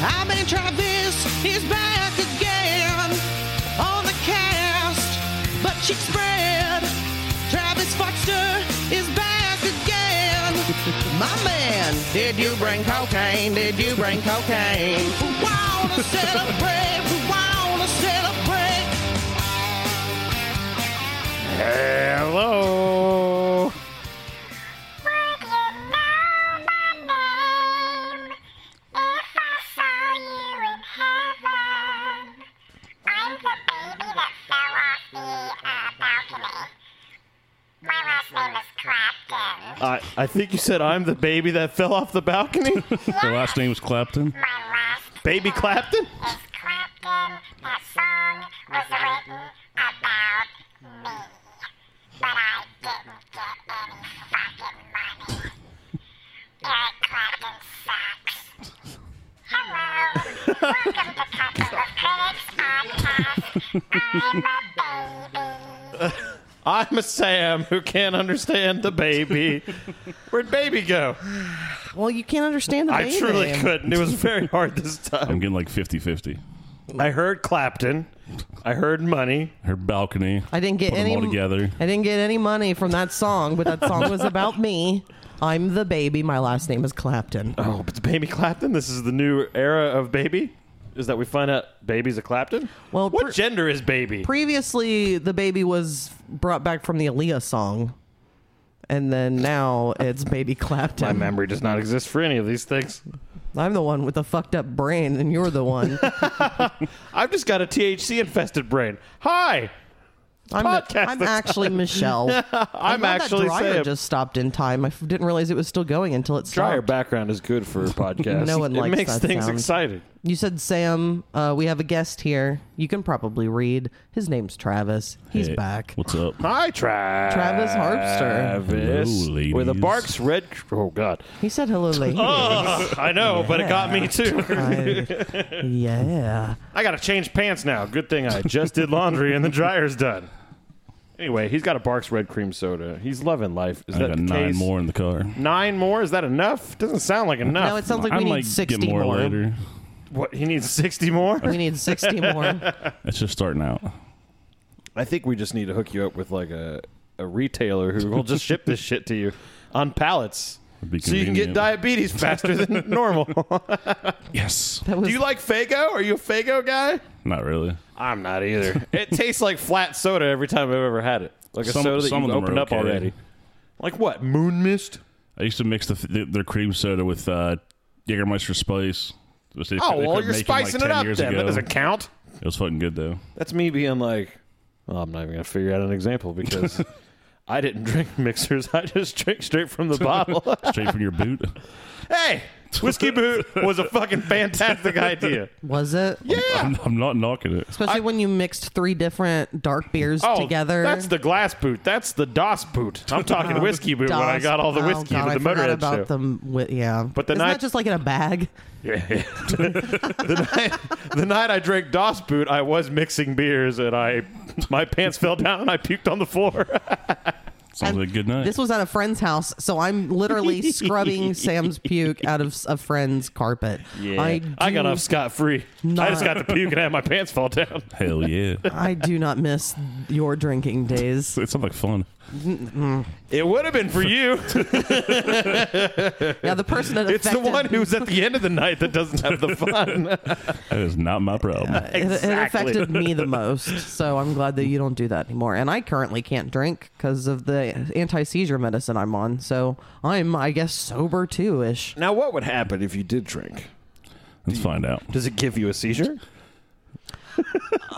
I mean, Travis is back again on the cast, but she's spread. Travis Foxter is back again. My man, did you bring cocaine? Did you bring cocaine? We wanna celebrate. We wanna celebrate. Hello. Would you know my name if I saw you in heaven? I'm the baby that fell off the uh, balcony. My last name is Clapton. I, I think you said I'm the baby that fell off the balcony. Her last name was Clapton. My last baby Clapton? is Clapton. That song was written about me, but I didn't get any fucking money. Eric Clapton sucks. Hello, welcome to Couple of Critics podcast. I'm a baby. I'm a Sam who can't understand the baby. Where'd baby go? Well, you can't understand the I baby. truly couldn't. It was very hard this I'm time. getting like 50 50. I heard Clapton. I heard money. Her balcony. I didn't get Put 'em any all together. I didn't get any money from that song, but that song was about me. I'm the baby. My last name is Clapton. Oh, but the baby Clapton. This is the new era of baby. Is that we find out baby's a Clapton? Well, what pre- gender is baby? Previously, the baby was brought back from the Aaliyah song, and then now it's Baby My Clapton. memory does not exist for any of these things. I'm the one with the fucked up brain, and you're the one. I've just got a THC infested brain. Hi, I'm, Podcast I'm this actually Michelle. I'm Glad actually that dryer Sam. just stopped in time. I f- didn't realize it was still going until it Dryer stopped. background is good for a podcast. No one it likes makes that things sound. exciting. You said Sam. Uh, we have a guest here. You can probably read. His name's Travis. He's Hey, back. What's up? Hi, Travis. Travis Harpster. Travis. Hello, ladies. with a Barks red. Oh God. He said hello, lady. I know, but it got me too. I- yeah. I gotta change pants now. Good thing I just did laundry and the dryer's done. Anyway, he's got a Barks red cream soda. He's loving life. Is I that got the nine case? more in the car. Nine more? Is that enough? Doesn't sound like enough. Now it sounds like I we might need 60 get more, more. later. what he needs sixty more. We need 60 more. That's just starting out. I think we just need to hook you up with like a a retailer who will just ship this shit to you on pallets, be so you can get convenient. diabetes faster than normal. Yes. That was Do you like Fago? Are you a Fago guy? Not really. I'm not either. It tastes like flat soda every time I've ever had it. Like a Some- soda that some you've of them are opened up okay. already. Like what? Moon mist? I used to mix the, the their cream soda with uh, Jägermeister Spice. Which they- Oh they well, quit you're making, like, spicing 10 it up years then. That ago. doesn't count. It was fucking good though. That's me being like, well, I'm not even gonna figure out an example because I didn't drink mixers. I just drink straight from the bottle. Straight from your boot. hey, whiskey boot was a fucking fantastic idea. Was it? I'm, I'm not knocking it. Especially when you mixed three different dark beers Oh, together. That's the glass boot. That's the DOS boot. I'm talking whiskey boot when I Dust. got all the Oh, whiskey God, at the I forgot Motorhead about show. them. Wi- yeah. But the Isn't night- that just like in a bag? the night the night I drank DOS boot, I was mixing beers and I my pants fell down and I puked on the floor. Sounds like a good night. This was at a friend's house, so I'm literally scrubbing Sam's puke out of s- a friend's carpet. I, do, I got off scot free. I Not- just got to puke and had my pants fall down. Hell yeah. I do not miss your drinking days. it sounds like fun. It would have been for you. Yeah, the person that It's the affected- one who's at the end of the night that doesn't have the fun. That is not my problem. It, it Exactly. affected me the most, so I'm glad that you don't do that anymore. And I currently can't drink because of the anti seizure medicine I'm on. So I'm, I guess, sober too ish. Now, what would happen if you did drink? Let's find out. Does it give you a seizure?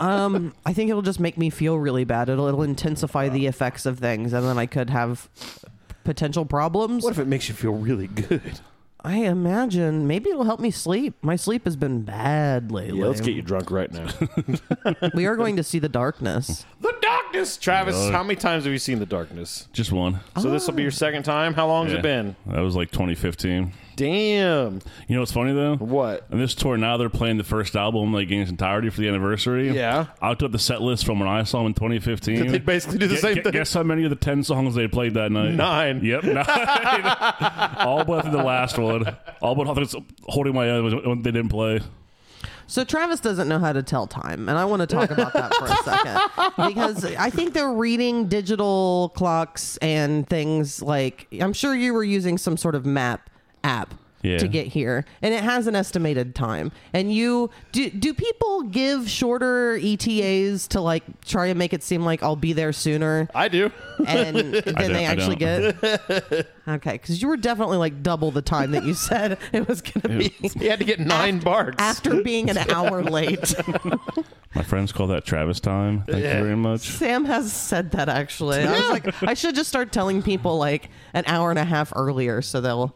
I think it'll just make me feel really bad. It'll it'll intensify the effects of things, and then I could have potential problems. What if it makes you feel really good? I imagine maybe it'll help me sleep. My sleep has been bad lately. you drunk right now. we are going to see the darkness. the darkness. Darkness? Travis, Yeah. how many times have you seen The Darkness? Just one. So this will be your second time. How long's Yeah. it been? That was like 2015. Damn. You know what's funny though? What? On this tour now, they're playing the first album like in its entirety for the anniversary. Yeah. I looked up the set list from when I saw them in 2015. They basically do the Gu- same gu- thing. Guess how many of the 10 songs they played that night? Nine. Yep, nine. All but the last one. All but others holding my hand was when they didn't play. So Travis doesn't know how to tell time, and I want to talk about that for a second because I think they're reading digital clocks and things like I'm sure you were using some sort of map app Yeah. to get here, and it has an estimated time. And you do do people give shorter ETAs to like try and make it seem like I'll be there sooner, I do. and then don't- they I actually get okay because you were definitely like double the time that you said it was gonna be. You had to get nine barks. After being an hour late. My friends call that Travis time. Thank you very much. Sam has said that actually. I was like, I should just start telling people like an hour and a half earlier so they'll.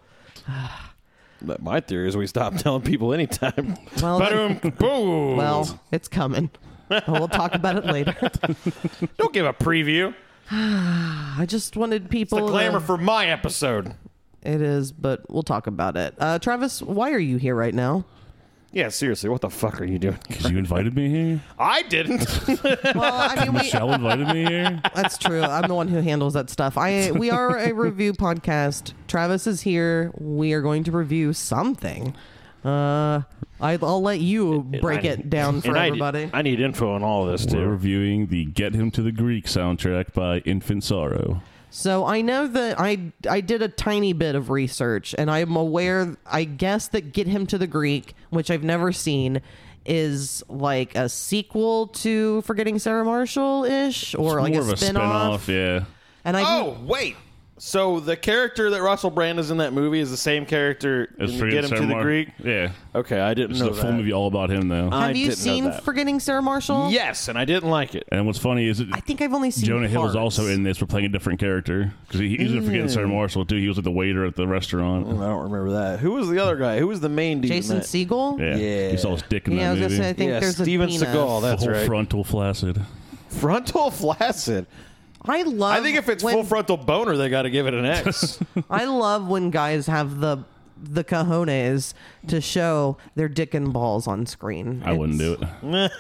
But my theory is we stop telling people anytime. Well, Boom, um, boom. well, it's coming. But we'll talk about it later. Don't give a preview. I just wanted The people. to- glamour for my episode. it is, but we'll talk about it. Uh, Travis, why are you here right now? Yeah, seriously, what the fuck are you doing? Because you invited me here. I didn't. Well, I mean, we, Michelle invited me here. that's true. I'm the one who handles that stuff. I we are a review podcast. Travis is here. We are going to review something. Uh, I, I'll let you break it down for And I- everybody. I need info on all this, We're too. reviewing the Get Him to the Greek soundtrack by Infant Sorrow. So I know that I I did a tiny bit of research and I'm aware I guess that Get Him to the Greek, which I've never seen, is like a sequel to Forgetting Sarah Marshall ish or like More a of a spin-off. spin-off, yeah. And I Oh, wait. So the character that Russell Brand is in that movie is the same character It's in freaking Get Him to the Sarah Mar- Greek? Yeah. Okay, I didn't It's know a full that. movie all about him, though. have I you didn't know seen that. Forgetting Sarah Marshall? Yes, and I didn't like it. and what's funny is it, I think I've only seen Jonah Hill is parts. Mm. also in this. We're playing a different character because he, he's in Forgetting Sarah Marshall too. He was like the waiter at the restaurant. I don't remember that. Who was the other guy? Who was the main dude? in Jason that? Segel. Yeah, Yeah. he saw his dick in Yeah, I was that movie. gonna say I think Yeah, there's Steven a penis. Seagal. the That's whole right. frontal flaccid. frontal flaccid. I love. I think if it's Um, when- full frontal boner, they got to give it an X. I love when guys have the the cojones to show their dick and balls on screen. I wouldn't do it.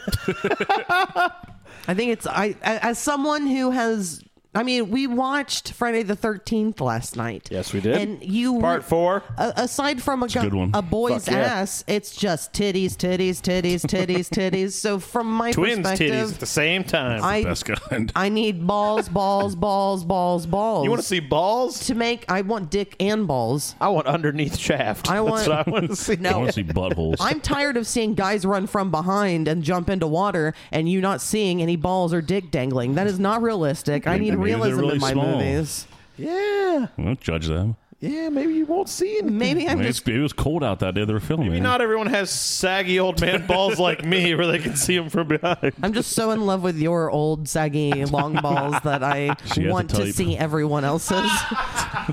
I think it's I a- as someone who has. I mean, we watched Friday the Thirteenth last night. Yes, we did. And you Part four. a- aside from a, gu- good one. a boy's Fuck yeah. ass, it's just titties, titties, titties, titties, titties. So from my Twins titties at perspective, the same time. I Best kind. I need balls, balls, balls, balls, balls. you want to see balls? to make? I want dick and balls. I want underneath shaft. I want- That's what I want to see. I No, want to see buttholes. I'm tired of seeing guys run from behind and jump into water and you not seeing any balls or dick dangling. That is not realistic. I Maybe need they're realism really in my small. movies. Yeah, Don't judge them. yeah. Maybe you won't see it. Maybe I'm Maybe just it's- it was cold out that day they were filming. Maybe not everyone has saggy old man balls like me, where they can see them from behind. I'm just so in love with your old saggy long balls that I has a want to type. see everyone else's.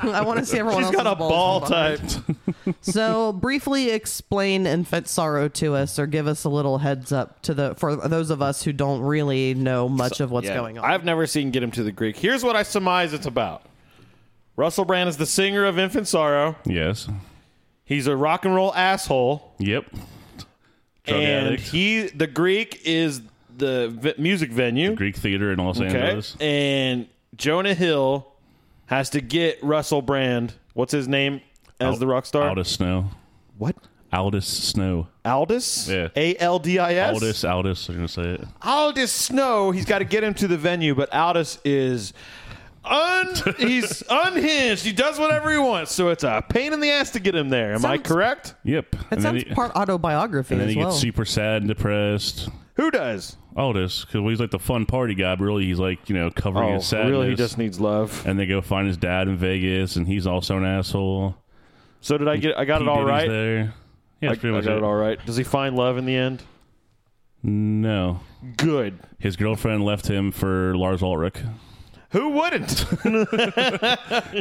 I want to see everyone She's else's got a balls ball from behind. type. So briefly explain infant sorrow to us, or give us a little heads up to the for those of us who don't really know much of what's Yeah. going on. I've never seen Get Him to the Greek. Here's what I surmise it's about. Russell Brand is the singer of Infant Sorrow. Yes. He's a rock and roll asshole, Yep. Drug and addict. he the Greek is the v- music venue. Greek theater in Los Okay, Angeles. and Jonah Hill has to get Russell Brand. What's his name as the rock star? Aldous Snow. What? Aldous Snow. Aldous. Yeah. A L D I S. Aldous. Aldous. I'm gonna say it. Aldous Snow, he's got to get him to the venue, but Aldous is un he's unhinged. He does whatever he wants, so it's a pain in the ass to get him there. Am I Sounds- correct? Yep. That it sounds part autobiography And then as he well. gets super sad and depressed. Who does? Aldous, because he's like the fun party guy, but really he's like, you know, covering his sadness. Oh, really? He just needs love. and they go find his dad in Vegas, and he's also an asshole. So did I get? I got P. it all Diddy's right. There. Yeah, I, I that's pretty got much it all right. Does he find love in the end? No. Good. His girlfriend left him for Lars Ulrich. Who wouldn't?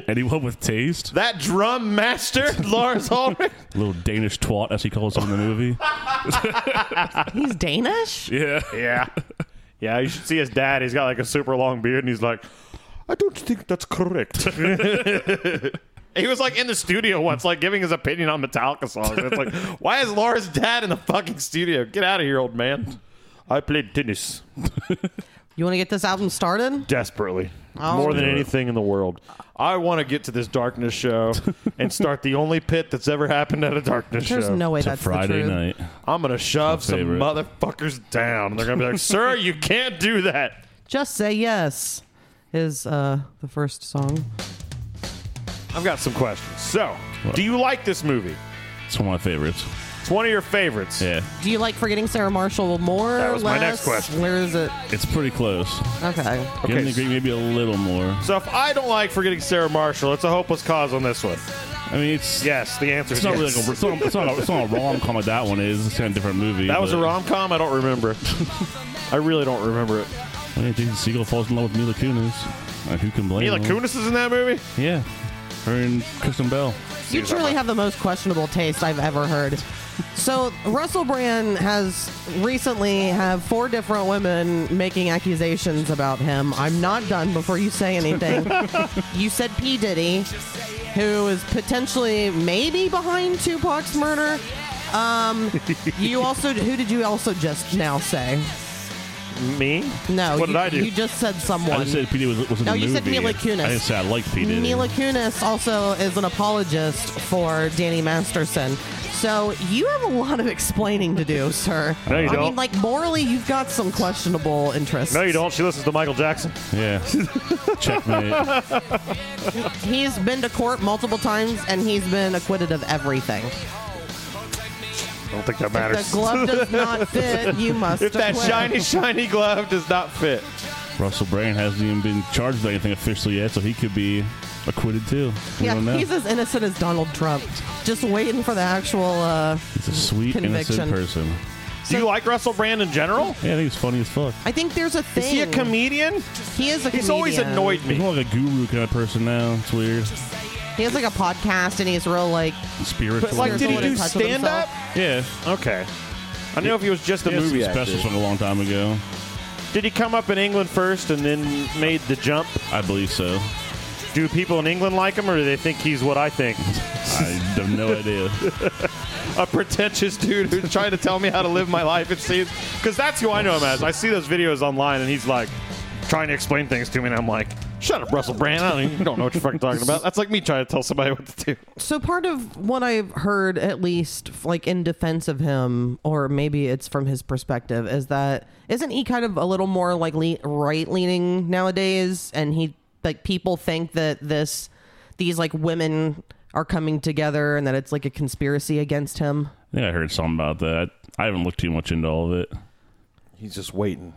Anyone with taste? that drum master, Lars Ulrich. Little Danish twat, as he calls him in the movie. He's Danish. Yeah. Yeah. Yeah, you should see his dad. He's got like a super long beard, and he's like, I don't think that's correct. he was like in the studio once, like giving his opinion on Metallica songs. It's like, why is Laura's dad in the fucking studio? Get out of here, old man. I played tennis You want to get this album started? desperately. Oh. More than anything in the world. I want to get to this darkness show and start the only pit that's ever happened at a darkness There's show. no way It's a that's the Friday truth. night. I'm going to shove some favorite. motherfuckers down. They're going to be like, sir, you can't do that. Just say yes is uh, the first song. I've got some questions. So, do you like this movie? It's one of my favorites. It's one of your favorites. Yeah, Do you like forgetting Sarah Marshall more That or was less? my next question. Where is it? it's pretty close. Okay. Give Okay, him the s- Greek maybe a little more. So, if I don't like Forgetting Sarah Marshall, it's a hopeless cause on this one. I mean, it's Yes, the answer It's is not yes. really like a, it's not, it's not a, it's not a rom com. Like that one is. It's kind of a different movie. That was a but- rom com? I don't remember. I really don't remember it. Oh, yeah, Jason Segel falls in love with Mila Kunis. Uh, who can blame Mila him? Kunis is in that movie? Yeah, her and Kristen Bell. You truly have the most questionable taste I've ever heard. So Russell Brand has recently have four different women making accusations about him. I'm not done before you say anything. you said P Diddy, who is potentially maybe behind Tupac's murder. Um, you also who did you also just now say? Me? No, What you, did I do? You just said someone. Um, I just said P. Diddy was, was in No, the you movie. said Mila Kunis. I didn't say I like P. Diddy. Mila Kunis also is an apologist for Danny Masterson. So you have a lot of explaining to do, sir. No, you I mean, don't. like morally, you've got some questionable interests. No, you don't. She listens to Michael Jackson. Yeah. Checkmate. He's been to court multiple times, and he's been acquitted of everything. I don't think that The matters. glove does not fit. You must. if that acquit. shiny, shiny glove does not fit, Russell Brand hasn't even been charged with anything officially yet, so he could be acquitted too. We Yeah, don't know. he's as innocent as Donald Trump. Just waiting for the actual. Uh, He's a sweet, Conviction. innocent person. do you like Russell Brand in general? Yeah, I think he's funny as fuck. I think there's a thing. Is he a comedian? He is a He's always comedian. annoyed He's me. more like a guru kind of person now. It's weird. He has like a podcast, and he's real like Spiritual. But like, did he Someone in do touch with stand up? yeah. Okay. I know if he was just a He had movie some actor. specials from a long time ago. Did he come up in England first and then made the jump? I believe so. Do people in England like him, or do they think he's what I think? I have no idea. a pretentious dude who's trying to tell me how to live my life. It seems because that's who I know him as. I see those videos online, and he's like trying to explain things to me, and I'm like, "Shut up, Russell Brand. I don't, even- you don't know what you're fucking talking about." That's like me trying to tell somebody what to do. So part of what I've heard, at least f- like in defense of him, or maybe it's from his perspective, is that isn't he kind of a little more like le- right leaning nowadays? And he like people think that this these like women are coming together and that it's like a conspiracy against him. I think I heard something about that. I haven't looked too much into all of it. He's just waiting.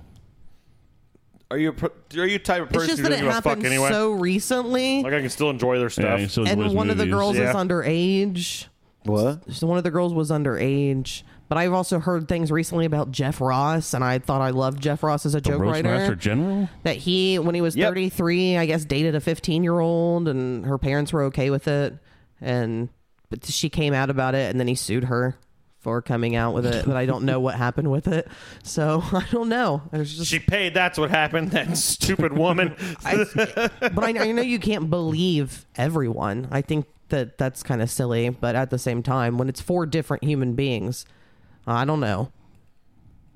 Are you a per- are you the type of It's person just who that it doesn't give a fuck happened anyway? so recently, like I can still enjoy their Yeah, stuff. he still enjoys and one of the movies. girls Yeah. is underage. what? So one of the girls was underage. But I've also heard things recently about Jeff Ross, and I thought I loved Jeff Ross as a joke writer. Roastmaster General. that he when he was Yep. 33 i guess dated a 15 year old and her parents were okay with it and but she came out about it and then he sued her for coming out with it but i don't know what happened with it so i don't know There's just, She paid. That's what happened. That stupid woman. I, but I, I know you can't believe everyone i think that that's kind of silly but at the same time when it's four different human beings i don't know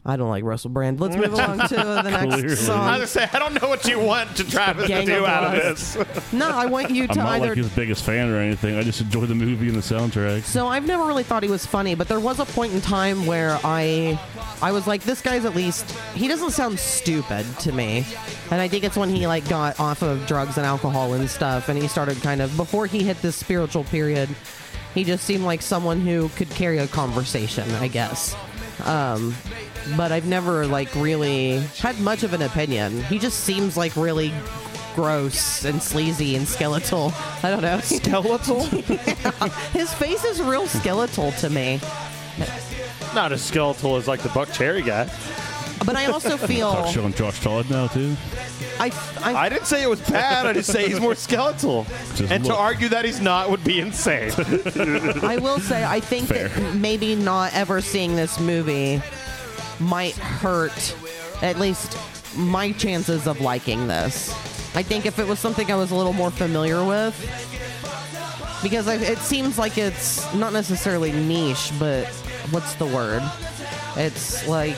i don't like russell brand let's move along to the Clearly. next I song just say I don't know what you want to Travis to Gang of do out of Us. this. no i want you I'm to not either like his biggest fan or anything. I just enjoy the movie and the soundtrack. So I've never really thought he was funny, but there was a point in time where I I was like, this guy's at least he doesn't sound stupid to me. And I think it's when he like got off of drugs and alcohol and stuff and he started kind of before he hit this spiritual period, he just seemed like someone who could carry a conversation, I guess. Um but I've never like really had much of an opinion. He just seems like really gross and sleazy and skeletal. I don't know. Skeletal? His face is real skeletal to me. Not as skeletal as like the Buck Cherry guy. But I also Talk feel show on Josh Todd now too. I, I, I didn't say it was bad. I just say he's more skeletal. Just and look. to argue that he's not would be insane. I will say I think Fair. that maybe not ever seeing this movie might hurt at least my chances of liking this. I think if it was something I was a little more familiar with, because I, it seems like it's not necessarily niche, but what's the word? It's like,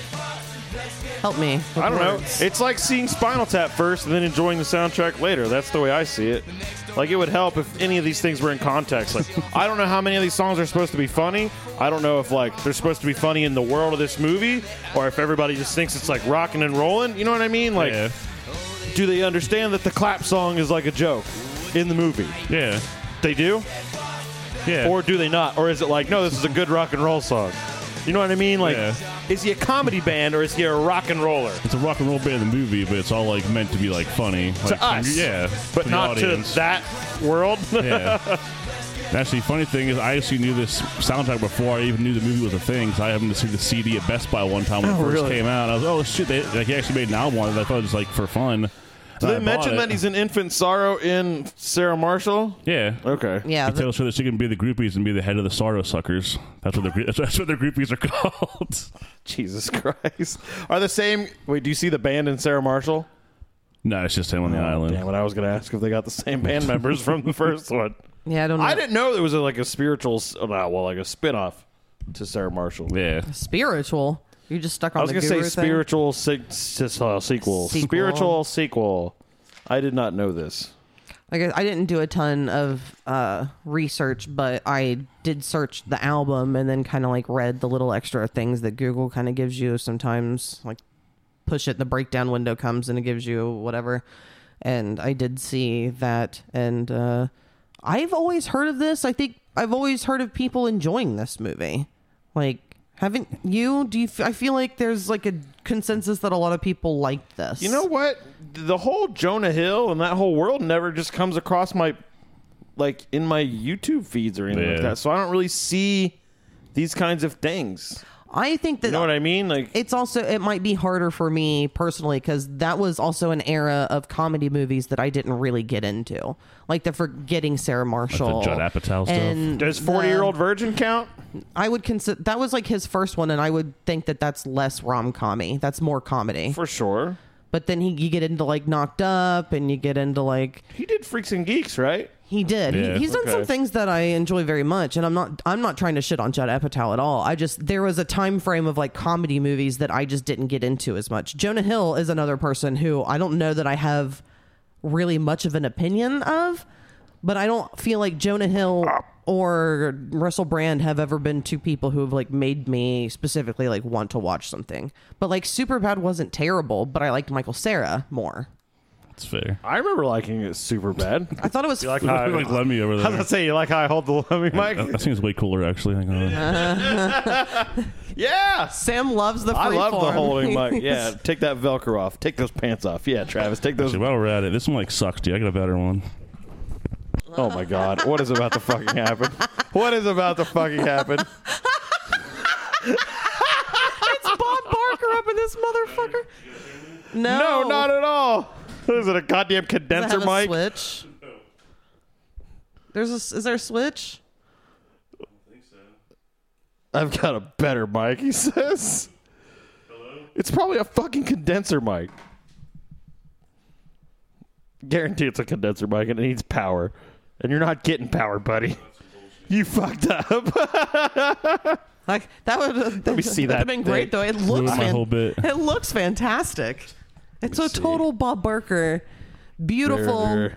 help me. with I don't know. words. It's like seeing Spinal Tap first and then enjoying the soundtrack later. That's the way I see it. Like it would help if any of these things were in context. Like I don't know how many of these songs are supposed to be funny. I don't know if like they're supposed to be funny in the world of this movie or if everybody just thinks it's like rocking and rolling. You know what I mean? Like yeah, do they understand that the clap song is like a joke in the movie? yeah, They do? yeah. Or do they not? Or is it like, no, this is a good rock and roll song? You know what I mean? Like, Yeah. is he a comedy band or is he a rock and roller? it's a rock and roll band in the movie, but it's all like meant to be like funny like, to us. Yeah, but to the not audience. to that world. yeah. Actually, funny thing is, I actually knew this soundtrack before I even knew the movie was a thing. Cause I happened to see the CD at Best Buy one time when it first really? came out. I was, oh shit, they, like, he actually made an album on it. I thought it was like for fun. Do And I they bought mention it. that he's an infant sorrow in Sarah Marshall? yeah. Okay. yeah. It tells her that she can be the groupies and be the head of the sorrow suckers. That's what the grou- that's what the groupies are called. Jesus Christ. Are the same. Wait, do you see the band in Sarah Marshall? no, it's just him on the island. Oh, Damn, what I was going to ask if they got the same band members from the first one. yeah, I don't know. I didn't know there was a, like a spiritual, s- uh, well, like a spin off to Sarah Marshall. Yeah, spiritual. You just stuck on I was the going to say guru thing? spiritual se- s- uh, Sequel. sequel. Spiritual sequel. I did not know this. like I I didn't do a ton of uh, research, but I did search the album and then kind of like read the little extra things that Google kind of gives you sometimes. Like push it, the breakdown window comes and it gives you whatever. And I did see that, and uh, I've always heard of this. I think I've always heard of people enjoying this movie. Like, haven't you? Do you? f- I feel like there's like a consensus that a lot of people like this. You know what? The whole Jonah Hill and that whole world never just comes across my like in my YouTube feeds or anything like Yeah. that. So I don't really see these kinds of things. I think that You know what I mean? Like it's also it might be harder for me personally because that was also an era of comedy movies that I didn't really get into, like the forgetting Sarah Marshall, Judd Apatow stuff. and does the- forty year old virgin count? I would consider that was like his first one, and I would think that that's less rom commy, that's more comedy. For sure. but then he, you get into like Knocked Up, and you get into like He did Freaks and Geeks, right? he did. Yeah, he, he's done some okay. things that I enjoy very much, and I'm not. I'm not trying to shit on Judd Apatow at all. I just there was a time frame of like comedy movies that I just didn't get into as much. Jonah Hill is another person who I don't know that I have really much of an opinion of, but I don't feel like Jonah Hill or Russell Brand have ever been two people who have like made me specifically like want to watch something. But like Superbad wasn't terrible, but I liked Michael Sarah more. That's fair. I remember liking it super bad. I I thought it was like how I, like Lemmy over was there. gonna say you like how I hold the Lemmy That that mic. seems way cooler, actually. uh, Hang on. yeah. Sam loves the. I love the freeform. holding mic. Yeah, take that Velcro off. Take those pants off. Yeah, Travis, take those Actually, while we're at it, this one like sucks, dude. I got a better one. Oh my god, what is about to fucking happen? What is about to fucking happen? Bob Barker up in this motherfucker. No, No, not at all. What Is it a goddamn Does it condenser have mic? A switch. There's a. Is there a switch? I've got a better mic, he says. It's probably a fucking condenser mic. Guarantee it's a condenser mic and it needs power. And you're not getting power, buddy. You fucked up. Like that would. Let me see that That'd been great thing. though. It Ruined looks. my fan- whole bit. It looks fantastic. It's a total Bob Barker. Beautiful.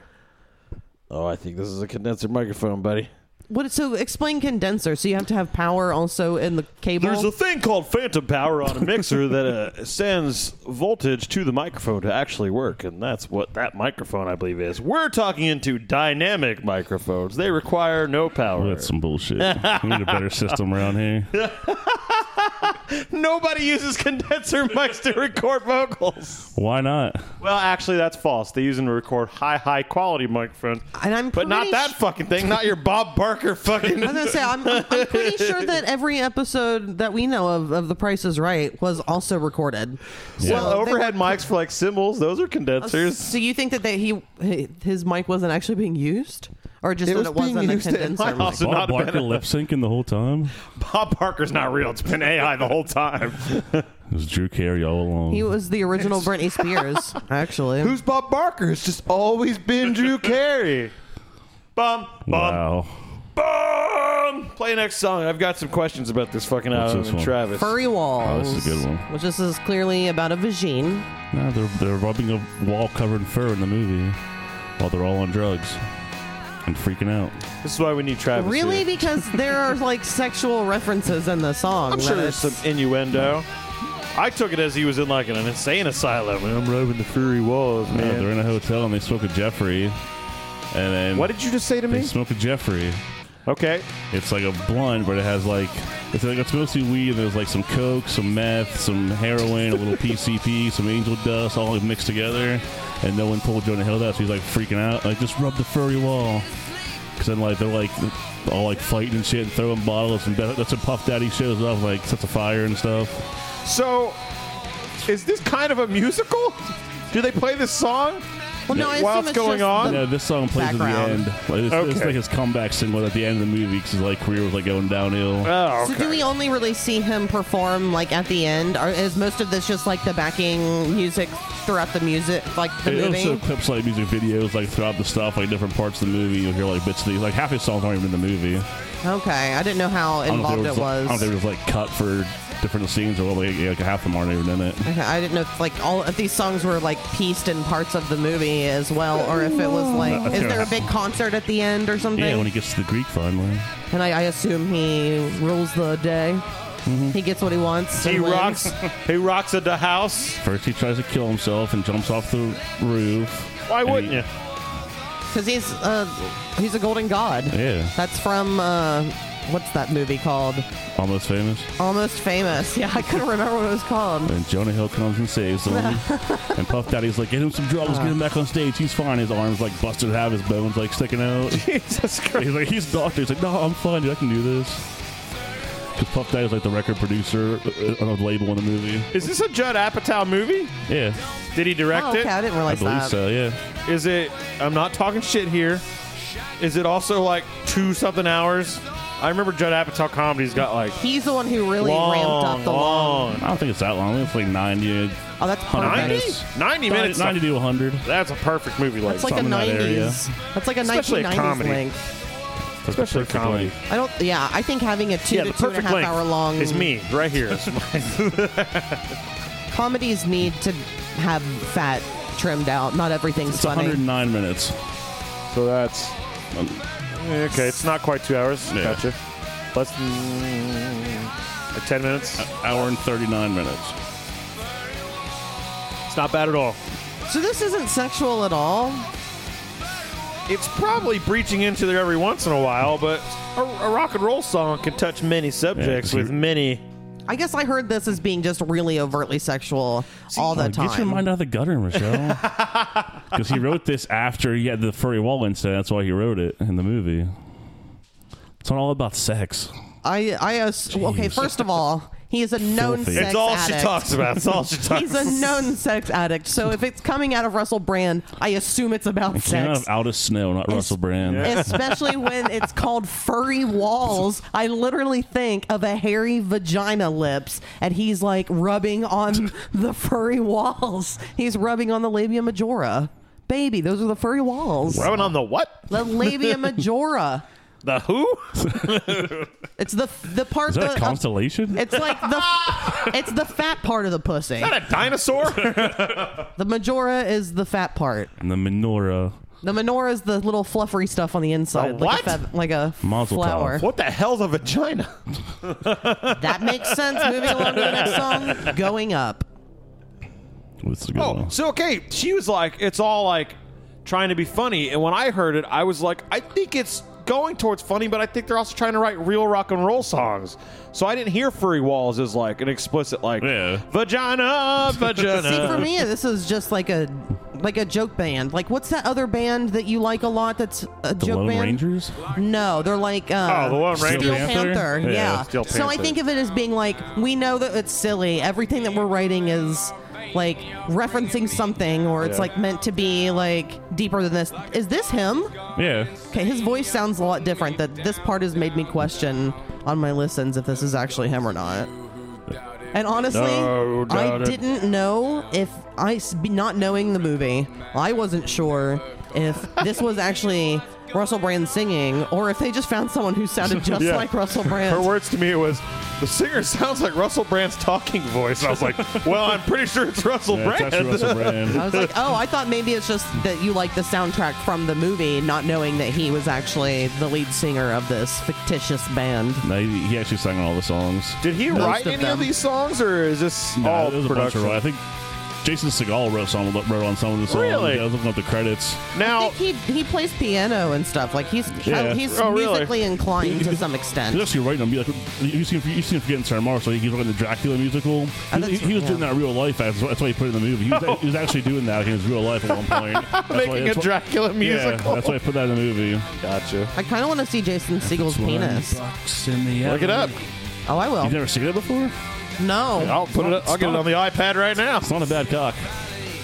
Oh, I think this is a condenser microphone, buddy. What? So explain condenser. So you have to have power also in the cable. There's a thing called phantom power on a mixer that uh, sends voltage to the microphone to actually work, and that's what that microphone, I believe, is. We're talking into dynamic microphones. They require no power. That's some bullshit. we need a better system around here. Nobody uses condenser mics to record vocals. Why not? Well, actually, that's false. They use them to record high, high quality microphones, and I'm but not pretty that su- fucking thing. Not your Bob Barker fucking. I was gonna say I'm, I'm- I'm pretty sure that every episode that we know of of The Price is Right was also recorded. So Well, they overhead were- mics for like cymbals. Those are condensers. So you think that they, he hi- his mic wasn't actually being used, or just It that was it being wasn't a used at my condenser mic? house. So Bob not a Barker better- lip syncing the whole time. Bob Barker's not real. It's been AI the whole time. It was Drew Carey all along. He was the original Britney Spears, actually. Who's Bob Barker? It's just always been Drew Carey. Bum, bum, wow. bum. Play next song. I've got some questions about this fucking What's album this and one? Travis. Furry Walls. Oh, this is a good one. Which this is clearly about a vagine. Nah, they're, they're rubbing a wall covered in fur in the movie while they're all on drugs and freaking out. This is why we need Travis. Really? here. Because there are like sexual references in the song. I'm that sure there's it's- some innuendo. I took it as he was in like an insane asylum. I'm rubbing the furry walls, Yeah, man. they're in a hotel and they smoke a Jeffrey. And then what did you just say to they me? smoke a Jeffrey? Okay. It's like a blunt, but it has like it's like it's mostly weed. And there's like some coke, some meth, some heroin, a little PCP, some angel dust, all like mixed together. And no one told Jonah Hill that, so he's like freaking out. Like just rub the furry wall, because then like they're like all like fighting and shit and throwing bottles. And that- that's when Puff Daddy shows up, like sets a fire and stuff. So, is this kind of a musical? Do they play this song? Well, no, I assume While it's it's going just on? the- Yeah, this song plays Background. at the end. Like, it's, it's Okay. like his comeback single at the end of the movie because his like career was like going downhill. Oh, So do we only really see him perform like at the end, or is most of this just like the backing music throughout the music, like the It movie? also clips like music videos, like throughout the stuff, like different parts of the movie. You'll hear like bits of these. Like half his songs aren't even in the movie. okay, I didn't know how I don't know involved if it it Like, I don't was. think it was like cut for different scenes or what. Like, yeah, like half of them aren't even in it. Okay, I didn't know if like all if these songs were like pieced in parts of the movie as well, or if it was like is there a big concert at the end or something? Yeah, when he gets to the Greek finally. and I, I assume he rules the day. Mm-hmm. He gets what he wants. He and wins. rocks. he rocks at the house. First, he tries to kill himself and jumps off the roof. Why And he- wouldn't you? because he's uh he's a golden god. Yeah. That's from uh what's that movie called? Almost famous. Almost Famous. Yeah, I couldn't remember what it was called. And Jonah Hill comes and saves him. and Puff Daddy's like, get him some drugs, get him back on stage. He's fine. His arm's like busted half, his bones like sticking out. Jesus Christ. He's like, he's a doctor. He's like, no, I'm fine, dude. I can do this. Because Puff Daddy's like the record producer uh, on the label in the movie. Is this a Judd Apatow movie? Yeah, Did he direct Oh, okay, it? I didn't I realize believe that. so. Yeah, Is it? I'm not talking shit here. Is it also like two something hours? I remember Judd Apatow comedies got like He's the one who really ramped up the long. long. I don't think it's that long. I think It's like 90, Oh, that's 100 perfect. minutes. 90 minutes. 90 to 100. That's a perfect movie. Like, That's like a Something in that area. nineties. That's like a Especially nineteen a nineties comedy. length. That's Especially perfect comedy. length. I don't. Yeah, I think having a two yeah, to the two and a perfect half length hour long is me right here. It's my- comedies need to have fat trimmed out. Not everything's It's funny. 109 minutes. so that's eh, Um, okay. It's not quite two hours. Yeah. Gotcha. Less than like ten minutes. hour and 39 minutes. It's not bad at all. So this isn't sexual at all. It's probably breaching into there every once in a while, but a, a rock and roll song can touch many subjects 'cause with you're- many. I guess I heard this as being just really overtly sexual all uh, the Oh, time. Get your mind out of the gutter, Michelle. Because he wrote this after he had the furry wall incident. That's why he wrote it in the movie. It's not all about sex. I, I, ass- okay. Jeez. First of all, he is a known Filthy. sex it's all addict. she talks about. It's all she talks. He's a known sex addict. So if it's coming out of Russell Brand, I assume it's about Came out sex. of Outer Snow, not Russell Brand. Especially when it's called furry walls. I literally think of a hairy vagina lips, and he's like rubbing on the furry walls. He's rubbing on the labia majora. Baby, those are the furry walls. Rubbing on the what? The labia majora. The who? It's the the part Is that a the- constellation? It's like the it's the fat part of the pussy. Not a dinosaur? The majora is the fat part. and the menorah. The menorah is the little fluffery stuff on the inside, A like a, what? feath- like a Mazel tov. flower. what the hell's a vagina? That makes sense. Moving along to the next song, going up. What's the good Oh, one? so okay. She was like, it's all like trying to be funny. And when I heard it, I was like, I think it's going towards funny, but I think they're also trying to write real rock and roll songs. So I didn't hear Furry Walls as like an explicit, like, Yeah. vagina, vagina. See, for me, this is just like a like a joke band. Like, what's that other band that you like a lot? That's a the joke Lone band. Rangers? No, they're like uh, Oh, the Lone Steel Ranger. Panther. Panther? Yeah. Yeah, Steel So I Panther. think of it as being like we know that it's silly. Everything that we're writing is like referencing something, or it's Yeah. like meant to be like deeper than this. Is this him? Yeah. Okay, his voice sounds a lot different. That this part has made me question on my listens if this is actually him or not. And honestly, No I doubt it. didn't know if I s- be- not knowing the movie, I wasn't sure if this was actually Russell Brand singing or if they just found someone who sounded just Yeah. like Russell Her Brand. words to me was, "The singer sounds like Russell Brand's talking voice." I was like, "Well, I'm pretty sure it's Russell Yeah, it's Brand." actually Russell Brand. I was like, oh, I thought maybe it's just that you like the soundtrack from the movie, not knowing that he was actually the lead singer of this fictitious band. No, he, he actually sang on all the songs. Did he Most write of any of them. these songs, or is this No, all it was a bunch production? of- I think Jason Segal wrote, some, wrote on some of the songs. Really? Yeah, I was looking up the credits. I now, think he he plays piano and stuff. Like he's Yeah. he's Oh, really? musically inclined to some He's extent. actually writing them. Like, you see him, you see him forgetting Sarah Morris, like he's writing the Dracula musical. Oh, he, that's- he was yeah. doing that real life. That's why that's why he put it in the movie. He was, he was actually doing that in his real life at one point. That's why- Oh. making a that's why- Dracula Yeah, musical. that's why I put that in the movie. gotcha. I kind of want to see Jason Siegel's penis. Look it up. Oh, I will. You've never seen it before? No. I'll put it. Up, I'll get it on the iPad right now. It's not a bad cock.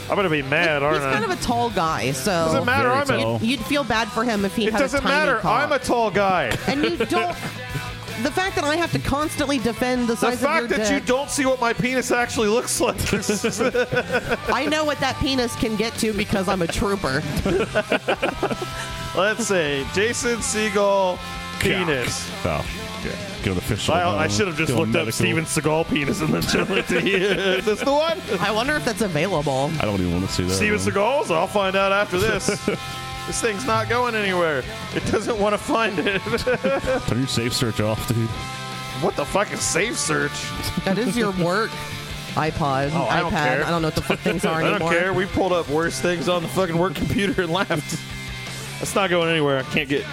I'm gonna be mad, aren't He's I? kind of a tall guy, so doesn't matter. Very I'm a, tall. You'd, you'd feel bad for him if he It had a doesn't tiny matter. cock. I'm a tall guy. and you don't. the fact that I have to constantly defend the The size fact of your that you dick, don't see what my penis actually looks like. I know what that penis can get to because I'm a trooper. Let's say Jason Seagal penis. Oh, yeah. Go to official. I, I should have just go looked up medical. Steven Seagal penis and then shown it to you. Is this the one? I wonder if that's available. I don't even want to see that. Steven one. Seagal's? I'll find out after this. this thing's not going anywhere. It doesn't want to find it. Turn your safe search off, dude. what the fuck is safe search? That is your work iPod, Oh, I iPad. don't care. I don't know what the fuck things are I anymore. don't care. We pulled up worse things on the fucking work computer and left. That's not going anywhere. I can't get.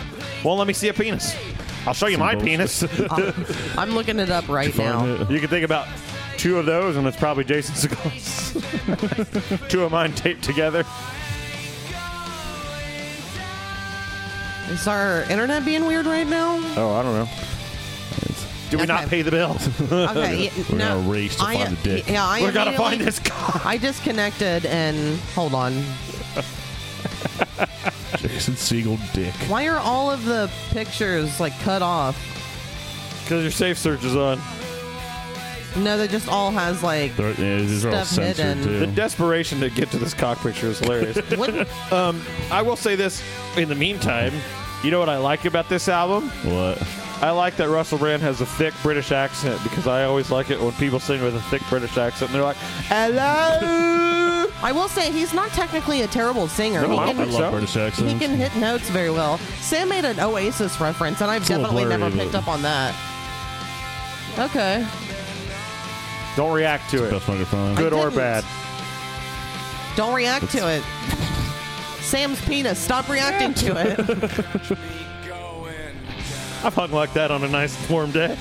Well, let me see a penis. I'll show you my bullshit. penis. I'm looking it up right Find now. it. You can think about two of those, and it's probably Jason Segal's. two of mine taped together. Is our internet being weird right now? Oh, I don't know. Do we not Okay. pay the bill? Okay, yeah, We're no. gonna race to I, find the dick. Yeah, I We're gonna find immediately- this guy. I disconnected and hold on. Jason Siegel dick. Why are all of the pictures like cut off? Because your safe search is on. No, that just all has like. They're, yeah, these are all Stuff censored hidden. The too. desperation to get to this cock picture is hilarious. What? I will say this in the meantime. You know what I like about this album? what? I like that Russell Brand has a thick British accent because I always like it when people sing with a thick British accent and they're like, hello. I will say he's not technically a terrible singer. No, I he, don't I can, think love so. British accents. he can hit notes very well. Sam made an Oasis reference, and I've a little definitely never blurry, picked but- up on that. Okay. Don't react to it. Best microphone. Good or didn't. bad. Don't react to it. Sam's penis. Stop reacting to it. I've hung like that on a nice warm day.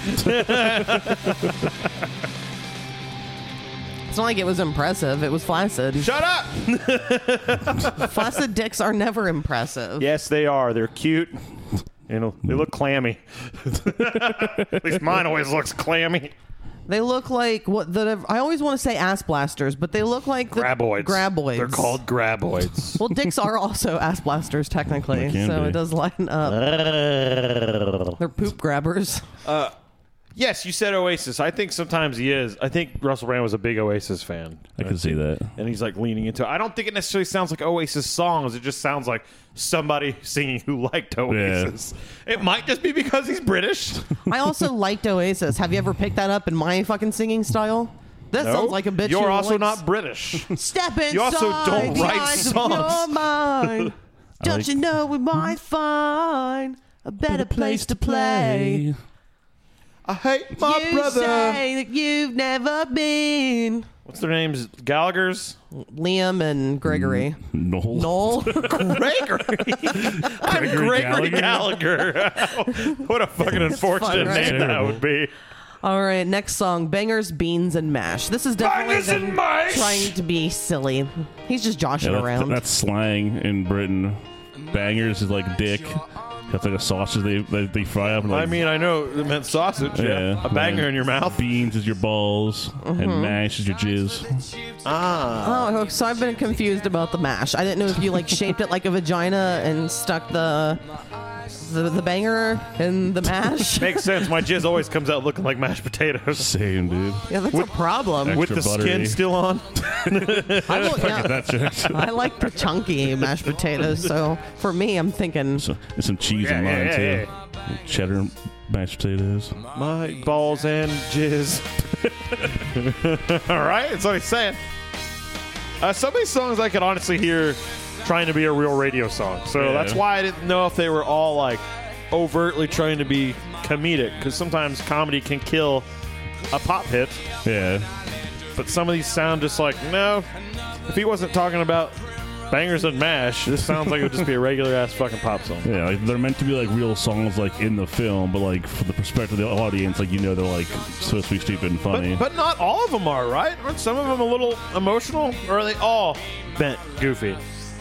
It's not like it was impressive. It was flaccid. Shut up. Flaccid dicks are never impressive. Yes, they are. They're cute. You know, they look clammy. At least mine always looks clammy. They look like what the I always want to say ass blasters, but they look like the, Graboids. Graboids. They're called graboids. Well, dicks are also ass blasters technically, They can so be. it does line up. They're poop grabbers. yes, you said Oasis. I think sometimes he is. I think Russell Brand was a big Oasis fan. I can see that. and he's like leaning into it. I don't think it necessarily sounds like Oasis songs. It just sounds like somebody singing who liked Oasis. It might just be because he's British. I also liked Oasis. Have you ever picked that up in my fucking singing style? That sounds like a bitch. You're who also likes- not British. Step inside. also don't the write eyes of songs. your mind. don't like- Hmm? you know we might find a better place to play? I hate my you brother. say that you've never been. What's their names? Gallagher's. Liam and Gregory. No. Noel. Gregory. I'm Gregory Gallagher. what a fucking unfortunate right? name that would be. All right, next song: Bangers, Beans, and Mash. This is definitely Bangers them and mash. trying to be silly. He's just Yeah, joshing that- around. that's slang in Britain. Bangers is like dick. That's like a sausage they they, they fry up. And like, I mean, I know it meant sausage. Yeah, yeah, a banger in your mouth. Beans is your balls, and Mm-hmm. mash is your jizz. oh, so I've been confused about the mash. I didn't know if you like shaped it like a vagina and stuck the the, the banger and the mash. yeah, Makes sense. My jizz always comes out looking like mashed potatoes. Same, dude. that's a problem. With the Extra skin buttery. still on. I, will- yeah, That's it. I like the chunky mashed potatoes, so for me, I'm thinking So, there's some cheese in yeah, mine yeah, too. Cheddar, mashed potatoes. My balls and jizz. All right, that's what he's saying. Uh, so many songs I could honestly hear trying to be a real radio song. So Yeah. that's why I didn't know if they were all like overtly trying to be comedic because sometimes comedy can kill a pop hit, Yeah, but some of these sound just like no. If he wasn't talking about bangers and mash, this sounds like it would just be a regular ass fucking pop song. yeah. Like, they're meant to be like real songs, like in the film, but like for the perspective of the audience, like you know, they're like supposed to be stupid and funny. But, but not all of them are, right? Aren't some of them a little emotional? Or are they all bent goofy?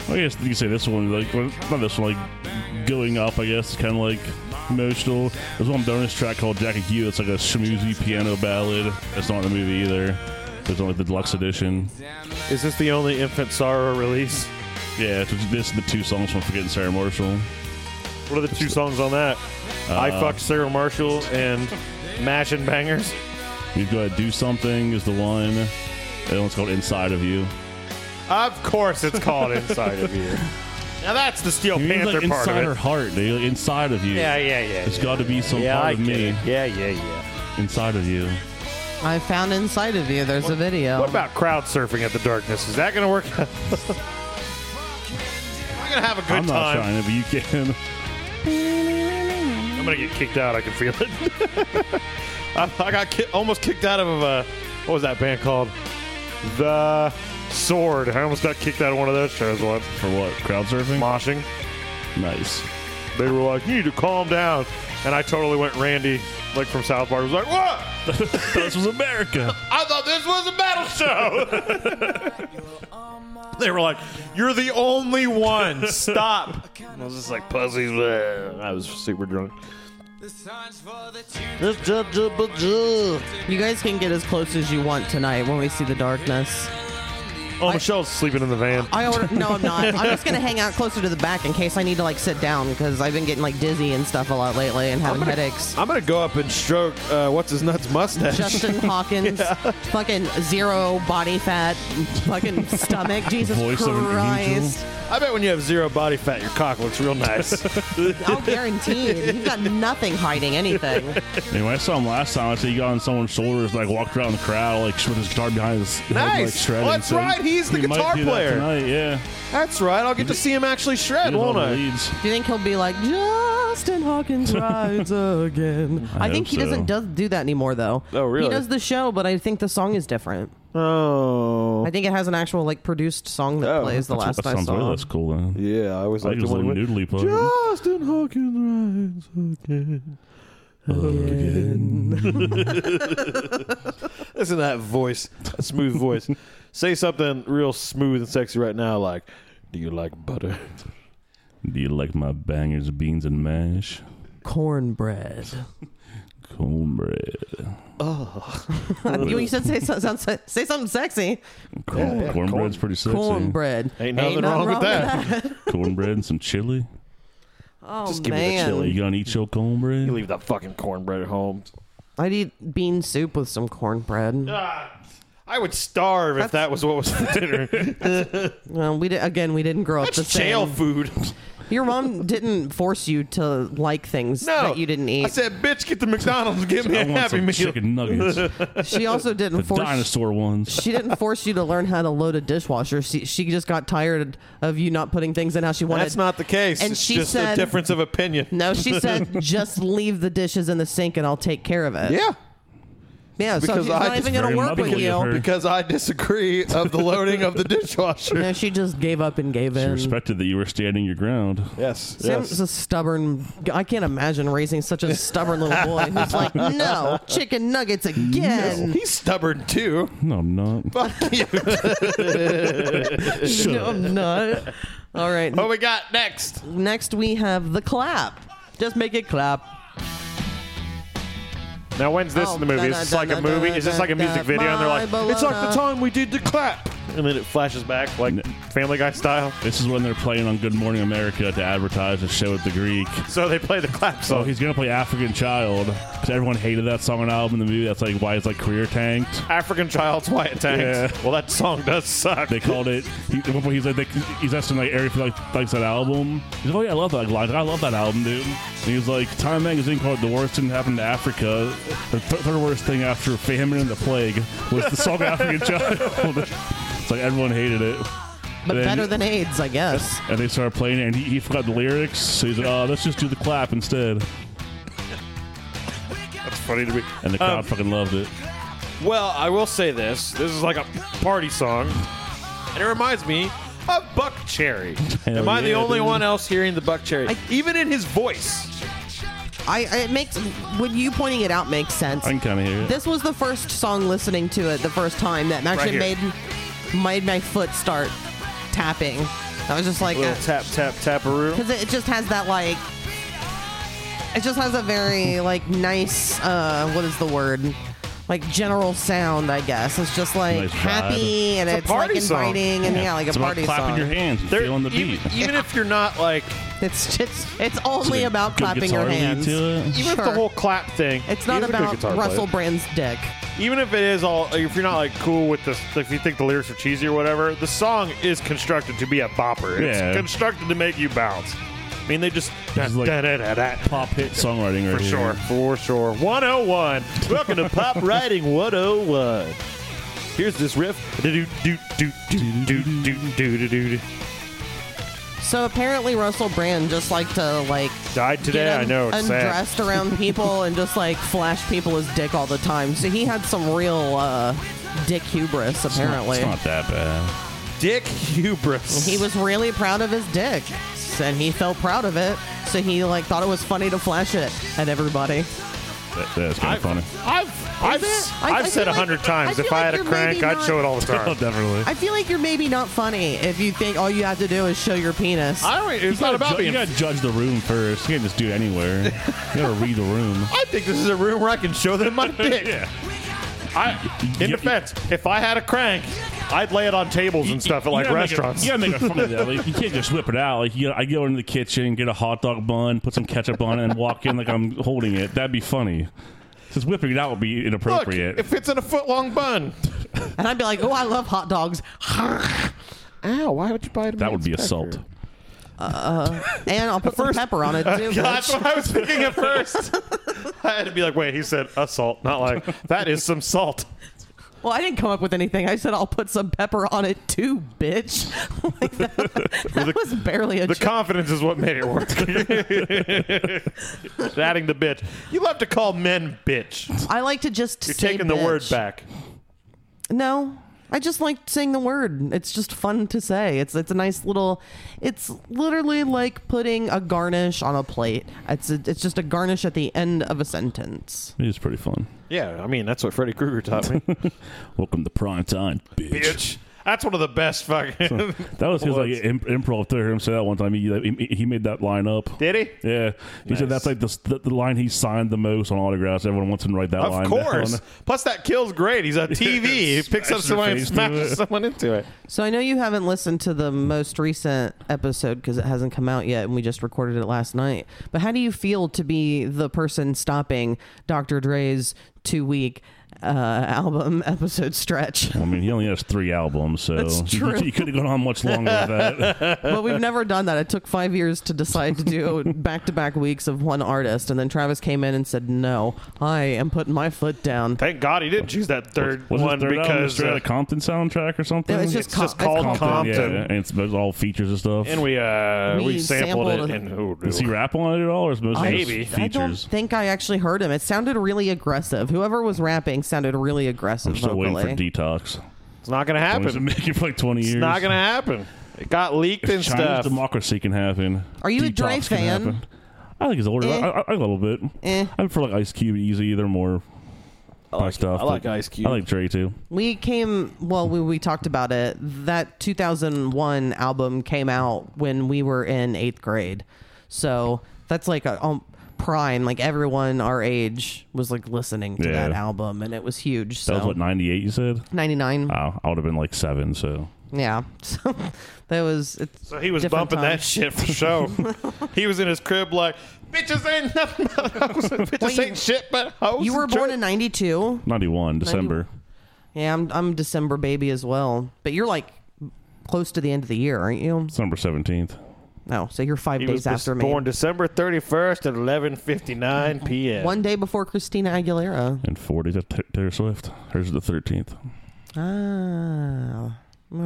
I guess you could say this one, like well, not this one, like going up. I guess kind of like emotional. There's one bonus track called Jackie Q. It's like a schmoozy piano ballad. It's not in the movie either. It's on like the deluxe edition. Is this the only Infant Sorrow release? Yeah, it's- this is the two songs from Forgetting Sarah Marshall. What are the two songs on that? I Fuck Sarah Marshall and Mash and Bangers. You've got to do something is the one. That one's called Inside of You. Of course it's called Inside of You. Now that's the Steel You mean, Panther like, part inside her of it. heart, dude. Like, inside of you. Yeah, yeah, yeah. It's yeah. got to be some yeah, part I of get me it. Yeah, yeah, yeah. inside of you. I found inside of you. There's a video. What about crowd surfing at the darkness? Is that going to work? We're going to have a good I'm not time. trying to, but you can. I'm gonna get kicked out. I can feel it. I, I got ki- almost kicked out of uh, what was that band called? The Sword. I almost got kicked out of one of those shows once. For what? Crowd surfing? Moshing. Nice. They were like, "You need to calm down," and I totally went Randy, like from South Park. Was like, "What? this was America. I thought this was a battle show." they were like, "You're the only one. Stop." And I was just like, "Pussies." bleh." I was super drunk. You guys can get as close as you want tonight when we see the darkness. Oh, Michelle's sleeping in the van. I order, no, I'm not. I'm just gonna hang out closer to the back in case I need to like sit down because I've been getting like dizzy and stuff a lot lately and having headaches. I'm gonna go up and stroke uh, what's his nuts mustache. Justin Hawkins, fucking zero body fat, fucking stomach. Jesus Voice of an Christ! I bet when you have zero body fat, your cock looks real nice. I'll guarantee it. You've got nothing hiding anything. And when I saw him last time, I said he got on someone's shoulders, like walked around the crowd, like with his guitar behind his head, like Nice. shredding. Well, that's So right, he's the he might guitar do that player. tonight, yeah. That's right. I'll get to see him actually shred, He was on won't the I? leads. Do you think he'll be like Justin Hawkins rides again? I, think hope he so. doesn't does do that anymore though. Oh, really? He does the show, but I think the song is different. Oh, I think it has an actual like produced song that Oh, plays the That's- last that I sounds really saw. less cool, though. yeah. I was I like think it the was a one little with noodly part. Justin Hawkins rides again. Listen to that voice, that smooth voice. Say something real smooth and sexy right now, like, "Do you like butter?" Do you like my bangers, beans, and mash? Cornbread. Cornbread. you you said say, so- so- so- say something sexy. Corn, cornbread's pretty sexy. Cornbread. Ain't nothing wrong with that. cornbread and some chili. Oh Just give me the man, You gonna eat your cornbread? You leave that fucking cornbread at home. I'd eat bean soup with some cornbread. Ah, I would starve if that was what was for dinner. Well, we did, again we didn't grow up the That's same. jail food. Your mom didn't force you to like things No, that you didn't eat. I said, "Bitch, get the McDonald's, and get me I a want Happy some Meal." chicken nuggets, the she also didn't force dinosaur ones. she didn't force you to learn how to load a dishwasher. She, she just got tired of you not putting things in how she wanted. That's not the case. And it's she just said- a difference of opinion. No, she said, "Just leave the dishes in the sink, and I'll take care of it." Yeah, yeah. So because she's I not just even going very to work with motherly of you. her. because I disagree of the loading of the dishwasher. No, she just gave up and gave She in. respected that you were standing your ground. Yes, Sam's yes. a stubborn. g- I can't imagine raising such a stubborn little boy who's like, "No, chicken nuggets again." He's stubborn too. No, I'm not. Fuck you. No, I'm not. All right. what we got next? Next, we have the clap. Just make it clap. Now, when's this Oh, in the movie? Is da- this da- like da- a movie? da- Is this like a da- music da- video? And they're like, my "It's like the baloney." time we did the clap," and then it flashes back like Family Guy style. This is when they're playing on Good Morning America to advertise the show at the Greek. So they play the clap So song. he's gonna play African Child because everyone hated that song and album in the movie. That's like why his like career tanked. African Child's White Tanks. Yeah. Well, that song does suck. They called it. He, at one point, he's like, they, he's asking like Eric if he like likes that album. He's like, oh yeah, I love that line. I love that album, dude. And he was like, Time Magazine called it the worst thing that happened to Africa. The th- third worst thing after famine and the plague was the song African Child. it's like everyone hated it. But Then- better than AIDS, I guess. And they started playing it, and he, he forgot the lyrics. So he's like, oh, let's just do the clap instead. It's funny to me. And the crowd Um, fucking loved it. Well, I will say this. This is like a party song, and it reminds me of Buck Cherry. Am I the yeah, only dude. one else hearing the Buck Cherry? I- Even in his voice. I I- it makes when you pointing it out makes sense. I can kind of hear it. This was the first song listening to it the first time that actually Right made made my foot start tapping. I was just like, Little tap tap taparoo. because it just has that like, it just has a very like nice, uh, what is the word? Like general sound, I guess. It's just like Nice vibe. happy and a it's, like party song. inviting and yeah, like it's a about party clapping song. your hands and There- feeling the beat. even, even if you're not like, It's it's it's only Like, about good clapping your guitar lead hands. to it. even if the Sure. whole clap thing. It's not he's a good about guitar player. Russell Brand's dick. Even if it is all, if you're not like cool with this, if you think the lyrics are cheesy or whatever, the song is constructed to be a bopper. Yeah. It's constructed to make you bounce. I mean, they just Just like- da-da-da-da-da. Pop hit songwriting right For here. sure. For sure. 101. Welcome to Pop Writing 101. Here's this riff. Do do do do do do do do do. So apparently Russell Brand just like to like Died today. get I un- know. It's sad. undressed around people and just like flash people his dick all the time. So he had some real uh, dick hubris apparently. It's not that bad. Dick hubris. He was really proud of his dick and he felt proud of it. So he like thought it was funny to flash it at everybody. That, that's kind I've, of funny. I've, I've, it? s- I- I've I said feel a like- hundred times I if feel I had like a you're maybe crank, I'd show it all the Oh, time. definitely. I feel like you're maybe not funny if you think all you have to do is show your penis. I don't. It's You not gotta about ju- You being. gotta judge the room first. You can't just do it anywhere. you gotta read the room. I think this is a room where I can show them my dick. I, in Yep. defense, if I had a crank, I'd lay it on tables and stuff at like You gotta make it- restaurants. you gotta make it fun of that. Like, you can't just whip it out. Like you gotta, I go into the kitchen, get a hot dog bun, put some ketchup on it, and walk in like I'm holding it. That'd be funny. Just whipping it out would be Look, inappropriate. it fits in a foot long bun. and I'd be like, oh, I love hot dogs. Ow! Why would you buy it? that would be assault. And I'll put some First- pepper on it too. bitch. Yeah, that's what I was thinking at first. I had to be like, wait, he said assault, not like that is some salt. Well, I didn't come up with anything. I said I'll put some pepper on it too, bitch. like that that was barely a The joke. confidence is what made it work. Adding the bitch. You love to call men bitch. I like to just You're taking the word back. No, I just like saying the word. It's just fun to say. It's it's a nice little. It's literally like putting a garnish on a plate. It's a, it's just a garnish at the end of a sentence. It is pretty fun. Yeah, I mean that's what Freddy Krueger taught me. Welcome to prime time, bitch. bitch. That's one of the best fucking. That was his like What? imp- improv theater. Him say that one time. He he, he made that line up. Did he? Yeah, he said Nice. that's like the, the, the line he signed the most on autographs. Everyone wants him to write that line. Of course. down. Plus, that kill's great. He's on TV. he picks up Smash someone your and face smashes into it. someone into it. So I know you haven't listened to the most recent episode because it hasn't come out yet, and we just recorded it last night. But how do you feel to be the person stopping Dr. Dre's two week uh, album episode stretch? I mean, he only has three albums, so That's true. He, could have gone on much longer with that. but we've never done that. It took five years to decide to do back to back weeks of one artist, and then Travis came in and said, "No, I am putting my foot down." Thank God he didn't choose that third Was one his third album because straight out uh, of Compton soundtrack or something? It's just, it's just Com- it's called yeah, Compton. and it's, it's all features and stuff. and we uh we, We sampled, sampled it it. and oh, Does he rap on it at all, or is it mostly just Maybe. I don't features? think I actually heard him. It sounded really aggressive. Whoever was rapping sounded really aggressive I'm still vocally. waiting for detox. it's not gonna I've been happen. making for like 20 years. It's not gonna happen. It got leaked and China's stuff. democracy can happen. Are you a Detox Dre can fan? happen. I think he's older. Eh. I, I, I- a little bit. Eh. I'm for like Ice Cube, Easy. They're more I like- stuff. I like but Ice Cube. I like Dre too. we came well we, we talked about it that 2001 album came out when we were in eighth grade so that's like a um, prime like everyone our age was like listening to Yeah. that album and it was Ah. huge so That was what 98. You said? Ah, 99 Wow, I would have been like seven. So Yeah. So that was. It's So he was different bumping time. that shit for show. he was in his crib like, bitches ain't nothing but hoes. Bitches Well, you- ain't shit but hoes. You were and born drugs." in 92. 91, December. Yeah, I'm, I'm a December baby as well. But you're like close to the end of the year, aren't you? December 17th. No, so you're five He days was after me. born December 31st at 11.59 p.m. One day before Christina Aguilera. And 40 to T- Taylor Swift. Hers is the 13th. Ah,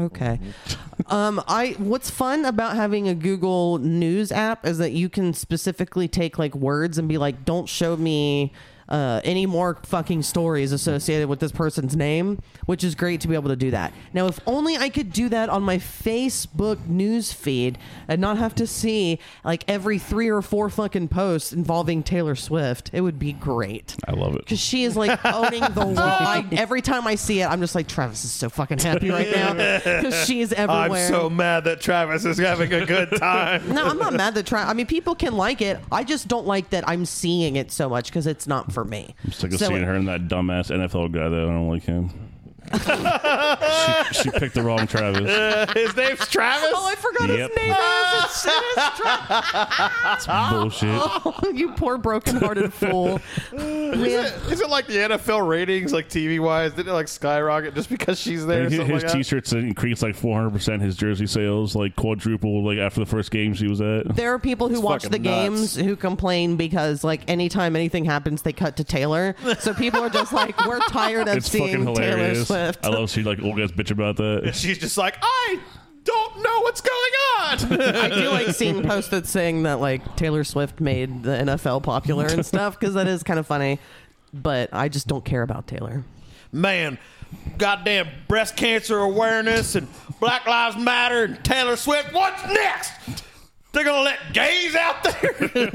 okay. um, I what's fun about having a Google News app is that you can specifically take like words and be like, "Don't show me." Uh, any more fucking stories associated with this person's name, which is great to be able to do that. Now, if only I could do that on my Facebook news feed and not have to see like every three or four fucking posts involving Taylor Swift, it would be great. I love Because it. she is like owning the world. I, every time I see it, I'm just like, Travis is so fucking happy right now. Because she is I'm everywhere. so mad that Travis is having a good time. no, I'm not mad that Travis. I mean, people can like it. I just don't like that I'm seeing it so much because it's not for me. I'm sick of So- seeing her and that dumbass NFL guy, though. I don't like him. she, she picked the wrong Travis. His name's Travis? Oh, I forgot Yep. his name. Travis. It is Travis. Bullshit. Oh, you poor broken-hearted fool. Yeah. Is it like the NFL ratings, like TV wise? Did it like skyrocket just because she's there? or His, something his like that? t-shirts increased like 400%. His jersey sales like quadrupled like after the first game she was at. there are people who watch the fucking games nuts. who complain because like anytime anything happens they cut to taylor so people are just like we're tired of It's fucking seeing taylor hilarious. I swift love she like old guys bitch about that. She's just like, I don't know what's going on. I do like seeing posts that saying that like Taylor Swift made the NFL popular and stuff because that is kind of funny. But I just don't care about Taylor. Man, goddamn breast cancer awareness and Black Lives Matter and Taylor Swift. What's next? They're gonna let gays out there.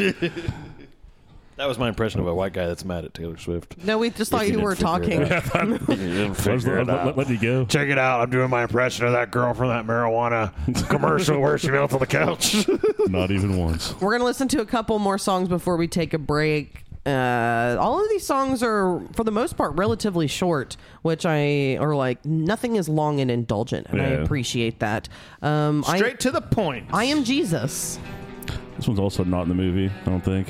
that was my impression of a white guy that's mad at Taylor Swift. No, we just thought you you didn't were figure talking. it Let's let, let, let you go. Check it out. I'm doing my impression of that girl from that marijuana commercial where she knelt on the couch. Not even once. We're gonna listen to a couple more songs before we take a break. Uh, all of these songs are, for the most part, relatively short, which I or like nothing is long and indulgent, and I Yeah. appreciate that. Um, I- Straight to the point. I am Jesus. This one's also not in the movie, I don't think.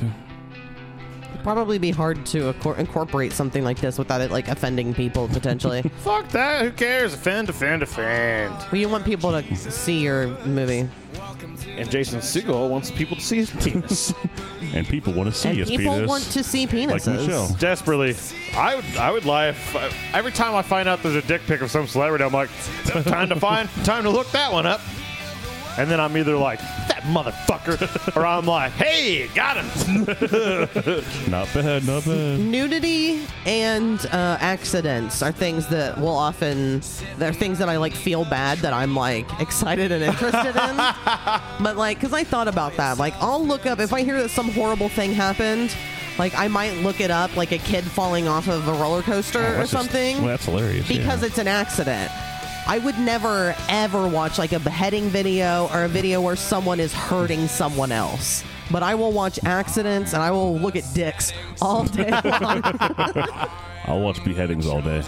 Probably be hard to acor- incorporate something like this without it like offending people potentially. Fuck that. Who cares? Offend, offend, offend. Well, you want people to see your movie. And Jason Segel wants people to see his penis And people want to see and his people penis. want to see like penises. Michelle. desperately. I would, I would lie if I, every time I find out there's a dick pic of some celebrity, I'm like, time to find, time to look that one up. And then I'm either like that motherfucker, or I'm like, hey, got him. Not bad, not bad. Nudity and uh, accidents are things that will often, they're things that I like feel bad that I'm like excited and interested in. But like, because I thought about that. Like, I'll look up, if I hear that some horrible thing happened, like I might look it up, like a kid falling off of a roller coaster or Oh, That's just- something. well, that's hilarious. because yeah. it's an accident. I would never ever watch like a beheading video or a video where someone is hurting someone else. But I will watch accidents and I will look at dicks all day long. I'll watch beheadings all day.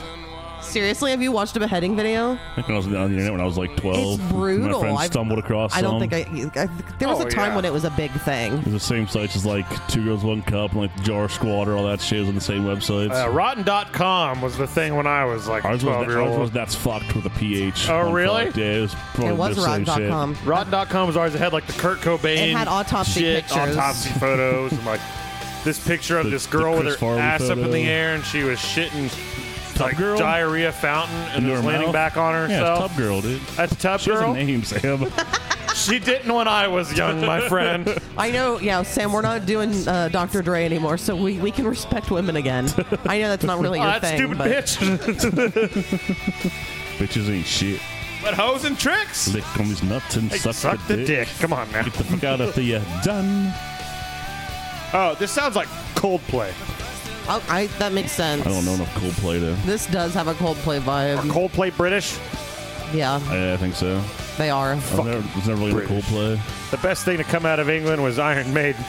Seriously, have you watched a beheading video? I think when I was on the internet when I was like 12. it's brutal. Oh, My friend I've- stumbled across I don't some. think I, I- There was Oh, a time yeah. when it was a big thing. It was the same sites as like Two Girls One Cup and like Jar Squatter, all that shit was on the same websites. Uh, Rotten.com was the thing when I was like ours, was, 12 year ours was old. that's fucked with a ph. Oh, on really? Fucked. Yeah, it was. probably It was the same Oh, shit. Rod.com. Rotten.com was ours. It had like the Kurt Cobain. It had autopsy shit, pictures. Autopsy photos. and like this picture of The- this the girl with Chris her Farley ass up in photo. the air and she was shitting like Girl? diarrhea fountain and Into was her leaning mouth? back on Yeah, it's herself. Tub Girl, dude. That's Tub She has a Girl. name, Sam. She didn't when I was young, my friend. I know, yeah, Sam, we're not doing uh, Dr. Dre anymore, so we, we can respect women again. I know that's not really Oh, your Ah, that thing. stupid but- bitch. Bitches ain't shit. but hoes and tricks. Lick on these nuts and Hey, suck, suck the dick. Come on now. Get the fuck out of the uh, done. Oh, this sounds like Coldplay. Oh, I, that makes sense. I don't know enough Coldplay to. This does have a Coldplay Or vibe. Coldplay British. yeah, I, I think so. they are. I was never, was never really into British. Coldplay. The best thing to come out of England was Iron Maiden.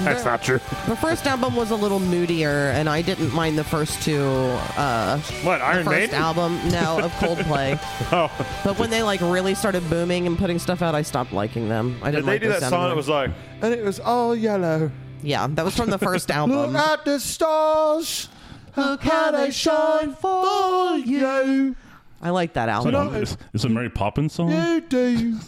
That's not true. The first album was a little moodier, and I didn't mind the first two. Uh, What, Iron first Maiden? Oh, album, no, of Coldplay. But when they like really started booming and putting stuff out, I stopped liking them. I Did didn't they like do their that sound song that anymore. was like, and it was all yellow. yeah, that was from the first Look album. at the stars. Look How they shine for you. I like that album. No, it's, it's a Mary Poppins song. You do.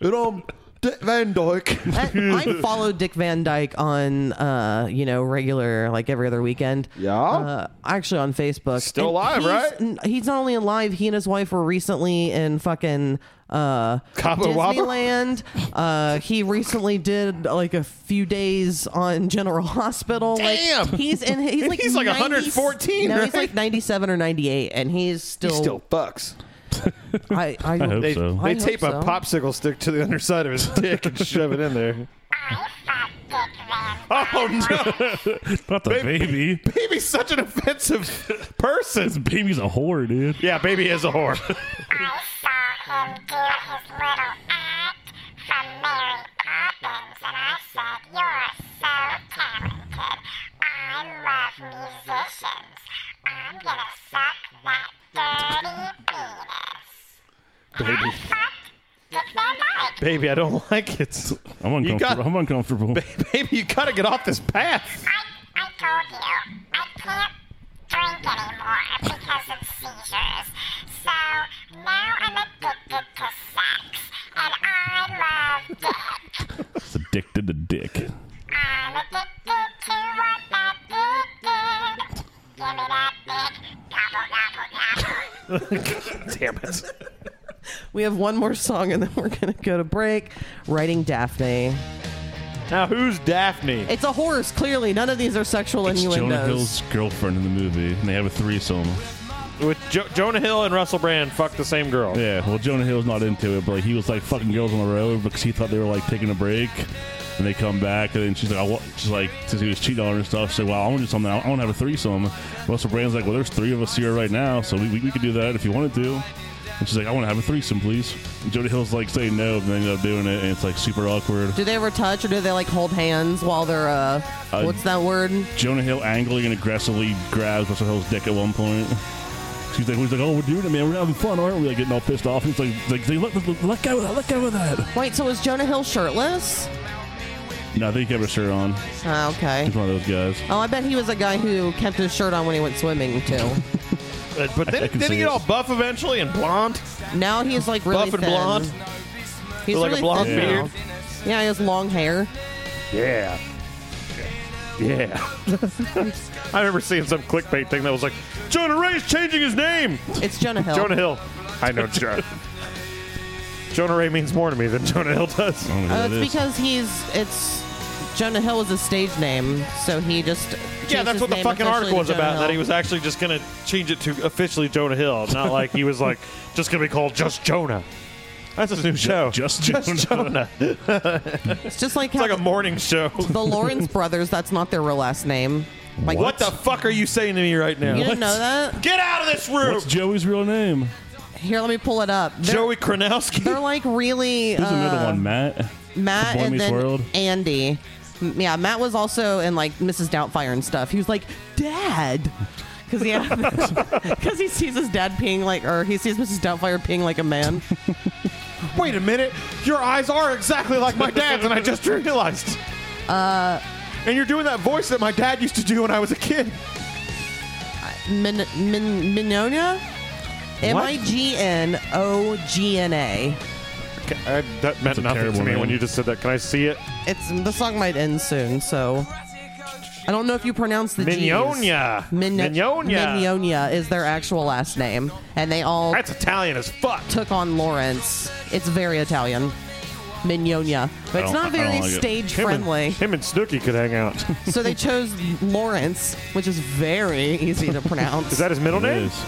And I'm Dick Van Dyke. I, I follow Dick Van Dyke on, uh, you know, regular, like every other weekend. Yeah? Uh, actually on Facebook. Still alive, he's- right? n- He's not only alive, he and his wife were recently in fucking uh, Cabo Wabo? Disneyland. Uh, he recently did like a few days on General Hospital. Damn! Like, he's in, he's like, He's like 90 114, No, he's right? like 97 or 98, and he's still. Still bucks. I, I, hope They, so. I they hope tape a so. popsicle stick to the underside of his dick and shove it in there. I thought Dick Van Oh no! Not the baby. Baby's such an offensive person. Baby's a whore, dude. Yeah, baby is a whore. I saw him do his little act from Mary Poppins, and I said, You're so talented. I love musicians. I'm gonna suck that dirty penis. I sucked Dick Van Dyke. baby, I don't like it. I'm You uncomfortable. got- I'm uncomfortable. Baby, you gotta get off this path. I, I told you, I can't drink anymore because of seizures. So now I'm addicted to sex, and I love dick. It's addicted to dick. I'm addicted to what that dick did. Give me that dick. Gobble, gobble, gobble. Damn it. We have one more song, and then we're going to go to break. Writing Daphne. Now, who's Daphne? It's a horse, clearly. None of these are sexual It's Jonah innuendos. Hill's girlfriend in the movie, and they have a threesome. With jo- Jonah Hill and Russell Brand, fuck the same girl. Yeah, well, Jonah Hill's not into it, but like, he was like fucking girls on the road because he thought they were like taking a break, and they come back, and then she's like, I wa-, she's like, since he was cheating on her and stuff, she's like, well, I want to do something. I want to have a threesome. Russell Brand's like, well, there's three of us here right now, so we, we, we could do that if you wanted to. And she's like, I want to have a threesome, please. And Jonah Hill's like saying no, and they end up doing it, and it's like super awkward. Do they ever touch or do they like hold hands while they're uh, Uh, what's that word? Jonah Hill angling and aggressively grabs Russell Hill's dick at one point. She's like, he's like, oh, we're doing it, man. We're having fun, aren't we? Like getting all pissed off. And it's like, like, let, let, let go, let go of that. Wait, so is Jonah Hill shirtless? No, I think he had a shirt on. Ah, okay. He's one of those guys. Oh, I bet he was a guy who kept his shirt on when he went swimming too. Uh, But, but I then, can did see he get it. all buff eventually and blonde? now he's like really buff and thin. blonde? He's Like a really blonde thin beard? now. Yeah, he has long hair. Yeah. Yeah. I remember seeing some clickbait thing that was like, Jonah Ray's changing his name. It's Jonah Hill. Jonah Hill. Oh. I know Jonah. Jonah Ray means more to me than Jonah Hill does. I don't know Oh, who it's that is. because he's it's Jonah Hill is a stage name, so he just Yeah, changed that's his what the name fucking officially article to was Jonah about. That he Hill. was actually just gonna change it to officially Jonah Hill, not like he was like just gonna be called just Jonah. That's his new show. Just Just Jonah. It's It's just like how like a morning show. the Lawrence brothers. That's not their real last name. Like, What the fuck are you saying to me right now? You didn't know that? Get out of this room, What's Joey's real name? Here, let me pull it up. They're, Joey Kronowski. they're like really There's uh, another one, Matt. Matt Boy and Meets then World. Andy. M- Yeah, Matt was also in like Mrs. Doubtfire and stuff. He was like, "Dad," because he because he sees his dad peeing like, or he sees Mrs. Doubtfire peeing like a man. Wait a minute. Your eyes are exactly like my dad's, and I just realized. Uh. And you're doing that voice that my dad used to do when I was a kid. Min, min, Minona, M I G N O G N A. that That's meant a nothing terrible to me name. when you just said that. Can I see it? It's the song might end soon, so I don't know if you pronounce the G's. Mignonia. Min- Mignonia. Mignonia is their actual last name, and they all That's Italian as fuck. took on Lawrence. It's very Italian. Mignonia. But Oh, it's don't- not I don't very like it. stage Him and- friendly. Him and Snooky could hang out. so they chose Lawrence, which is very easy to pronounce. Is that his middle It name? is.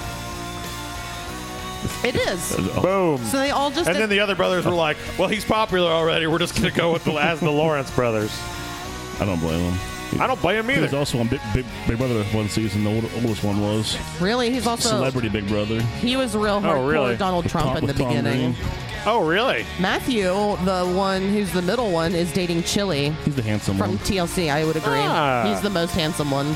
it is. Boom. So they all just And then the other brothers were like, "Well, he's popular already. We're just gonna go with the as the Lawrence brothers." I don't blame him. I don't blame him He was either. also on Big, Big, Big Brother one season. The old, oldest one was Really, he's also Celebrity Big Brother. he was real hardcore Oh, really? Donald Trump Pop in the with Tom beginning. Green. Oh, really? Matthew, the one who's the middle one, is dating Chili He's the handsome from one. TLC. I would agree. Ah. He's the most handsome one.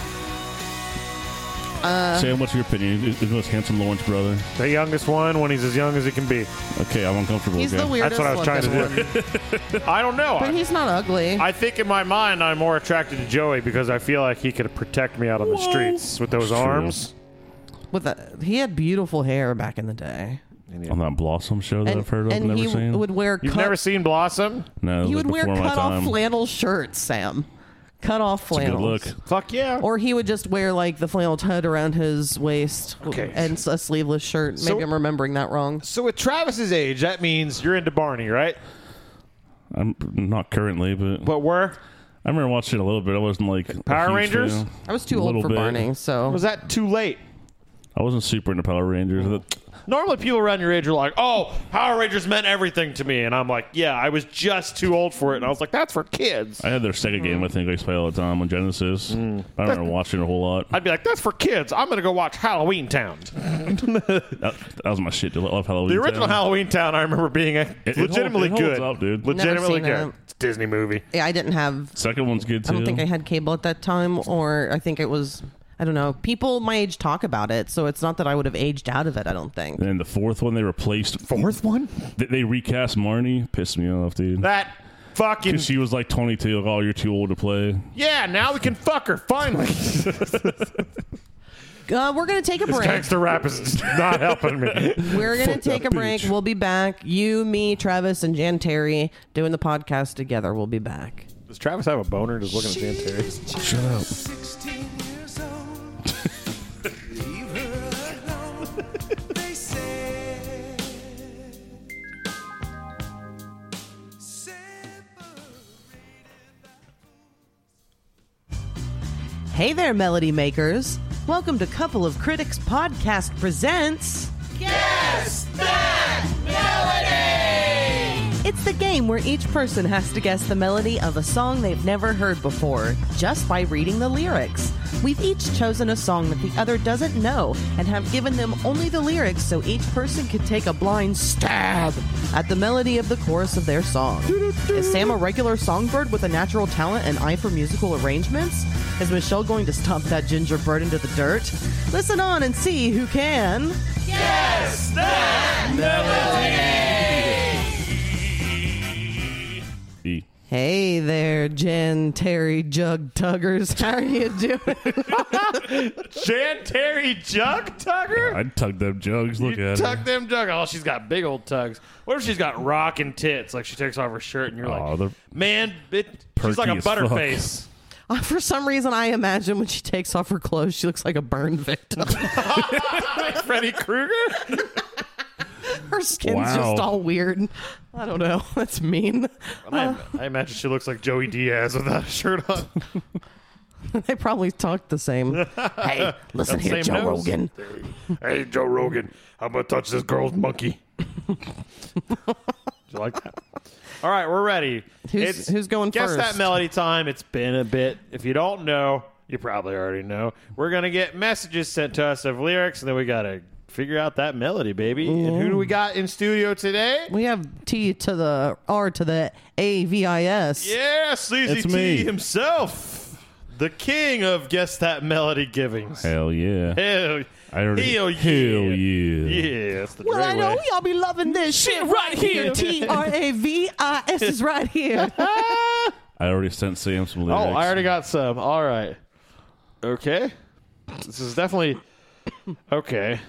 uh, Sam, what's your opinion? Is is the most handsome Lawrence brother? The youngest one when he's as young as he can be. Okay, I'm uncomfortable. He's okay. the weirdest That's what I was trying to looking do. one, I don't know. but I, he's not ugly. I think in my mind I'm more attracted to Joey because I feel like he could protect me out on the streets with those It's true. arms. With a, he had beautiful hair back in the day, on that Blossom show that and, I've heard of, and never he seen. would wear You've cut, never seen Blossom? no, it he was would wear before my cut off time. flannel shirts, Sam. Cut off It's a flannel. Good look. Fuck yeah. Or he would just wear like the flannel tied around his waist Okay. and s- a sleeveless shirt. Maybe So- I'm remembering that wrong. So with Travis's age, that means You're into Barney, right? I'm not currently, but, But were I remember watching it a little bit. I wasn't like Power a huge Rangers? fan. I was too A old little for bit. Barney, so was that too late? I wasn't super into Power Mm. Rangers. normally people around your age are like, "Oh, Power Rangers meant everything to me," and I'm like, "Yeah, I was just too old for it," and I was like, "That's for kids." I had their second game. I think I used to play all the time on Genesis. Mm. I don't remember watching it a whole lot. I'd be like, "That's for kids." I'm gonna go watch Halloween Town. that, that was my shit. dude. I love Halloween. The original Town. Halloween Town, I remember being a It- it legitimately hold- it holds good, up, dude. Never Legitimately seen good. it. It's a Disney movie. yeah, I didn't have. Second one's good too. I don't think I had cable at that time, or I think it was. I don't know. People my age talk about it, so it's not that I would have aged out of it. I don't think. And then the fourth one they replaced. Fourth one? They, they recast Marnie. Pissed me off, dude. That fucking 'Cause she was like 22. Like, oh, you're too old to play. yeah. Now we can fuck her finally. Uh, we're gonna take a break. Gangster rap is not helping me. We're gonna take a that break. bitch. We'll be back. You, me, Travis, and Jan Terry doing the podcast together. We'll be back. Does Travis have a boner just looking at Jan Terry? Shut up. Hey there, Melody Makers. Welcome to Couple of Critics Podcast Presents. Guess That Melody! It's the game where each person has to guess the melody of a song they've never heard before just by reading the lyrics. We've each chosen a song that the other doesn't know and have given them only the lyrics so each person could take a blind stab at the melody of the chorus of their song. Is Sam a regular songbird with a natural talent and eye for musical arrangements? Is Michelle going to stomp that ginger bird into the dirt? Listen on and see who can. E. Hey there, Jen, Terry, Jug Tuggers. How are you doing? Jan Terry Jug Tugger. I'd tug them jugs. Look You at tug her. them jug. Oh, she's got big old tugs. What if she's got rockin' tits? Like she takes off her shirt and you're Aw, like, they're man, bit, she's perky like a as fuck. butterface. Uh, For some reason, I imagine when she takes off her clothes, she looks like a burn victim. like Freddy Krueger? Her skin's Wow. just all weird. I don't know. That's mean. I, I imagine she looks like Joey Diaz without a shirt on. They probably talk the same. hey, listen here, Same Joe nose. Rogan. hey, Joe Rogan, I'm going to touch this girl's monkey. Did you like that? All right, we're ready. Who's- who's going guess first? that melody time. It's been a bit. If you don't know, you probably already know. We're going to get messages sent to us of lyrics, and then we got to figure out that melody, baby. And who do we got in studio today? We have T to the R to the A V I S. Yeah, Sleazy It's T me. himself, the king of guess that melody givings. Hell yeah. Hell, I already. hell yeah. Hell yeah. yeah, that's the Well, great I know way. y'all be loving this shit right here. T R A V I S is right here. I already sent Sam some lyrics. Oh, I already got some. All right. Okay. This is definitely okay.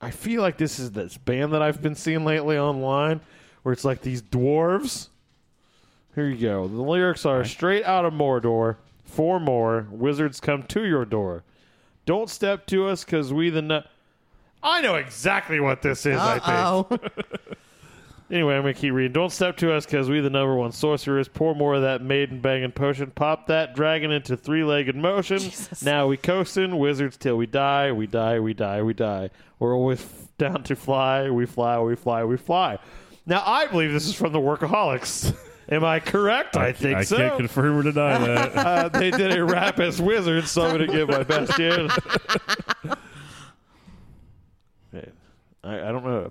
I feel like this is this band that I've been seeing lately online where it's like these dwarves. Here you go. The lyrics are straight out of Mordor. Four more wizards come to your door. Don't step to us cuz we the nu- I know exactly what this is, I think. Oh, Anyway, I'm going to keep reading. Don't step to us because we the number one sorcerers. Pour more of that maiden banging potion. Pop that dragon into three-legged motion. Now we coastin' wizards till we die. We die, we die, we die. We're always f- down to fly. We fly, we fly, we fly. Now, I believe this is from the Workaholics. Am I correct? I, think I so. can't confirm or deny that. uh, they did a rap as wizards, so I'm going to give my best year. I, I don't know.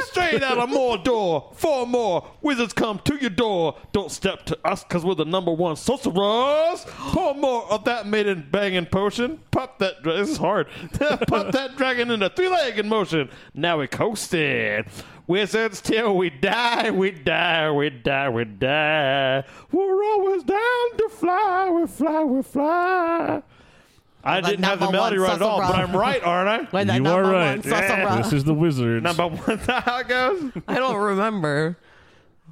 Straight out of Mordor, four more wizards come to your door. Don't step to us, cause we're the number one sorcerers. Pour more of that maiden banging potion. Pop that. dra- This is hard. Pop that dragon into three legged motion. Now we coasted. Wizards till we die, we die, we die, we die. We're always down to fly, we fly, we fly. I the didn't have the number melody one right at all, but sorcerer. I'm right, aren't I? When the you number are one right. sorcerer- This is the Wizards. Number one, how it goes. I don't remember.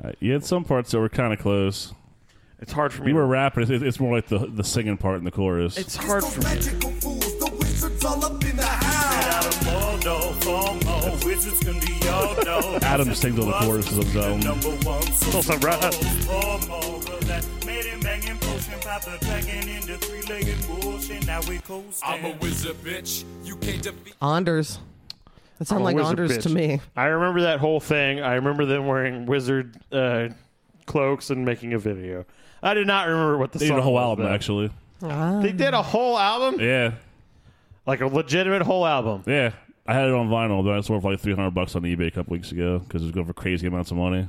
Uh, you had some parts that were kind of close. It's hard for me. You were rapping. It's, it's more like the the singing part in the chorus. it's hard for me. Magical fools, the wizards all up in the house. Adam sings all the choruses of Zone. Also, right. I'm a wizard, bitch. You can't defeat. Anders. That sounds like Always a Anders bitch. to me. I remember that whole thing. I remember them wearing wizard uh, cloaks and making a video. I did not remember what the They song did a whole was, album, though. actually. They did a whole album, Yeah, like a legitimate whole album. yeah. I had it on vinyl, but I sold it for like three hundred bucks on eBay a couple weeks ago because it was going for crazy amounts of money.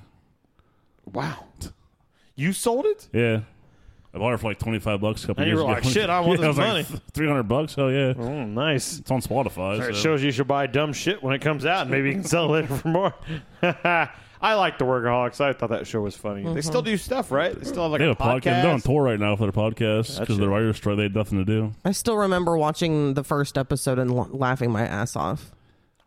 Wow, you sold it? Yeah. I bought it for like twenty five bucks a couple And you years were ago. like, "Shit, I want this money." three hundred bucks. Hell yeah! Oh, nice. It's on Spotify. It Hmm, so- shows you should buy dumb shit when it comes out, and maybe you can sell it later for more. I like the Workaholics. I thought that show was funny. Mm-hmm. They still do stuff, right? They still have like They a, have a podcast. They're on tour right now for their podcast because Gotcha. the writers' strike. They had nothing to do. I still remember watching the first episode and la- laughing my ass off.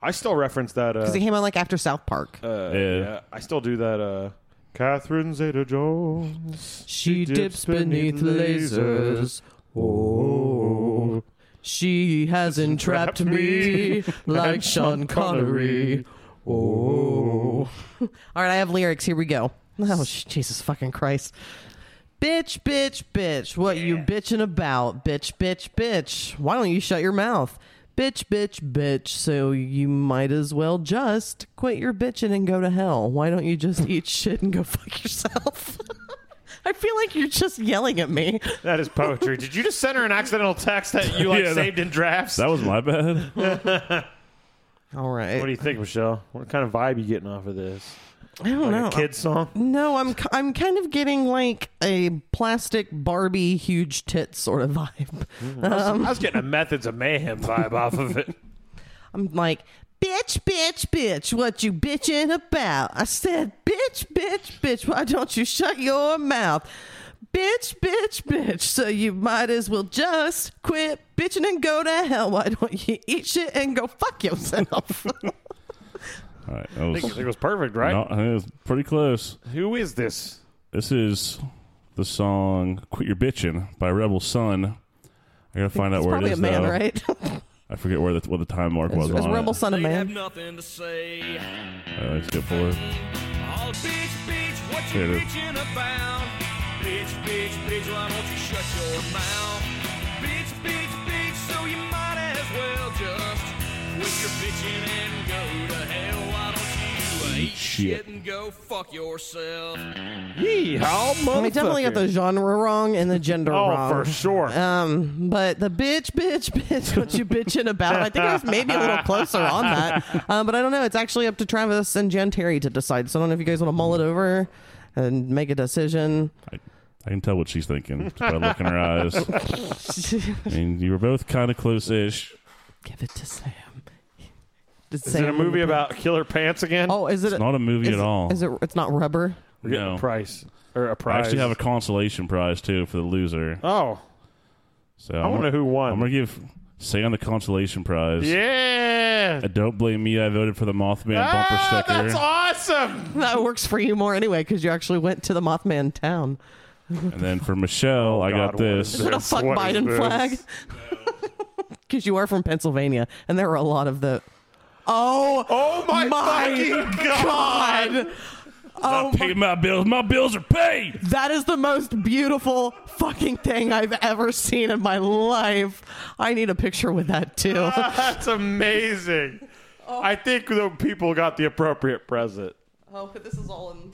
I still reference that. Uh, Because it came out like after South Park. uh, Yeah. yeah, I still do that. Uh, Catherine Zeta Jones. She dips beneath lasers. Oh. She has entrapped me like Sean Connery. Oh. All right, I have lyrics. Here we go. Oh, sh- Jesus fucking Christ. Bitch, bitch, bitch. What you bitching about? Bitch, bitch, bitch. Why don't you shut your mouth? Bitch, bitch, bitch. So you might as well just quit your bitching and go to hell. Why don't you just eat shit and go fuck yourself? I feel like you're just yelling at me. That is poetry. Did you just send her an accidental text that you like Yeah, that- saved in drafts? That was my bad. All right. what do you think, Michelle? What kind of vibe you getting off of this? I don't Like know. a kid song? No, I'm ki- I'm kind of getting like a plastic Barbie huge tit sort of vibe. I was getting a Methods of Mayhem vibe off of it. I'm like, bitch, bitch, bitch, what you bitching about? I said, bitch, bitch, bitch, why don't you shut your mouth? Bitch, bitch, bitch, so you might as well just quit bitching and go to hell. Why don't you eat shit and go fuck yourself? All right, that I was, think it was perfect, right? no, I think it was pretty close. Who is this? This is the song "Quit Your Bitchin'" by Rebel Sun. I gotta find out it's where it probably is a man, now. right? I forget where the, what the time mark was It's on Rebel it. Son of Man. nothing to say. All right, let's get forward. All bitch, bitch, what Here you it is. bitching about? Bitch, bitch, bitch, why don't you shut your mouth? Bitch, bitch, bitch, so you might as well just quit your bitching and go to hell. Why don't you eat shit and go fuck yourself? Yeehaw, We definitely got the motherfucker. genre wrong and the gender Oh, wrong. for sure. Um, but the bitch, bitch, bitch, what you bitching about? I think I was maybe a little closer on that. Um, but I don't know. It's actually up to Travis and Jan Terry to decide. So I don't know if you guys want to mull it over and make a decision. I, I can tell what she's thinking just by looking her eyes. I mean, you were both kind of close-ish. Give it to Sam. Is is it a movie about killer pants again? Oh, is it? It's not a movie is at it- all. Is it? It's not rubber. We're getting no. a price. Or a I prize. actually have a consolation prize too for the loser. Oh. So I wonder who won. I'm gonna give Sam the consolation prize. yeah. And don't blame me. I voted for the Mothman Ah, bumper sticker. that's awesome. That works for you more anyway because you actually went to the Mothman town. And then for Michelle, I Oh, God, got what is this. Is it a Yes, fuck what is Biden this? flag? Because you are from Pennsylvania, and there were a lot of the. Oh, Oh my, fucking god. I paid my bills. My bills are paid. that is the most beautiful fucking thing I've ever seen Ah. in my life. I need a picture with that too. That's amazing. I think the people got the appropriate present. Oh, this is all in,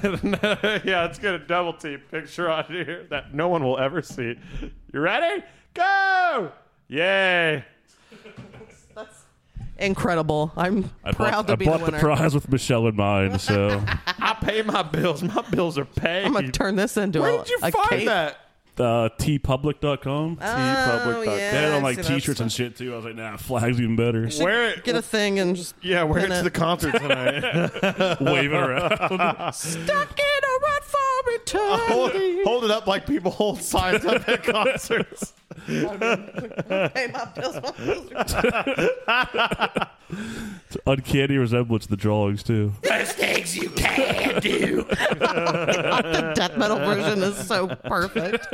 the way. yeah, let's get a double team picture on here that no one will ever see. You ready? Go! Yay! That's incredible. I'm I proud bought, to I be bought the the, winner. prize with Michelle in mind, so I pay my bills. My bills are paid. I'm gonna turn this into Where a, did you a find cake. that? uh, tpublic.com. Oh, yeah, They had it on I like see that t-shirts and stuff. shit too. I was like, nah, flags even better. Where? Get a thing and just yeah, where pin it's it. the concert tonight? Waving around. stuck in a rut for hold, eternity. hold it up like people hold signs up at concerts. Pay my bills, my bills are- Uncanny resemblance to the drawings too. the death metal version is so perfect.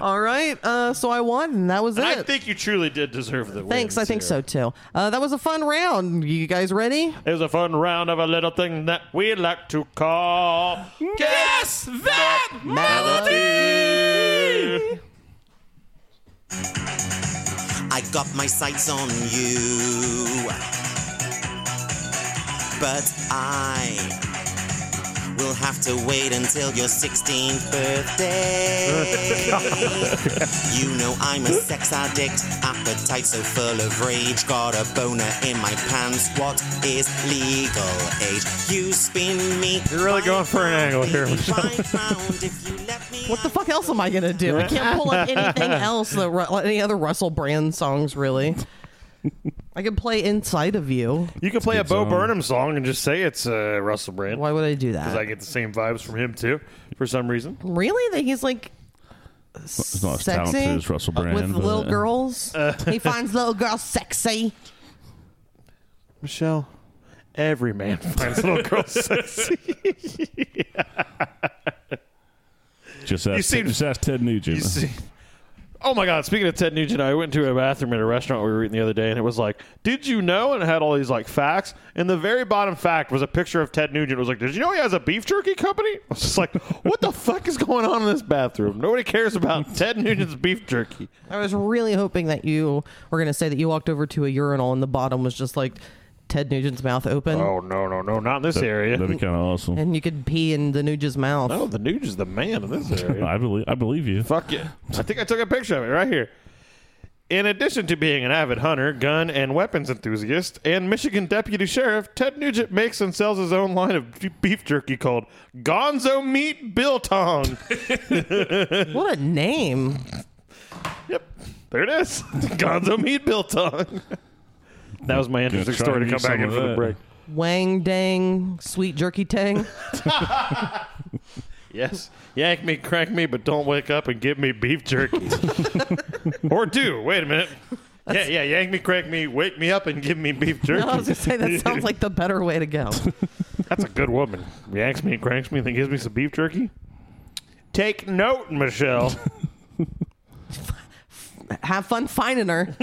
All right, uh, so I won, and that was it. I think you truly did deserve the win. Thanks, I think so too. Uh, that was a fun round. You guys ready? It was a fun round of a little thing that we like to call Guess That Melody! I got my sights on you. But I will have to wait until your 16th birthday. you know I'm a sex addict, appetite so full of rage. Got a boner in my pants. What is legal age? You spin me. You're really going for an angle here, What the fuck else am I gonna do? I can't pull up anything else that Ru- any other Russell Brand songs really. I could play Inside of You. You can play a Bo song. Burnham song and just say it's uh, Russell Brand. Why would I do that? I get the same vibes from him too, for some reason. really? That he's like It's not as sexy talented as Russell Brand. with but- little girls. Uh. he finds little girls sexy. Michelle, every man finds little girls sexy. Just ask, You seem- just ask Ted Nugent. Oh my God! Speaking of Ted Nugent, I went to a bathroom at a restaurant we were eating the other day, and it was like, "Did you know?" and it had all these like facts. And the very bottom fact was a picture of Ted Nugent. It was like, "Did you know he has a beef jerky company?" I was just like, "What the fuck is going on in this bathroom? Nobody cares about Ted Nugent's beef jerky." I was really hoping that you were gonna say that you walked over to a urinal and the bottom was just like Ted Nugent's mouth open, Oh no, no, no! Not in this area. That'd be kind of awesome. and you could pee in the Nugent's mouth. No, the Nugent's the man in this area. I believe. I believe you. Fuck it. I think I took a picture of it right here. In addition to being an avid hunter, gun, and weapons enthusiast, and Michigan deputy sheriff, Ted Nugent makes and sells his own line of b- beef jerky called Gonzo Meat Biltong. What a name! yep, there it is. Gonzo Meat Biltong. that was my interesting try story and to come use back some in of for the that. break. Wang Dang Sweet Jerky Tang. Yes. Yank me, crank me, but don't wake up and give me beef jerky. or do. Wait a minute. Yeah, yeah, yank me, crank me, wake me up and give me beef jerky. I was gonna say that sounds like the better way to go. That's a good woman. Yanks me and cranks me and then gives me some beef jerky. Take note, Michelle. Have fun finding her.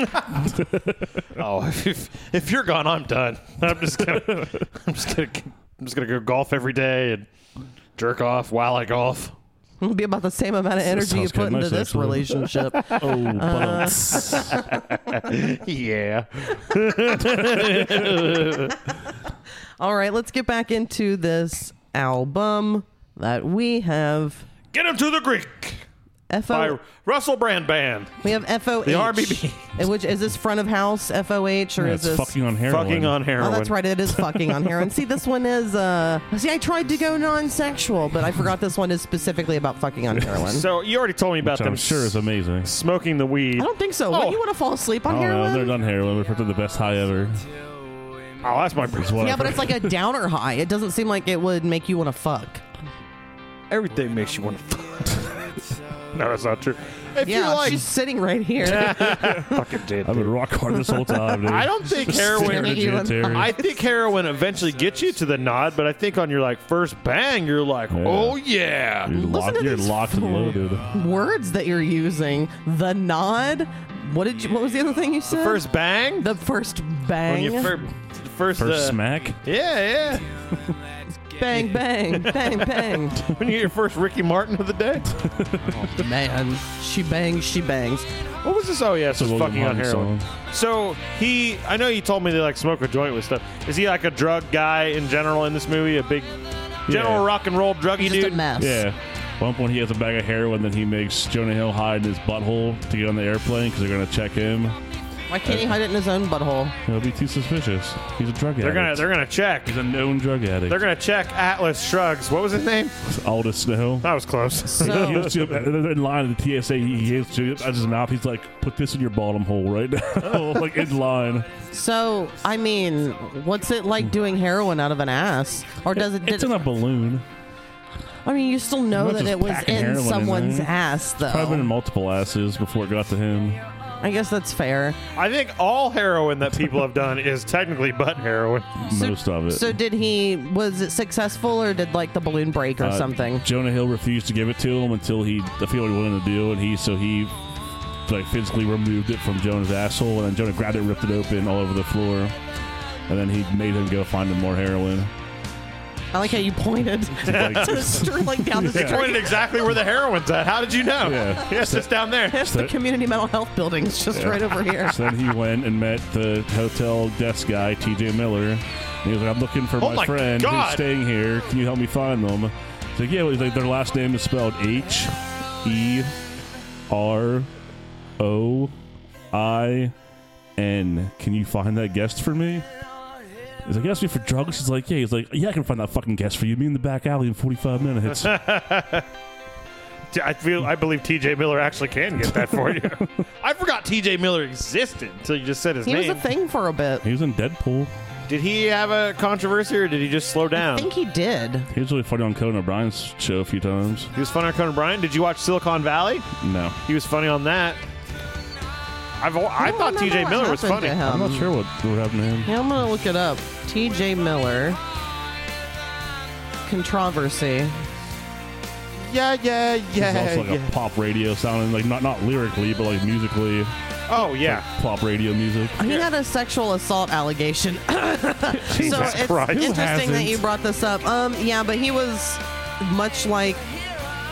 oh, if, if you're gone, I'm done. I'm just gonna, I'm just gonna, I'm just gonna go golf every day and jerk off while I golf. It'll be about the same amount of energy you sounds put kinda into nice, this actually. relationship. Oh, Uh, Yeah. All right, let's get back into this album that we have. Get him to the Greek F Oh. by O. Russell Brand Band. We have F O H. The RBB. Which is this front of house F O H or is it's this? fucking on heroin. Fucking on heroin. Oh, that's right. It is fucking on heroin. See, this one is. uh See, I tried to go non-sexual, but I forgot this one is specifically about fucking on heroin. So you already told me about Which them. I'm sure is amazing. smoking the weed. I don't think so. What, Oh. you want to fall asleep on I don't know. heroin? They're done heroin. They're the best high ever. Oh, that's my Yeah, but it's like a downer high. It doesn't seem like it would make you want to fuck. everything makes you want to. no, that's not true. If Yeah, you like she's sitting right here. fucking did. I've been rock hard this whole time. Dude. I don't think Staring heroin. at you, Terry. I think heroin eventually gets you to the nod, but I think on your like first bang, you're like, Yeah. oh yeah. You're, lock, to you're these locked and loaded. Words that you're using. The nod. What did you? What was the other thing you said? First bang. The first when bang. you fir- first, First uh, smack. Yeah, yeah. Bang, bang, bang, bang. When you get your first Ricky Martin of the day? Man, she bangs, she bangs. What was this? Oh yeah, it's It's a just Logan fucking on Martin heroin. song. So he, I know you told me they like smoke a joint with stuff. Is he like a drug guy in general in this movie? A big general Yeah. rock and roll druggy He's just a dude? mess. Yeah. One point he has a bag of heroin, then he makes Jonah Hill hide in his butthole to get on the airplane because they're going to check him. Why can't he hide it in his own butthole? He'll be too suspicious. He's a drug They're gonna, addict. they're gonna check. He's a known drug addict. They're gonna check Atlas Shrugs. What was his name? Aldous Snow. That was close. He So gives to him, they're in line at the TSA. He gives to him out of his mouth. He's like, "Put this in your bottom hole right Oh. now." like in line. So, I mean, what's it like doing heroin out of an ass? Or does it? Did, It's in a balloon. I mean, you still know not that just it was packing in heroin in someone's there. ass, Probably been in though. multiple asses before it got to him. I guess that's fair. I think all heroin that people have done is technically butt heroin. Most of it. So, did he? Was it successful, or did like the balloon break or Uh, something? Jonah Hill refused to give it to him until he. I feel what he wanted to do, and he so he like physically removed it from Jonah's asshole, and then Jonah grabbed it, ripped it open all over the floor, and then he made him go find him more heroin. I like how you pointed Like, to Sterling down the Yeah. street. Pointed exactly where the heroin's at. How did you know? Yeah. Yes, it's down there. That's the community mental health building. It's just right over here. So then he went and met the hotel desk guy, TJ Miller. And he was like, I'm looking for Oh my, my friend God. who's staying here. Can you help me find them? He's like, Yeah, well, he's like, their last name is spelled H E R O I N. Can you find that guest for me? He's like, you asked me for drugs? He's like, yeah. He's like, yeah, I can find that fucking guest for you. Be in the back alley in 45 minutes. T- I feel I believe T.J. Miller actually can get that for you. I forgot T.J. Miller existed until you just said his He was name. a thing for a bit. he was in Deadpool. Did he have a controversy or did he just slow I down? think he did. He was really funny on Conan O'Brien's show a few times. He was funny on Conan O'Brien. Did you watch Silicon Valley? No. He was funny on that. I've, I, don't thought remember T.J. what Miller was happened funny. to I'm him. not sure what, what happened to him. Yeah, I'm gonna look it up. T.J. Miller controversy. Yeah, yeah, It's also like a pop radio sounding like not not lyrically, but like musically, Oh yeah. pop radio music. He had a sexual assault allegation. so it's Christ. Who interesting that hasn't? you brought this up. Um, yeah, but he was much like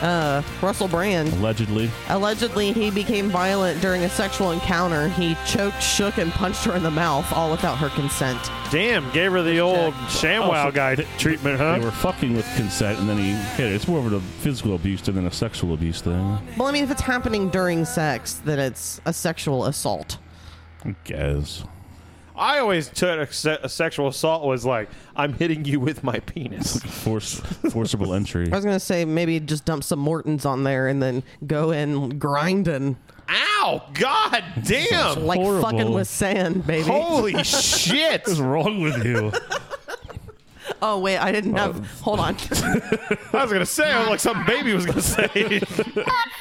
uh, Russell Brand. Allegedly, Allegedly, he became violent during a sexual encounter. He choked, shook, and punched her in the mouth, all without her consent. Damn, gave her the old ShamWow Oh, so guy treatment, they huh? were fucking with consent, and then he hit it. It's more of a physical abuse than a sexual abuse thing. Well, I mean, if it's happening during sex, then it's a sexual assault. I guess. I always took a, se- a sexual assault was like I'm hitting you with my penis. Force forcible entry. I was gonna say maybe just dump some Mortons on there and then go in grinding Ow! God damn! like Horrible. fucking with sand, baby. Holy shit! What's wrong with you? Oh wait, I didn't have. hold on. I was gonna say, I was like some baby was gonna say. It's like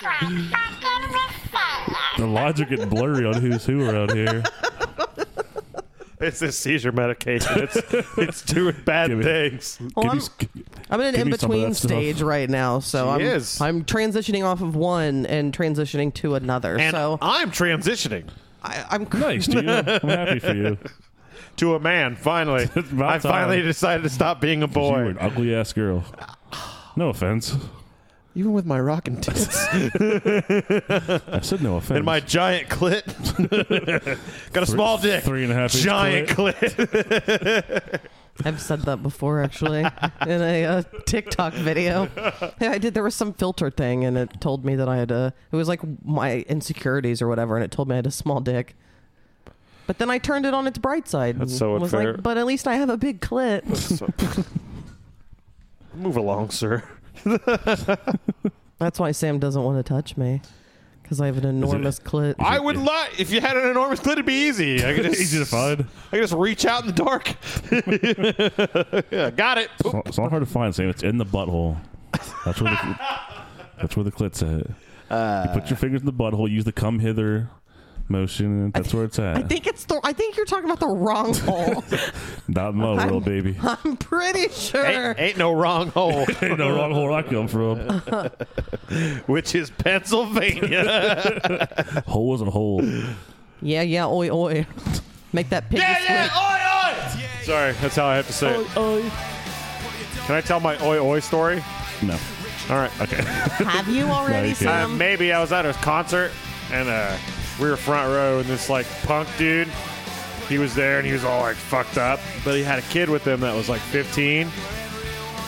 fucking with sand. the lines are getting blurry on who's who around here. it's this seizure medication. It's it's doing bad Give it- things. Well, Can I'm, you s- I'm in an give in me some of between that stuff. stage right now, so I'm is. I'm transitioning off of one and transitioning to another. And so I'm transitioning I, I'm nice, dude. I'm happy for you. 'Cause to a man. Finally, I about time. finally decided to stop being a You boy. were an ugly ass girl. No offense. Even with my rockin' tits I said no offense. and my giant clit, got a small dick, three and a half inch giant clit. clit. I've said that before actually in a uh, TikTok video. Yeah, I did. There was some filter thing, and it told me that I had a. It was like my insecurities or whatever, and it told me I had a small dick. But then I turned it on its bright side. That's so was unfair. Like, but at least I have a big clit. Move along, sir. That's why Sam doesn't want to touch me because I have an enormous clit. I would love if you had an enormous clit. It'd be easy. I could just, Easy to find. I could just reach out in the dark. yeah, got it. It's not, it's not hard to find, Sam. It's in the butthole. That's where the, that's where the clit's at. you put Uh. your fingers in the butthole, use the come hither motion, and that's where it's at. I think it's the. I think you're talking about the wrong hole. not in my world, baby. I'm pretty sure. Ain't, ain't no wrong hole, Ain't no wrong hole I come from. which is Pennsylvania. Hole is a hole. Yeah, yeah, oi, oi. Make that pig. yeah, yeah. Oi, oi. Sorry, that's how I have to say it. Oi, oi. What you done Can I tell my oi oi story? No. All right. Okay. Have you already, you can't. Uh, Sam? maybe I was at a concert and uh, we were front row, and this like punk dude, he was there and he was all like fucked up, but he had a kid with him that was like 15.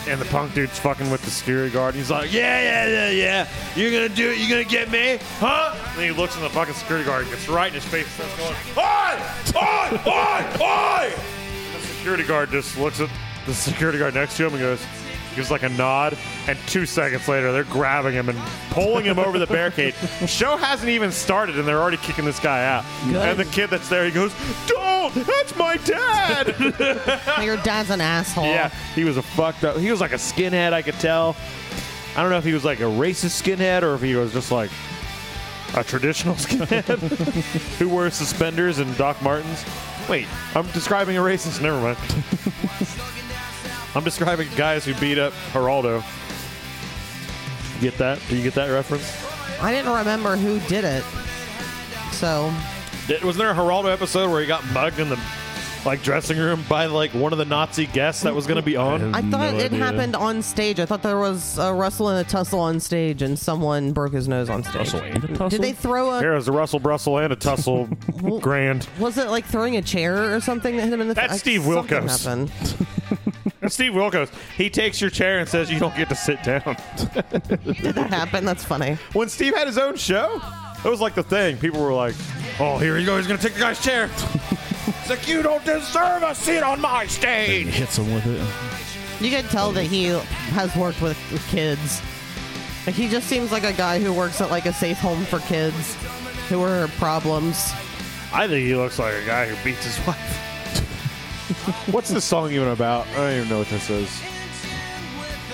And the punk dude's fucking with the security guard. And he's like, "Yeah, yeah, yeah, yeah. You're gonna do it. You're gonna get me, huh?" And he looks in the fucking security guard, and gets right in his face, and starts going, "Oi, oi, oi, oi!" And the security guard just looks at the security guard next to him and goes, gives like a nod, and two seconds later they're grabbing him and pulling him over the barricade. Show hasn't even started and they're already kicking this guy out. And the kid that's there, he goes, "Don't! That's my dad!" Your dad's an asshole. yeah, he was a fucked up. He was like a skinhead, I could tell. I don't know if he was like a racist skinhead or if he was just like a traditional skinhead who wore suspenders and Doc Martens. Wait, I'm describing a racist. Never mind. I'm describing guys who beat up Geraldo. Get that? Do you get that reference? I didn't remember who did it. So, Did- Wasn't there a Geraldo episode where he got mugged in the like dressing room by like one of the Nazi guests that was going to be on? I have thought no it idea. happened on stage. I thought there was a wrestle and a tussle on stage, and someone broke his nose on stage. Did they throw a? There was a Russell Brussel and a tussle grand. Was it like throwing a chair or something that hit him in the? That's like, Steve something Wilkos. happened. Steve Wilkos, he takes your chair and says you don't get to sit down. Did that happen? That's funny. When Steve had his own show, it was like the thing. People were like, "Oh, here he goes. He's gonna take the guy's chair." it's like you don't deserve a seat on my stage. Hit someone with it. You can tell that he has worked with, with kids. Like he just seems like a guy who works at like a safe home for kids who are problems. I think he looks like a guy who beats his wife. What's this song even about? I don't even know what this is.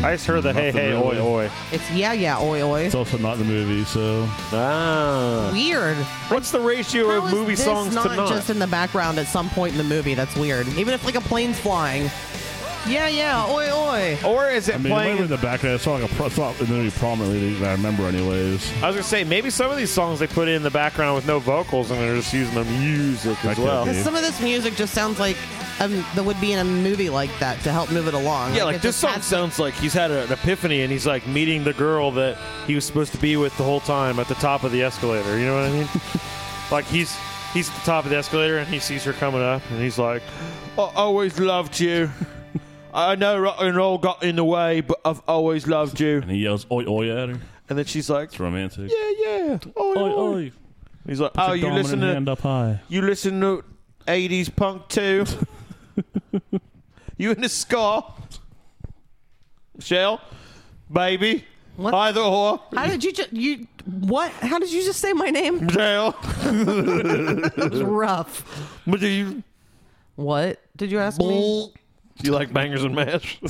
I just heard the hey Nothing hey really. oi oi. It's yeah yeah oi oi. It's also not the movie, so Ah. Weird. What's the ratio How of is movie this songs not to not? just in the background at some point in the movie? That's weird. Even if like a plane's flying. Yeah yeah oi oi. or is it I mean, it might playing have been in the background. It's not like a pro- it's not in the movie prominently that I remember, anyways. I was gonna say maybe some of these songs they put in the background with no vocals and they're just using the music as Okay, well. okay. Because some of this music just sounds like um, that would be in a movie like that to help move it along. Yeah, like, it this just song has- sounds like he's had an epiphany and he's like meeting the girl that he was supposed to be with the whole time at the top of the escalator. You know what I mean? like he's he's at the top of the escalator and he sees her coming up and he's like, "I always loved you. I know rock and roll got in the way, but I've always loved you." And he yells "Oi, oi!" at her. And then she's like, It's romantic. "Yeah, yeah, oi, Oi, oi." oi! He's like, "Oh, you Dominant listen to hand up high. you listen to 80s punk too? you into ska? Shell? Baby? What? Either or? How did you just you what? How did you just say my name? Shell? It was rough. But do you, What did you ask me? do you like bangers and mash?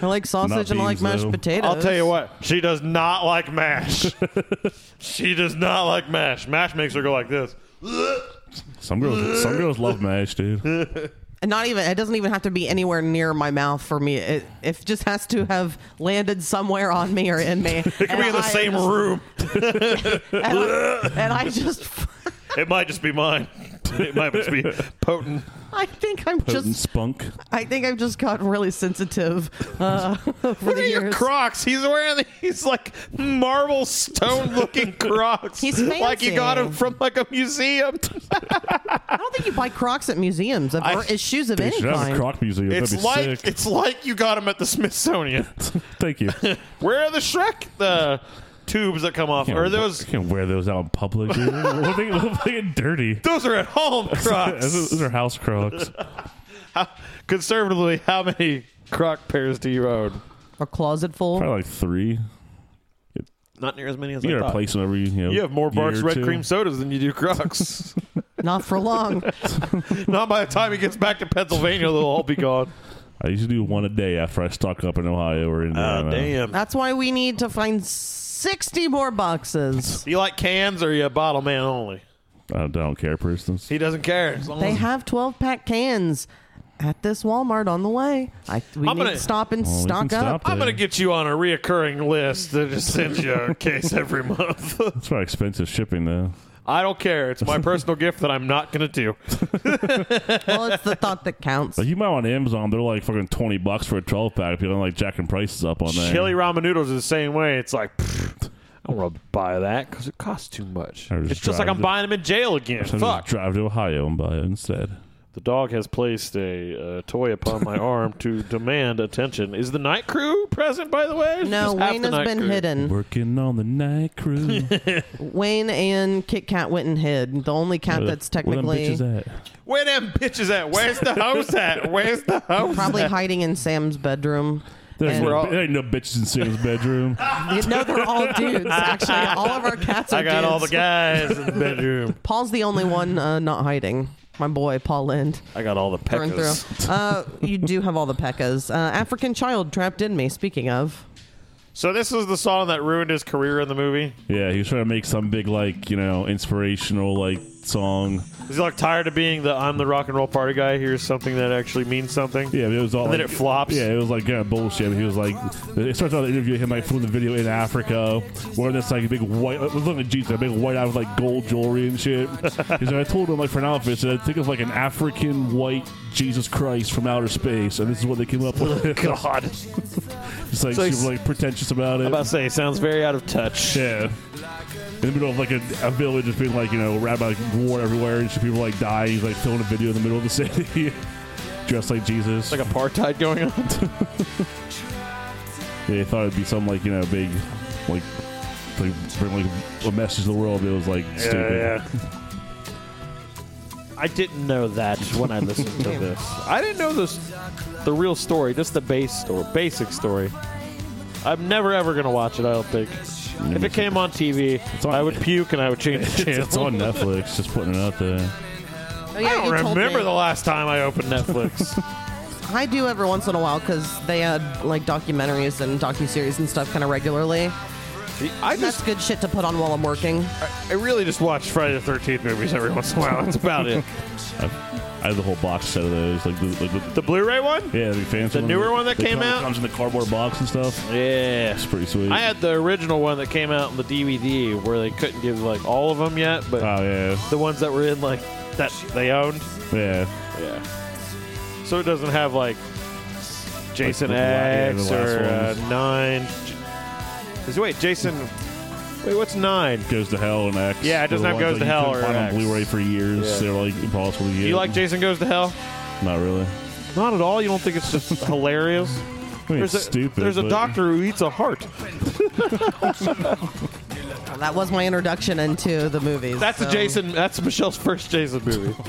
I like sausage and I like beans, mashed though. potatoes. I'll tell you what, she does not like mash. she does not like mash. Mash makes her go like this. Some girls, some girls love mash, dude. And Not even it doesn't even have to be anywhere near my mouth for me. It, it just has to have landed somewhere on me or in me. It could be in the same room. And I, and I just, It might just be mine. It might just be potent. I think I'm Potent just, spunk. I think I've just gotten really sensitive. Uh, over Look the at your years. Crocs. He's wearing these like marble stone looking Crocs. He's like he got fancy. them from like a museum. I don't think you buy Crocs at museums of, I- or is shoes of They any should have a kind. croc museum. It's That'd be like sick. it's like you got them at the Smithsonian. Thank you. Can't Where are the Shrek the tubes that come off? Or wear- those Can't wear those out in public. Dude. We're thinking, we're thinking dirty. those are at home Those Crocs. those are house crocs. Conservatively, how many Croc pairs do you own? A closet full. Probably like three. Not near as many as You I gotta thought. replace them every. You, know, You have more year Barks or Red two. Cream sodas than you do Crocs. Not for long. Not by the time he gets back to Pennsylvania, they'll all be gone. I used to do one a day after I stock up in uh, Ohio or Ah, Indiana. That's why we need to find 60 more boxes. You like cans or you a bottle man only? I don't, I don't care, Preston. He doesn't care. As long They as- Mm. have 12 pack cans at this Walmart on the way. I, we I'm need gonna- to stop and Oh, we stock can up. stop. I'm gonna get you on a reoccurring list that just sends you a case every month. That's probably expensive shipping though. I don't care. It's my personal gift that I'm not gonna do. Well, it's the thought that counts. Like you might on Amazon, they're like fucking twenty bucks for a twelve pack. If you don't like jacking prices up Oh, on there, Chili ramen noodles is the same way. It's like. pfft, I don't want to buy that because it costs too much. Or just it's just like drive I'm to- buying them in jail again. So Fuck. Just drive to Ohio and buy it instead. The dog has placed a uh, toy upon my arm to demand attention. Is the night crew present, by the way? No, Just half Wayne the has night been crew. hidden. Working on the night crew. Wayne and Kit Kat went and hid. The only cat that's Where technically them bitches at? Where them bitches at? Where's the house at? Where's the house? probably hiding in Sam's bedroom. There ain't, And- no, there ain't no bitches in Sam's bedroom. You know they're all dudes. Actually, all of our cats are I got dudes. all the guys in the bedroom. Paul's the only one uh, not hiding. My boy, Paul Lind. I got all the Through and peckers. through. Uh, you do have all the peccas. Uh, African child trapped in me. Speaking of, So this was the song that ruined his career in the movie. yeah, he was trying to make some big like you know inspirational like song. He's like tired of being the I'm the rock and roll party guy. Here's something that actually means something. Yeah, but it was all. And then like- it flops. Yeah, it was like kind of bullshit. He was like, it starts out the interview him like filming the video in Africa, wearing this like big white, it was like a jeans, a big white out with like gold jewelry and shit. He's like, I told him like for an outfit, so I think of like an African white Jesus Christ from outer space, and this is what they came up with. Oh, God. I It's like So he's- super like pretentious about it. about to say, he sounds very out of touch. yeah. In the middle of like a, a village, just being like you know, rabbi like war everywhere, and just people like dying. He's like filming a video in the middle of the city, dressed like Jesus. Like apartheid going on. They thought it'd be some like you know big, like, like bring like a message to the world. But it was like stupid. I didn't know that when I listened to this. I didn't know this, the real story, just the base story, basic story. I'm never ever gonna watch it. I don't think. If it came on TV, on- I would puke and I would change the channel. It's on Netflix. Just putting it out there. Oh, yeah, I don't you told remember me. the last time I opened Netflix. I do every once in a while because they had like documentaries and docuseries and stuff kind of regularly. I That's just, good shit to put on while I'm working. I really just watch Friday the Thirteenth movies every once in a while. That's about it. I have the whole box set of those. Like the, like the, The Blu-ray one? yeah, the fancy The newer one that They came come- out? comes in the cardboard box and stuff. Yeah. It's pretty sweet. I had the original one that came out on the DVD where they couldn't give like all of them yet, but oh yeah, the ones that were in like that they owned. yeah. Yeah. So it doesn't have like Jason Like the la- yeah, the last X or uh, ones. Nine. Is wait Jason? Wait, what's Nine? Goes to hell and X. Yeah, it doesn't They're have the ones Goes that to you Hell couldn't or find X. on Bluray for years. Yeah. They're like impossible to get. Do you like Jason Goes to Hell? Not really. Not at all. You don't think it's just hilarious? I mean, There's it's a, stupid. There's a but- doctor who eats a heart. That was my introduction into the movies. That's a so- Jason. That's Michelle's first Jason movie. It's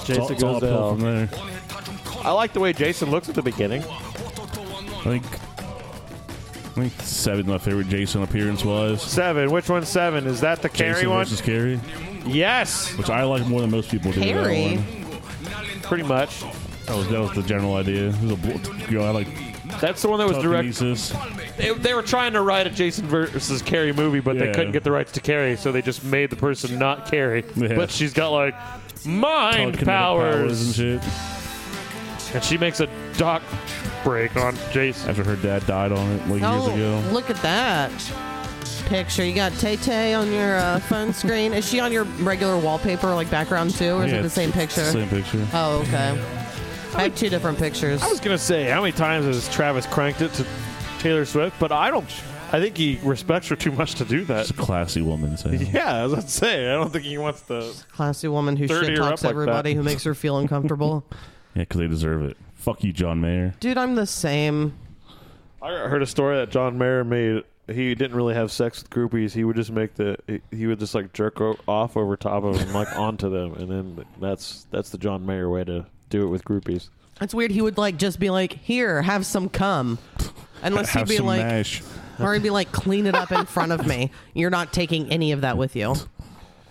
all, Jason it's all Goes to uphill Hell. from there. I like the way Jason looks at the beginning. I think. I think seven's my favorite Jason appearance was. Seven. Which one's seven? Is that the Carrie Jason one? versus Carrie, Yes. which I like more than most people do. that Carrie? one. Pretty much. That, was that was the general idea. It was a bl- you know, I like That's the one that was directed. telekinesis. They, they were trying to write a Jason versus Carrie movie, but they Yeah. couldn't get the rights to Carrie, so they just made the person not Carrie. Yeah. But she's got like mind telekinetic powers, and shit. and she makes a doc break on Jason. After her dad died on it like years Oh, ago. look at that picture. You got Tay Tay on your uh, phone screen. Is she on your regular wallpaper, like background too, or is Yeah, it the it's- same it's picture? the Same picture. Oh, okay. I have two different pictures. I was gonna say how many times has Travis cranked it to Taylor Swift, but I don't. I think he respects her too much to do that. It's a classy woman. So. Yeah, I was gonna say I don't think he wants to. Classy woman who Dirty her shit talks up like everybody that. who makes her feel uncomfortable. Yeah, because they deserve it. Fuck you, John Mayer. Dude, I'm the same. I heard a story that John Mayer made. He didn't really have sex with groupies. He would just make the he- he would just like jerk o- off over top of them, like onto them, and then that's that's the John Mayer way to do it with groupies. It's weird. He would like just be like, "Here, have some cum," unless he'd Have be some like, mash. or he'd be like, "Clean it up in front of me." You're not taking any of that with you.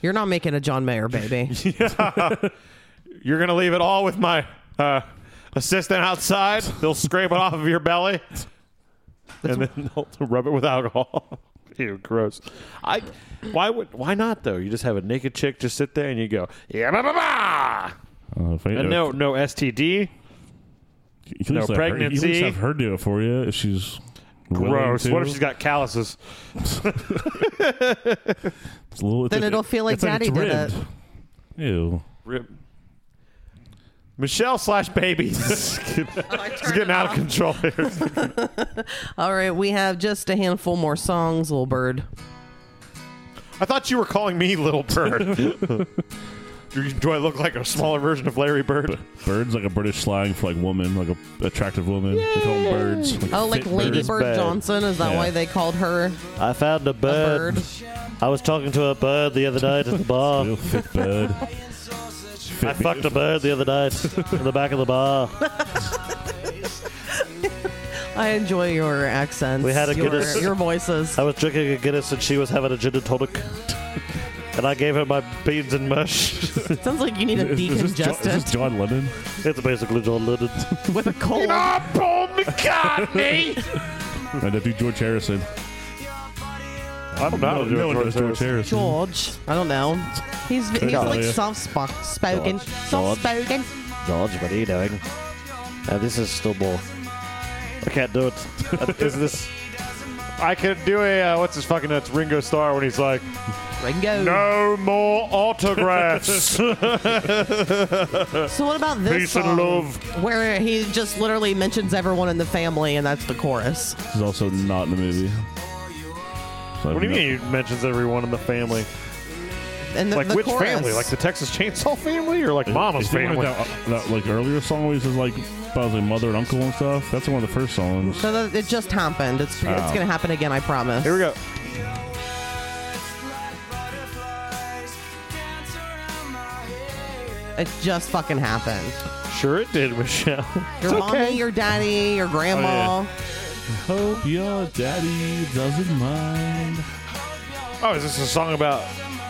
You're not making a John Mayer baby. You're gonna leave it all with my uh, assistant outside. They'll scrape it off of your belly, and then they'll rub it with alcohol. Ew, gross. I why would why not though? You just have a naked chick just sit there and you go yeah ba ba ba, I don't know Uh, if I- and Uh, no no STD. you can at least no let her- you can at least pregnancy. have her do it for you if she's willing Gross. to. What if she's got calluses? It's a little- Then it's- it'll feel like it's it's Daddy did ribbed. Ew. Rip. Michelle slash baby. it's getting out of control here. All right, we have just a handful more songs, Little Bird. I thought you were calling me Little Bird. do, do I look like a smaller version of Larry Bird? Bird's like a British slang for like woman, like a attractive woman. They call them birds. Oh, like fit Lady birds. Bird bad. Johnson? Is that Yeah. why they called her I found a a bird. bird? I was talking to a bird the other night at the bar. Ew, fit bird. Fit I me- fucked a bird the other night in the back of the bar. I enjoy your accents. We had a your, good as- your voices. I was drinking a Guinness and she was having a gin and tonic. And I gave her my beans and mush. Sounds like you need a Is, is, this John, is this decongestant John Lennon? it's basically John Lennon. with a cold. Paul McCartney. My nephew George Harrison. I don't No, know. no one knows George Harrison. George, I don't know. He's he's George. like soft spo- spoken, George. soft spoken. George, what are you doing? Now this is still more. I can't do it. is this? I could do a uh, what's his fucking nuts Ringo Starr when he's like, Ringo. no more autographs. So what about this Peace and song love. where he just literally mentions everyone in the family and that's the chorus? This is also not in the movie. So what do you mean? He mentions everyone in the family. And the, Like the which chorus. family? Like the Texas Chainsaw family or like Mama's Is there one family? That, uh, that, like earlier song always is like about like mother and uncle and stuff. That's one of the first songs. So that, it just happened. It's it's Oh. gonna happen again. I promise. Here we go. It just fucking happened. Sure, it did, Michelle. Your mommy, your daddy, your Oh, grandma. Hope your daddy doesn't mind. Oh, is this a song about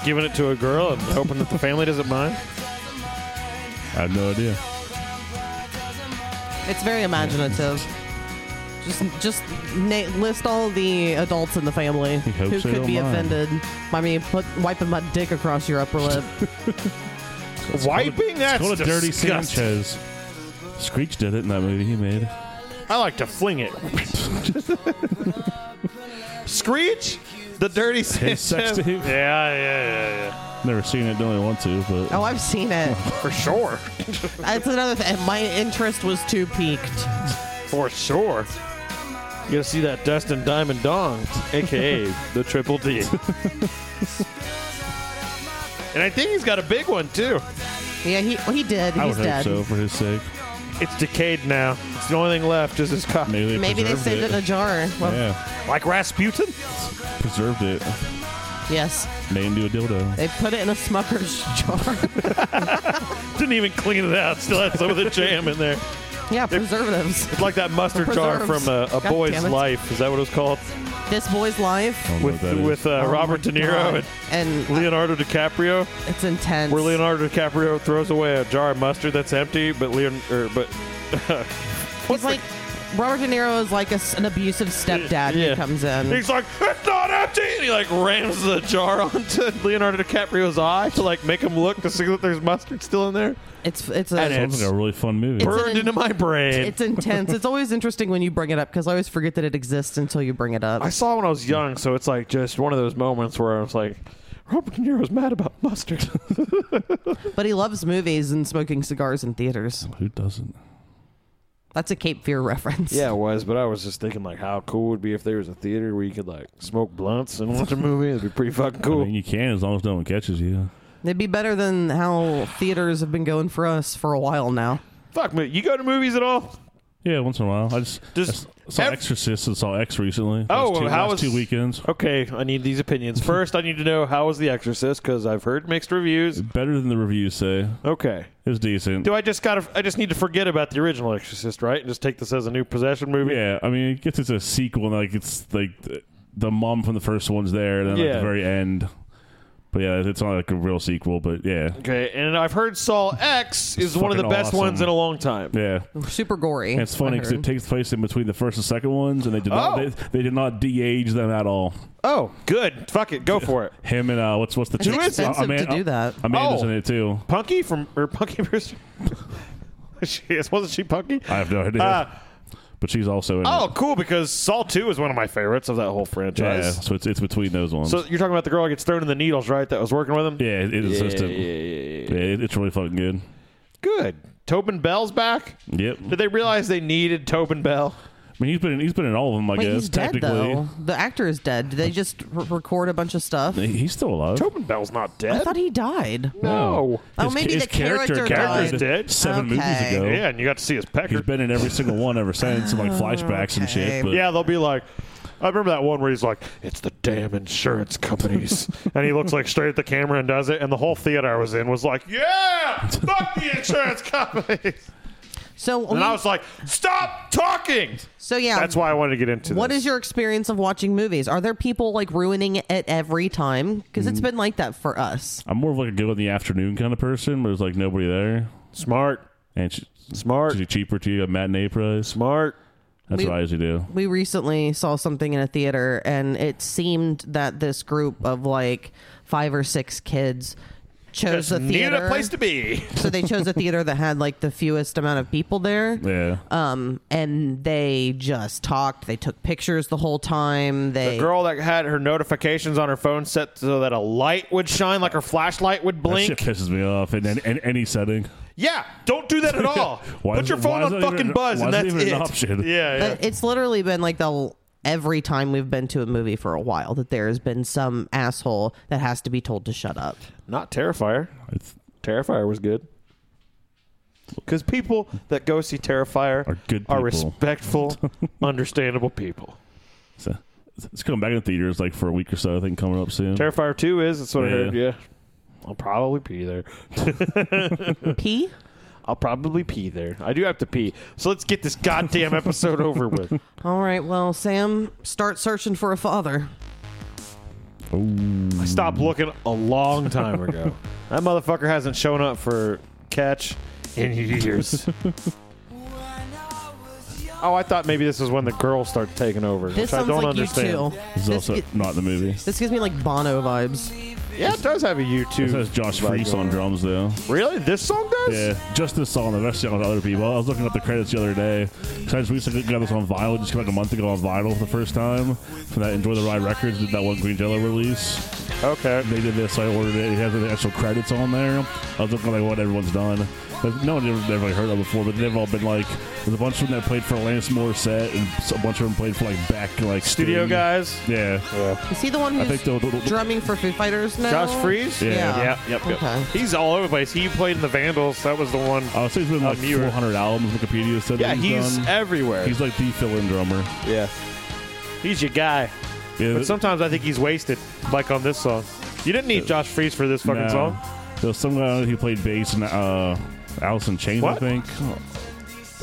giving it to a girl and hoping that the family doesn't mind? I have no idea. It's very imaginative. Just just na- list all the adults in the family hopes who they could don't be mind. offended by me put, wiping my dick across your upper lip. Wiping? That's It's called a dirty disgusting. Sanchez. Screech did it in that movie he made. I like to fling it. Screech? The dirty His sex Sanchez. tape. Yeah, yeah, yeah, Never seen it. Don't really want to. But oh, I've seen it. yeah. For sure. That's another thing. My interest was too peaked. For sure. You gotta see that Dustin Diamond Dong, aka the Triple D. and I think he's got a big one too. Yeah, he he did. I He's would dead. hope so for his sake. It's decayed now. It's the only thing left is his cock. Maybe they Maybe they preserved saved it in a jar. Well, yeah, Like Rasputin? preserved it. yes, Made into a dildo. they put it in a Smucker's jar. Didn't even clean it out. Still had some of the jam in there. yeah, preservatives. It's like that mustard jar Preserves. from uh, A God Boy's damn it. Life. Is that what it was called? This boy's life. I don't know With what that is. with uh, Oh Robert my De Niro God. and and Leonardo DiCaprio. it's intense. Where Leonardo DiCaprio throws away a jar of mustard that's empty, but Leon or but He's like Robert De Niro is like a s an abusive stepdad Yeah. who comes in. he's like it's not empty, and he like rams the jar onto Leonardo DiCaprio's eye to like make him look to see that there's mustard still in there. It's it's And a, it- Sounds like a really fun movie. It's Burned an- into my brain. it's intense. It's always interesting when you bring it up because I always forget that it exists until you bring it up. I saw it when I was young, so it's like just one of those moments where I was like, Robert De Niro's mad about mustard. But he loves movies and smoking cigars in theaters. Who doesn't? That's a Cape Fear reference. Yeah, it was, but I was just thinking like how cool it would be if there was a theater where you could like smoke blunts and watch a movie. It'd be pretty fucking I cool. mean, you can as long as no one catches you. It'd be better than how theaters have been going for us for a while now. Fuck me. You go to movies at all? Yeah, once in a while. I just, Just I saw ev- Exorcist and saw X recently. Oh, Last two, how last was- two weekends? Okay, I need these opinions. First, I need to know how was The Exorcist because I've heard mixed reviews. Better than the reviews say. Okay. It was decent. Oh. Do I just gotta? I just need to forget about the original Exorcist, right? And just take this as a new possession movie. yeah, I mean, it gets it's a sequel. And, like it's like th- the mom from the first one's there, and then at Yeah. the very end. But yeah, it's not like a real sequel. But yeah, Okay, and I've heard Saw X is It's one of the fucking best awesome. ones in a long time. yeah. Super gory. And it's funny I because it heard. takes place in between the first and second ones, and they did not they, Oh. they did not de-age them at all. Oh, good. Fuck it, go for it. Him and uh, what's what's the It's chick- expensive to do that. Amanda's Oh. in it too. Punky Uh, from or Punky Brewster. she is, wasn't she Punky? I have no idea. Uh, but she's also in. Oh, it. cool! Because Saw Two is one of my favorites of that whole yeah. franchise. So it's, it's between those ones. So you're talking about the girl that gets thrown in the needles, right? That was working with him. yeah, it is yeah, assistant. yeah, yeah, yeah. Yeah, it, it's really fucking good. Good. Tobin Bell's back. Yep. Did they realize they needed Tobin Bell? I mean, he's been in, he's been in all of them. I Wait, guess he's dead technically, though. The actor is dead. Did they just r- record a bunch of stuff? He- he's still alive. Tobin Bell's not I dead. thought he died. no. Oh, His- maybe his the character, character's died. dead. Seven movies Okay. ago. Yeah, and you got to see his He's pecker. been in every single one ever since, like flashbacks and Oh, Okay. shit. But yeah, they'll be like, I remember that one where he's like, "It's the damn insurance companies," and he looks like straight at the camera and does it, and the whole theater I was in was like, "Yeah, fuck the insurance companies," So, and I we- was like, "Stop talking." so yeah. That's why I wanted to get into Um, What this. is your experience of watching movies? Are there people like ruining it every time? Because Mm. it's been like that for us. I'm more of like a go in the afternoon kind of person, but there's like nobody there, smart, and she, smart, she's cheaper to you a matinee price. smart. That's We- what I usually do. We recently saw something in a theater, and it seemed that this group of like five or six kids chose a Needed theater. a place to be. so they chose a theater that had like the fewest amount of people there. Yeah. Um, and they just talked. They took pictures the whole time. They The girl that had her notifications on her phone set so that a light would shine, like her flashlight would that blink. shit pisses me off in, in, in any setting. Yeah, don't do that at all. Why Put is your it- phone why is on that fucking even- buzz, why and is that's that even it. an option? Yeah, yeah. But it's literally been like the l- every time we've been to a movie for a while that there has been some asshole that has to be told to shut up. Not Terrifier. It's, Terrifier was good. Because people that go see Terrifier Are good are people. respectful, understandable people. it's, a- it's coming back in theaters like for a week or so. I think coming up soon. Terrifier 2 is, that's what I Yeah. heard, yeah. I'll probably pee there. P? I'll probably pee there. I do have to pee. So let's get this goddamn episode over with. All right, well, Sam, start searching for a father. I stopped looking a long time ago. That motherfucker hasn't shown up for catch in years. oh, I thought maybe this is when the girls start taking over, This which I sounds don't like understand. you too. This is This, also gi- not in the movie. this gives me like Bono vibes. Yeah, it does have a YouTube. It says Josh Freese on drums though. Really? This song does? Yeah, just this song. The rest of it was other people. I was looking up the credits the other day. 'Cause I just recently got this on vinyl, just like a month ago on vinyl for the first time. From that Enjoy the Ride Records did that one Green Jello release. Okay. They did this. I ordered it. It has the actual credits on there. I was looking like what everyone's done. But no one ever never heard of it before. But they've all been like there's a bunch of them that played for Lance Morissette and s- a bunch of them played for like back like Studio Sting. guys. Yeah, Is he the one I who's think they'll. they'll- they'll- drumming for Foo Fighters now? Josh Freeze? Yeah. Yeah. Yep, yep, yep. Okay. He's all over the place. He played in the Vandals. That was the one. I would say he's been like Um, you were- 400 albums. Wikipedia said Yeah, that he's done. everywhere. he's like the fill-in drummer. yeah. He's your guy. Yeah, But th- sometimes I think he's wasted, like on this song. You didn't need Josh Freeze for this fucking No. song. There was some guy who played bass in uh, Alice in Chains, What? I think,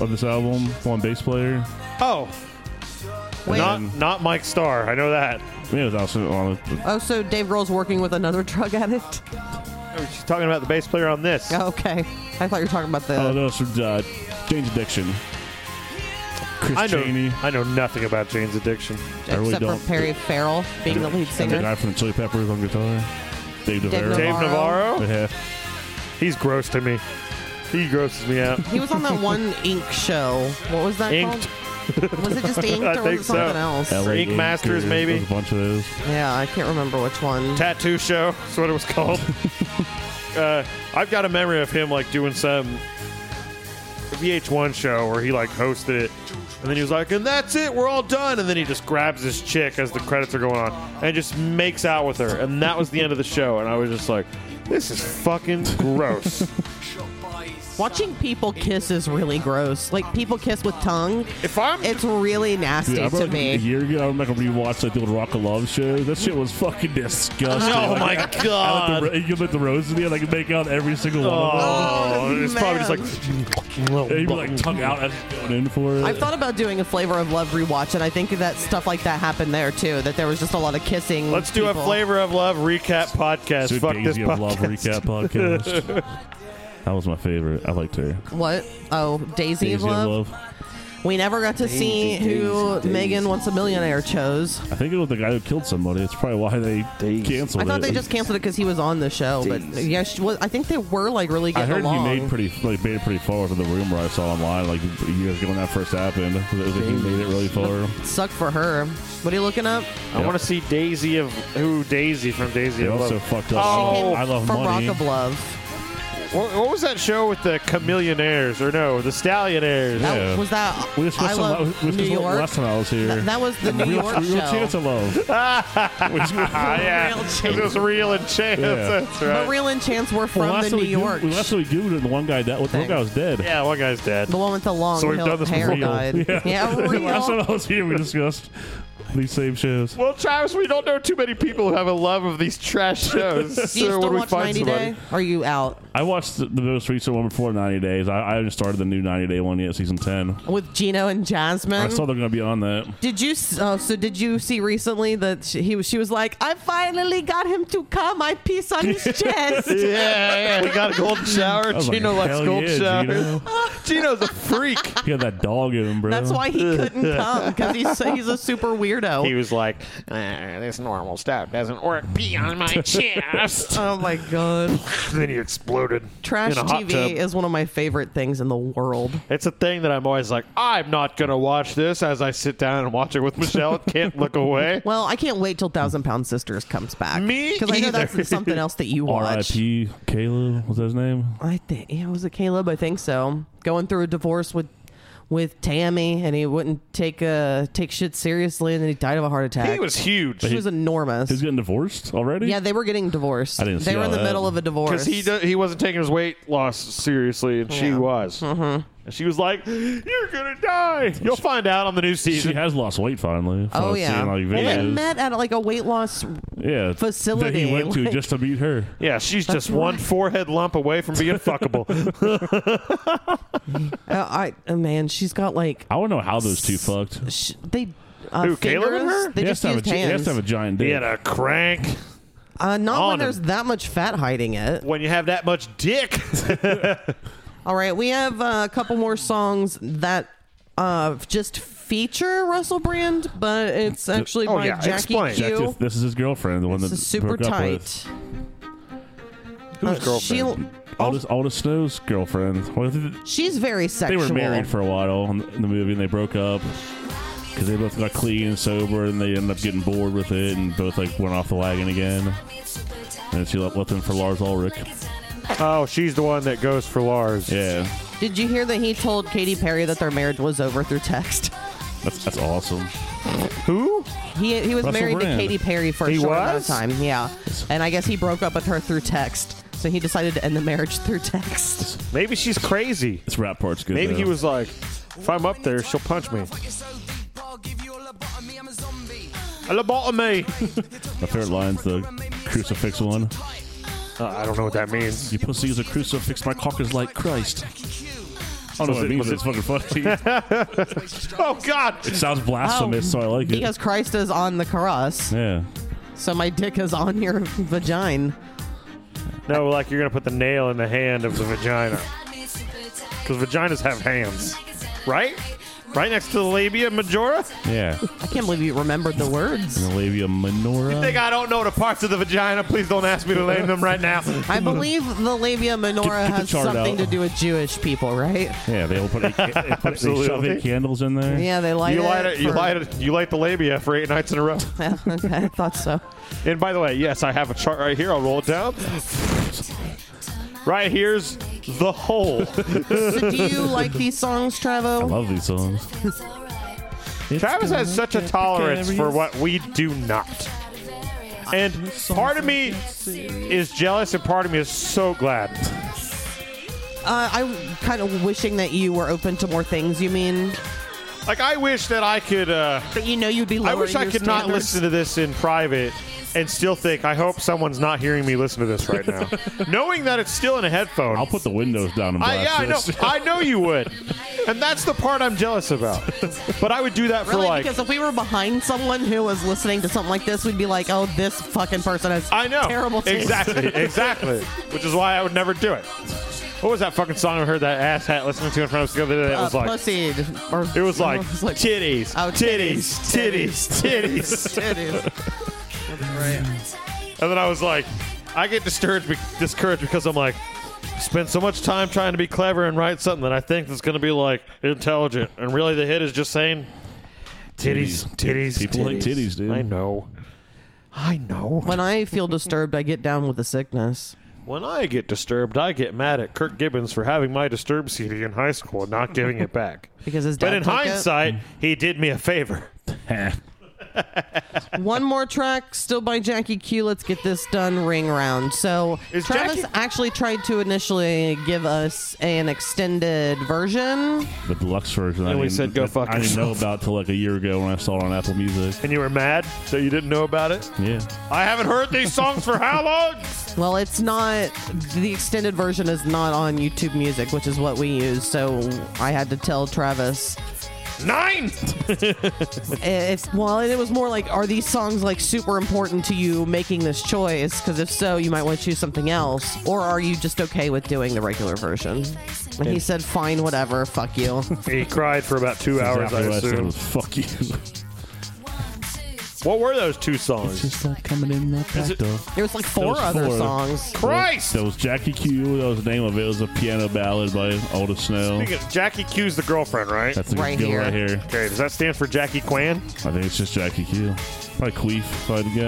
of this album. One bass player. Oh, Wait, not not Mike Starr. I know that. Yeah, it was Alice in- on the- oh, so Dave Grohl's working with another drug addict? She's talking about the bass player on this. Okay. I thought you were talking about the. Oh, no, it's from uh, Jane's Addiction. Chris I know. Chaney. I know nothing about Jane's addiction. I really except for don't- Perry Farrell being the lead And the singer. guy from Chili Peppers on guitar. Dave DeVere. Navarro. Dave Navarro. Yeah. He's gross to me. He grosses me out. He was on that one Ink show. What was that Inked. called? Was it just Inked I or was think it something so. else? LA Ink Ink Masters, Guru. maybe? There's A bunch of those. Yeah, I can't remember which one. Tattoo show. That's what it was called. uh, I've got a memory of him like doing some VH1 show where he like hosted it, and then he was like, "And that's it, we're all done." And then he just grabs his chick as the credits are going on and just makes out with her, and that was the end of the show. And I was just like, "This is fucking gross." Watching people kiss is really gross. Like people kiss with tongue, if I'm it's really nasty Dude, I to remember like, a me. year ago, I'm not going to rewatch like, the old Rock of Love show. That shit was fucking disgusting. Oh Like, my I God. let the, you let the rose in there, like make out every single one of them. Oh, it's probably just like. Yeah, you were like tongue out as you're going in for it. I've thought about doing a Flavor of Love rewatch, and I think that stuff like that happened there too. That there was just a lot of kissing. Let's do a people. flavor of love recap podcast. Dude, Fuck this Daisy podcast. of Love recap podcast. that was my favorite. I liked her. What? Oh, Daisy, Daisy of Love. of Love. We never got to see who Megan Wants a Millionaire chose. I think it was the guy who killed somebody. That's probably why they Days. canceled I thought it. they just canceled it because he was on the show, but uh, Jeez. yeah, she was, I think they were like really I getting heard along. he made pretty like made it pretty far with the rumor I saw online like years ago when that first happened. It was like he made it really far. Sucked for her. What are you looking up? I want to see Daisy of who Daisy from Daisy They of also Love. fucked up. Oh, I love From money. Rock of Love. What, what was that show with the Chameleonaires or no the Stallionaires? Yeah. That, was that We discussed I it Love la- we discussed New it York? last time I was here. That, that was the New real, York real chance show. of love. Which- Ah, yeah, Real it was real and chance. Yeah. That's But right. Real and Chance were from Well, last the time New we Googled- York. well, last time we googled it, the one guy that was, the one thing. guy was dead. yeah, one guy's dead. the one with the long So we've hill, done this hair before. died. Yeah. real. last time I was here, we discussed these same shows. Well, Travis, we don't know too many people who have a love of these trash shows. Do you so still when we watch find 90 somebody, Day? Are you out I watched the, the most recent one before 90 Days. I, I haven't started the new 90 Day one yet, season 10. with Gino and I Jasmine? saw they're going to be on that. Did you? s- Oh, so did you see recently that she, he was? She was like, "I finally got him to come. I piece on his chest." yeah, yeah, he got a golden shower. I was Gino like, likes "Hell golden yeah, showers. Gino. Gino's a freak. He had that dog in him, bro. That's why he couldn't come because he's he's a super weirdo. he was like, "Ah, Uh, this normal stuff doesn't work. Pee on my chest. oh my god! then he exploded. Trash in a hot TV tub. is one of my favorite things in the world. It's a thing that I'm always like, I'm not gonna watch this as I sit down and watch it with Michelle. Can't look away. Well, I can't wait till Thousand Pound Sisters comes back. Hmm. Me because I know either. that's something else that you watch. R.I.P. Caleb, was that his name? I think yeah, was it Caleb? I think so. Going through a divorce with with Tammy, and he wouldn't take uh take shit seriously, and then he died of a heart attack. He was huge she was enormous. He's getting divorced already? Yeah, they were getting divorced. I didn't they see were in all the that. middle of a divorce. because he do- he wasn't taking his weight loss seriously, and she Yeah. was. And she was like, "You're gonna die. You'll find out on the new She season." has lost weight finally. from oh yeah. seeing, like, well, they videos. met at like a weight loss. uh, yeah, that facility, he went to like- just to meet her. yeah, she's just one forehead lump away from being fuckable. Uh, I uh, man, she's got like I don't know how those two fucked. sh- they. Uh, Who, Caleb and fingers, her? They He has, just to have a, used gi- he has hands. to have a giant dick. He had a crank. uh, not on when there's him. that much fat hiding it. When you have that much dick, All right, we have uh, a couple more songs that uh, just feature Russell Brand, but it's actually Oh, by yeah, Jackie explain. Q. This- this is his girlfriend, the one This that is super broke up tight. Uh, with. Who's girlfriend? Aldous, Aldous Snow's girlfriend. Well, th- she's very they sexual. were married for a while in in the movie, and they broke up because they both got clean and sober, and they ended up getting bored with it, and both like went off the wagon again. And she left, left him for Lars Ulrich. oh, she's the one that goes for Lars. Yeah, Did you hear that he told Katy Perry that their marriage was over through text? that's that's awesome. Who? He he was Russell married Brand. to Katy Perry for a He short amount of was? time. Yeah, and I guess he broke up with her through text. So he decided to end the marriage through text. Maybe she's crazy. This rap part's good. Maybe though. he was like, if I'm up there, she'll punch me. A lobotomy. My favorite line's the crucifix one. Uh, I don't know what that means. You pussy is a crucifix. My cock is like Christ. I don't know what Was it- it means. was It's fucking funny. Oh God! it sounds blasphemous, so I like it. Oh, Because Christ is on the cross, yeah. so my dick is on your vagina. No, like you're gonna put the nail in the hand of the vagina because vaginas have hands, right? Right next to the labia majora. Yeah. I can't believe you remembered the words. The labia minora. Think I don't know the parts of the vagina? Please don't ask me to name them right now. I believe the labia minora Get- get the has chart something out. to do with Jewish people, right? Yeah, they all put, eight, ca- they, put they shove Absolutely. eight candles in there. Yeah, they light You it. light it. You for- light it. You light the labia for eight nights in a row. okay, I thought so. And by the way, yes, I have a chart right here. I'll roll it down. Right here's the hole. So do you like these songs, I Travo? love these songs. It's Travis gonna has such a get tolerance for precarious. what we do not. And part of me is jealous and part of me is so glad. Uh, I'm kind of wishing that you were open to more things. You mean Like I wish that I could uh that you know you'd be. I lowering wish I your could not standards? listen to this in private and still think I hope someone's not hearing me listen to this right now. Knowing that it's still in a headphone. I'll put the windows down and I, blast yeah, I know. this. I know you would, and that's the part I'm jealous about. But I would do that for Really, like because if we were behind someone who was listening to something like this, we'd be like, "Oh, this fucking person has I know. terrible taste." Exactly, exactly. Which is why I would never do it. What was that fucking song I heard that ass hat listening to in front of us the other day? It Uh, was like, pussy. Or, it was like, it's titties, Oh, titties, titties, titties, titties. titties. and then I was like, I get discouraged, be- discouraged because I'm like, spend so much time trying to be clever and write something that I think that's going to be like intelligent, and really the hit is just saying, titties, titties, People like titties, dude. I know, I know. When I feel disturbed, I get down with the sickness. When I get disturbed, I get mad at Kirk Gibbons for having my Disturbed CD in high school and not giving it back. Because his dad But in took it. hindsight, he did me a favor. One more track, still by Jackie Q. Let's get this done ring round. So Is Travis Jackie- actually tried to initially give us an extended version. the deluxe version. I And we didn't- said, "Go fuck I didn't know yourself." about till like a year ago when I saw it on Apple Music. And you were mad that you didn't know about it? Yeah, I haven't heard these songs for how long? Well, it's not the extended version is not on YouTube Music, which is what we use. So I had to tell Travis. Nine! If well, and it was more like, are these songs like super important to you making this choice? Because if so, you might want to choose something else, or are you just okay with doing the regular version? And he said, fine, whatever, fuck you. He cried for about two hours, Exactly what I I said assume. was, fuck you. What were those two songs? Just like coming in that back door. There was like four was other four. songs. Christ! That was Jackie Q. That was the name of it. It was a piano ballad by Otis Snow. Speaking of- Jackie Q's the girlfriend, right? That's a Right good here. right here. Okay, does that stand for Jackie Quan? I think it's just Jackie Q. Probably Queef, if I had to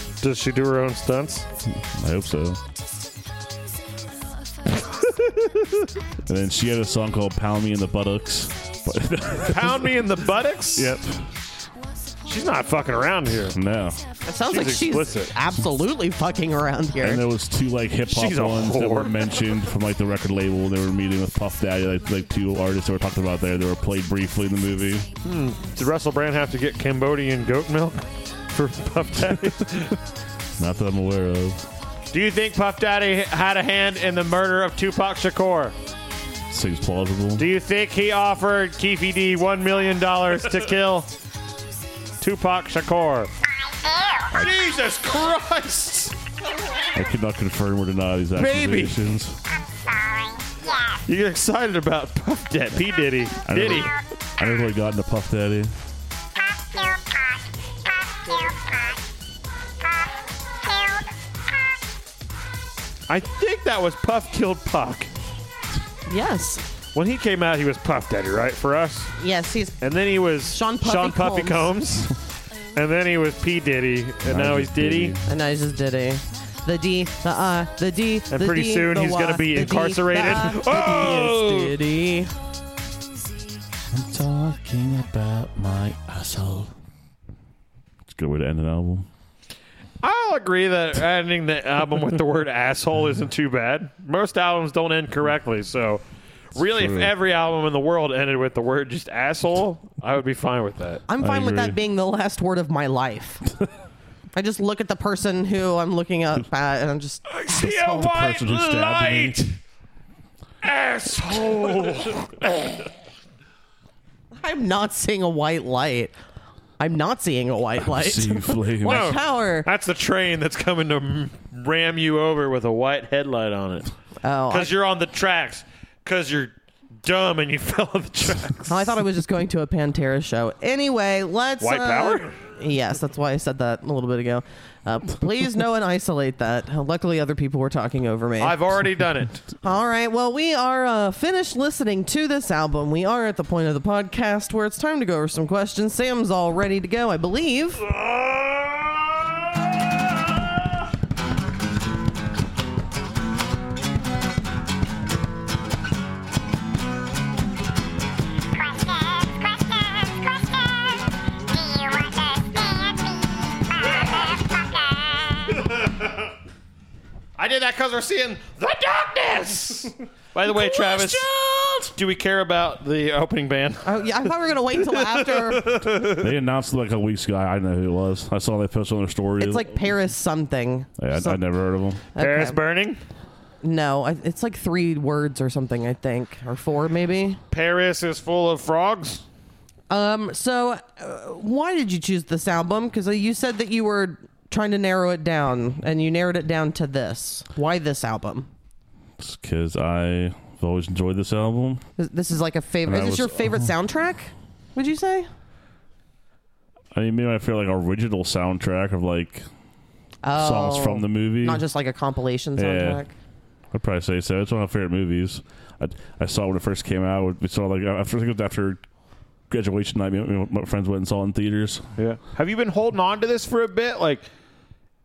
guess. Does she do her own stunts? I hope so. And then she had a song called Pound Me in the Buttocks. But- Pound me in the buttocks? yep. She's not fucking around here. No. It sounds She's like she's explicit. absolutely fucking around And here. there was two like hip hop She's a ones that were whore. mentioned from like the record label. They were meeting with Puff Daddy, like like two artists that were talking about there. They were played briefly in the movie. Did Russell Brand have to get Cambodian goat milk for Puff Daddy? Not that I'm aware of. Do you think Puff Daddy had a hand in the murder of Tupac Shakur? Seems plausible. Do you think he offered Keefy D one million dollars to kill Tupac Shakur? I Jesus Christ! I could not confirm or deny these Baby. accusations. do. I'm sorry. Yes. You get excited about Puff Daddy? P Diddy, I Diddy. never, I never really got into Puff Daddy. Pop kill pop. Pop kill pop. Pop kill pop. I think that was Puff killed Puck. Yes, When he came out, he was Puff Daddy, right? For us, yes, he's and then he was Sean Puffy Sean Puffy Combs. and then he was P Diddy, and now, Now he's he's Diddy. Diddy. and I just did a the D, the I, the D, And the pretty D, soon the he's gonna Y, the be D, the incarcerated. I, the E, D is Oh! Diddy. I'm talking about my asshole. It's a good way to end an album. I'll agree that ending the album with the word asshole isn't too bad. Most albums don't end correctly, so really, true. if every album in the world ended with the word just asshole, I would be fine with that. I'm I fine with that agree. being the last word of my life. I just look at the person who I'm looking up at, and I'm just See a the white person who stabbed me. light, asshole. I'm not seeing a white light. I'm not seeing a white light. See you, Flame. What No. power? That's the train that's coming to m- ram you over with a white headlight on it Oh, I, because you're on the tracks because you're dumb and you fell on the tracks. I thought I was just going to a Pantera show. Anyway, let's White uh, power? Yes, that's why I said that a little bit ago. Uh, please know and isolate that. Luckily, other people were talking over me. I've already done it. All right. Well, we are uh, finished listening to this album. We are at the point of the podcast where it's time to go over some questions. Sam's all ready to go, I believe. Questions, questions, questions. Do you understand me, motherfucker? I did that because we're seeing the darkness. By the way, Travis, do we care about the opening band? Oh, yeah, I thought we were going to wait till after. They announced it like a week ago. I didn't know who it was. I saw they posted on their story. It's like Paris something. I, I, I never heard of them. Paris Okay. burning. No, I, it's like three words or something, I think, or four maybe. Paris is full of frogs. Um, so uh, why did you choose this album? Because you said that you were trying to narrow it down, and you narrowed it down to this. Why this album? tracks because I've always enjoyed this album. This- This is like a favorite. And Is I this your was- Uh-huh. favorite soundtrack? Would you say? I mean, maybe I feel like original soundtrack of like Oh, songs from the movie. not just like a compilation Yeah. soundtrack. I'd probably say so. It's one of my favorite movies. I, I saw it when it first came out. We saw like after I think it was after graduation night. Me and my friends went and saw it in theaters. Yeah. Have you been holding on to this for a bit? Like,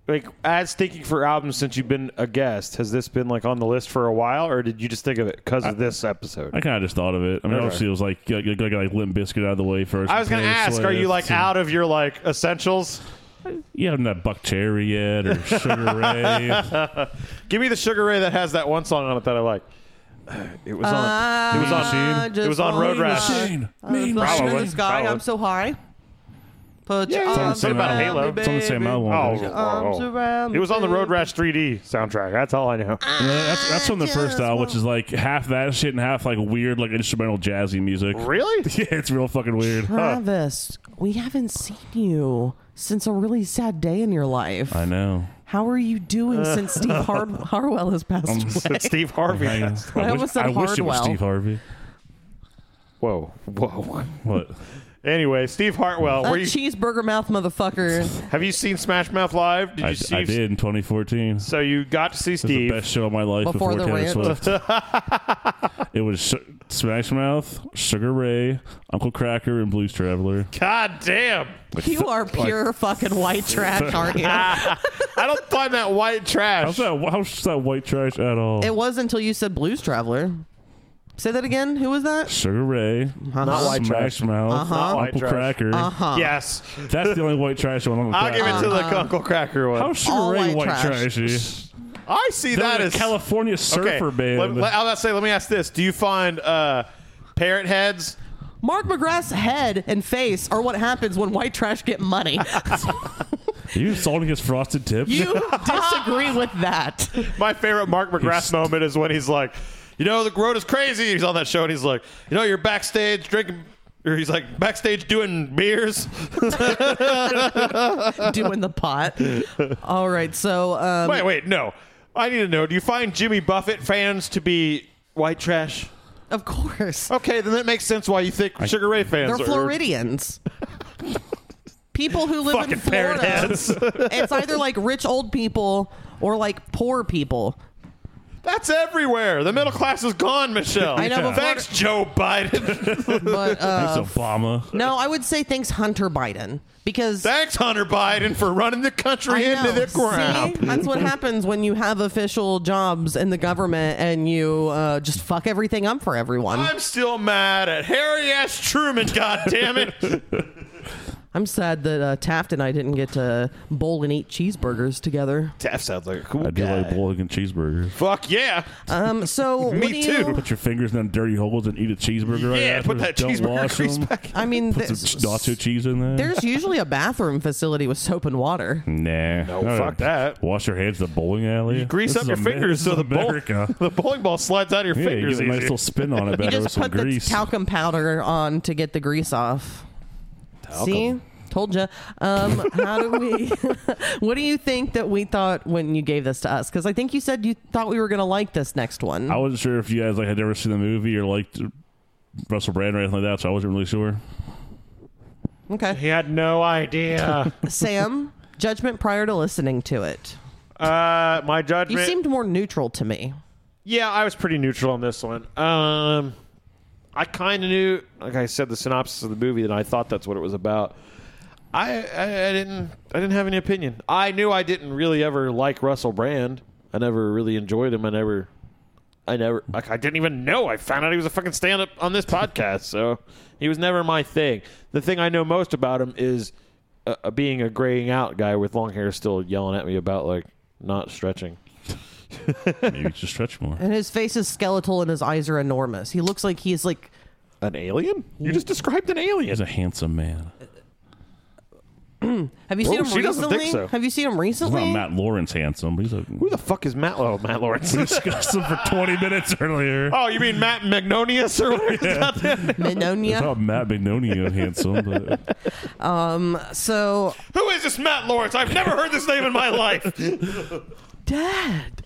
like as thinking for albums since you've been a guest, has this been like on the list for a while, or did you just think of it because of this episode? I kind of just thought of it. I mean, Okay. obviously it was like like, like, like Limp Biscuit out of the way first. I was gonna Taylor ask, are you Swift like and- out of your like essentials? You haven't that Buck Cherry yet or Sugar Ray? Give me the Sugar Ray that has that one song on it that I like. It was on. I it was on. It Ah, just was on Road wanna Rash. Machine, Mean Mean machine in Probably. the sky, Probably. I'm so high. Put your Yeah, it's on the arms same around album. me, Halo. It's on the same baby. album. I think. Oh, Arms around It was on the me, Road Rash 3D soundtrack. That's all I know. Yeah, that's, that's from the first album, which is like half that shit and half like weird, like instrumental jazzy music. Really? Yeah, it's real fucking weird. Travis, we haven't seen you since a really sad day in your life. I know. How are you doing since Steve Har- Harwell has passed Um, away? Steve Harvey. I, I wish, almost said I wish it was Hardwell. Steve Harvey. Whoa, whoa. What? Anyway, Steve Hartwell. A Were you, cheeseburger mouth motherfucker. have you seen Smash Mouth live? Did you I, see? I did in 2014. It was So you got to see the Steve. best show of my life Before before, the Taylor rant. Swift. it was Su- Smash Mouth, Sugar Ray, Uncle Cracker, and Blues Traveler. God damn! You are pure fucking white trash, aren't you? I don't find that white trash. How's that? How's that white trash at all? it was until you said Blues Traveler. Say that again. Who was that? Sugar Ray, Not Uh-huh. white Uh-huh. Smash Mouth, Not white Uncle trash. Cracker. Yes, That's the only white trash one. Uncle I'll Cracker. give it to the Uh-huh. Uncle Cracker one. How Sugar All Ray white white trash. trashy? I see That that is as a California surfer okay. band. Let, let, I was about to say, let me ask this: Do you find uh, parrot heads? Mark McGrath's head and face are what happens when white trash get money. Are you insulting his frosted tips? You disagree with that. My favorite Mark McGrath He's- moment is when he's like, you know, the road is crazy. He's on that show and he's like, you know, you're backstage drinking. Or he's like backstage doing beers. Doing the pot. All right, so um, Wait, wait, no. I need to know. Do you find Jimmy Buffett fans to be white trash? of course Okay, then that makes sense why you think Sugar Ray fans they're are Floridians. People who live in fucking parrot Florida. heads. It's either like rich old people or like poor people. That's everywhere. The middle class is gone, Michelle. I know, but Thanks, Joe Biden. But uh, Thanks, Obama. no, I would say thanks Hunter Biden because Thanks, Hunter Biden, for running the country I into know. the ground. See? That's what happens when you have official jobs in the government and you uh, just fuck everything up for everyone. I'm, I'm still mad at Harry S. Truman. God damn it! sad that uh, Taft and I didn't get to bowl and eat cheeseburgers together. Taft sounds like a cool I do like bowling and cheeseburgers. Fuck yeah! Um, so Me what do you- too. Put your fingers in them dirty holes and eat a cheeseburger right yeah, after. put that Don't cheeseburger wash grease them. back. I mean, Put some there's, nacho cheese in there. there's usually a bathroom facility with soap and water. nah. No, fuck that. Wash your hands in the bowling alley. Grease This up is your Amer- fingers this so is the bowl, America. the bowling ball slides out of your Yeah, you fingers. get a nice easy. little spin on it You better with just some put the grease. talcum powder on to get the grease off. See, told you. Um, how do we? what do you think that we thought when you gave this to us? Because I think you said you thought we were gonna like this next one. I wasn't sure if you guys like had never seen the movie or liked Russell Brand or anything like that, so I wasn't really sure. Okay, He had no idea. Sam, judgment prior to listening to it. uh, my You judgment. seemed more neutral to me. Yeah, I was pretty neutral on this one. Um, I kind of knew, like I said, the synopsis of the movie, and I thought that's what it was about. I, I I didn't I didn't have any opinion. I knew I didn't really ever like Russell Brand. I never really enjoyed him. I never, I never like I didn't even know. I found out he was a fucking stand up on this podcast, so he was never my thing. The thing I know most about him is uh, uh, being a graying out guy with long hair, still yelling at me about like not stretching. Maybe you should stretch more. And his face is skeletal, and his eyes are enormous. He looks like he's like An alien? You just described an He's alien. a handsome man. Have you seen Whoa, him she doesn't recently? think so. Have you seen him He's not recently? Matt Lawrence handsome, but he's a Who the fuck is Matt? Oh, Matt Lawrence. discussed him for 20 minutes earlier. oh, you mean Matt Magnonius or whatever? It's Menonia. not Matt Magnonio handsome, but So, Who is this Matt Lawrence? I've never heard this name in my life. Dad,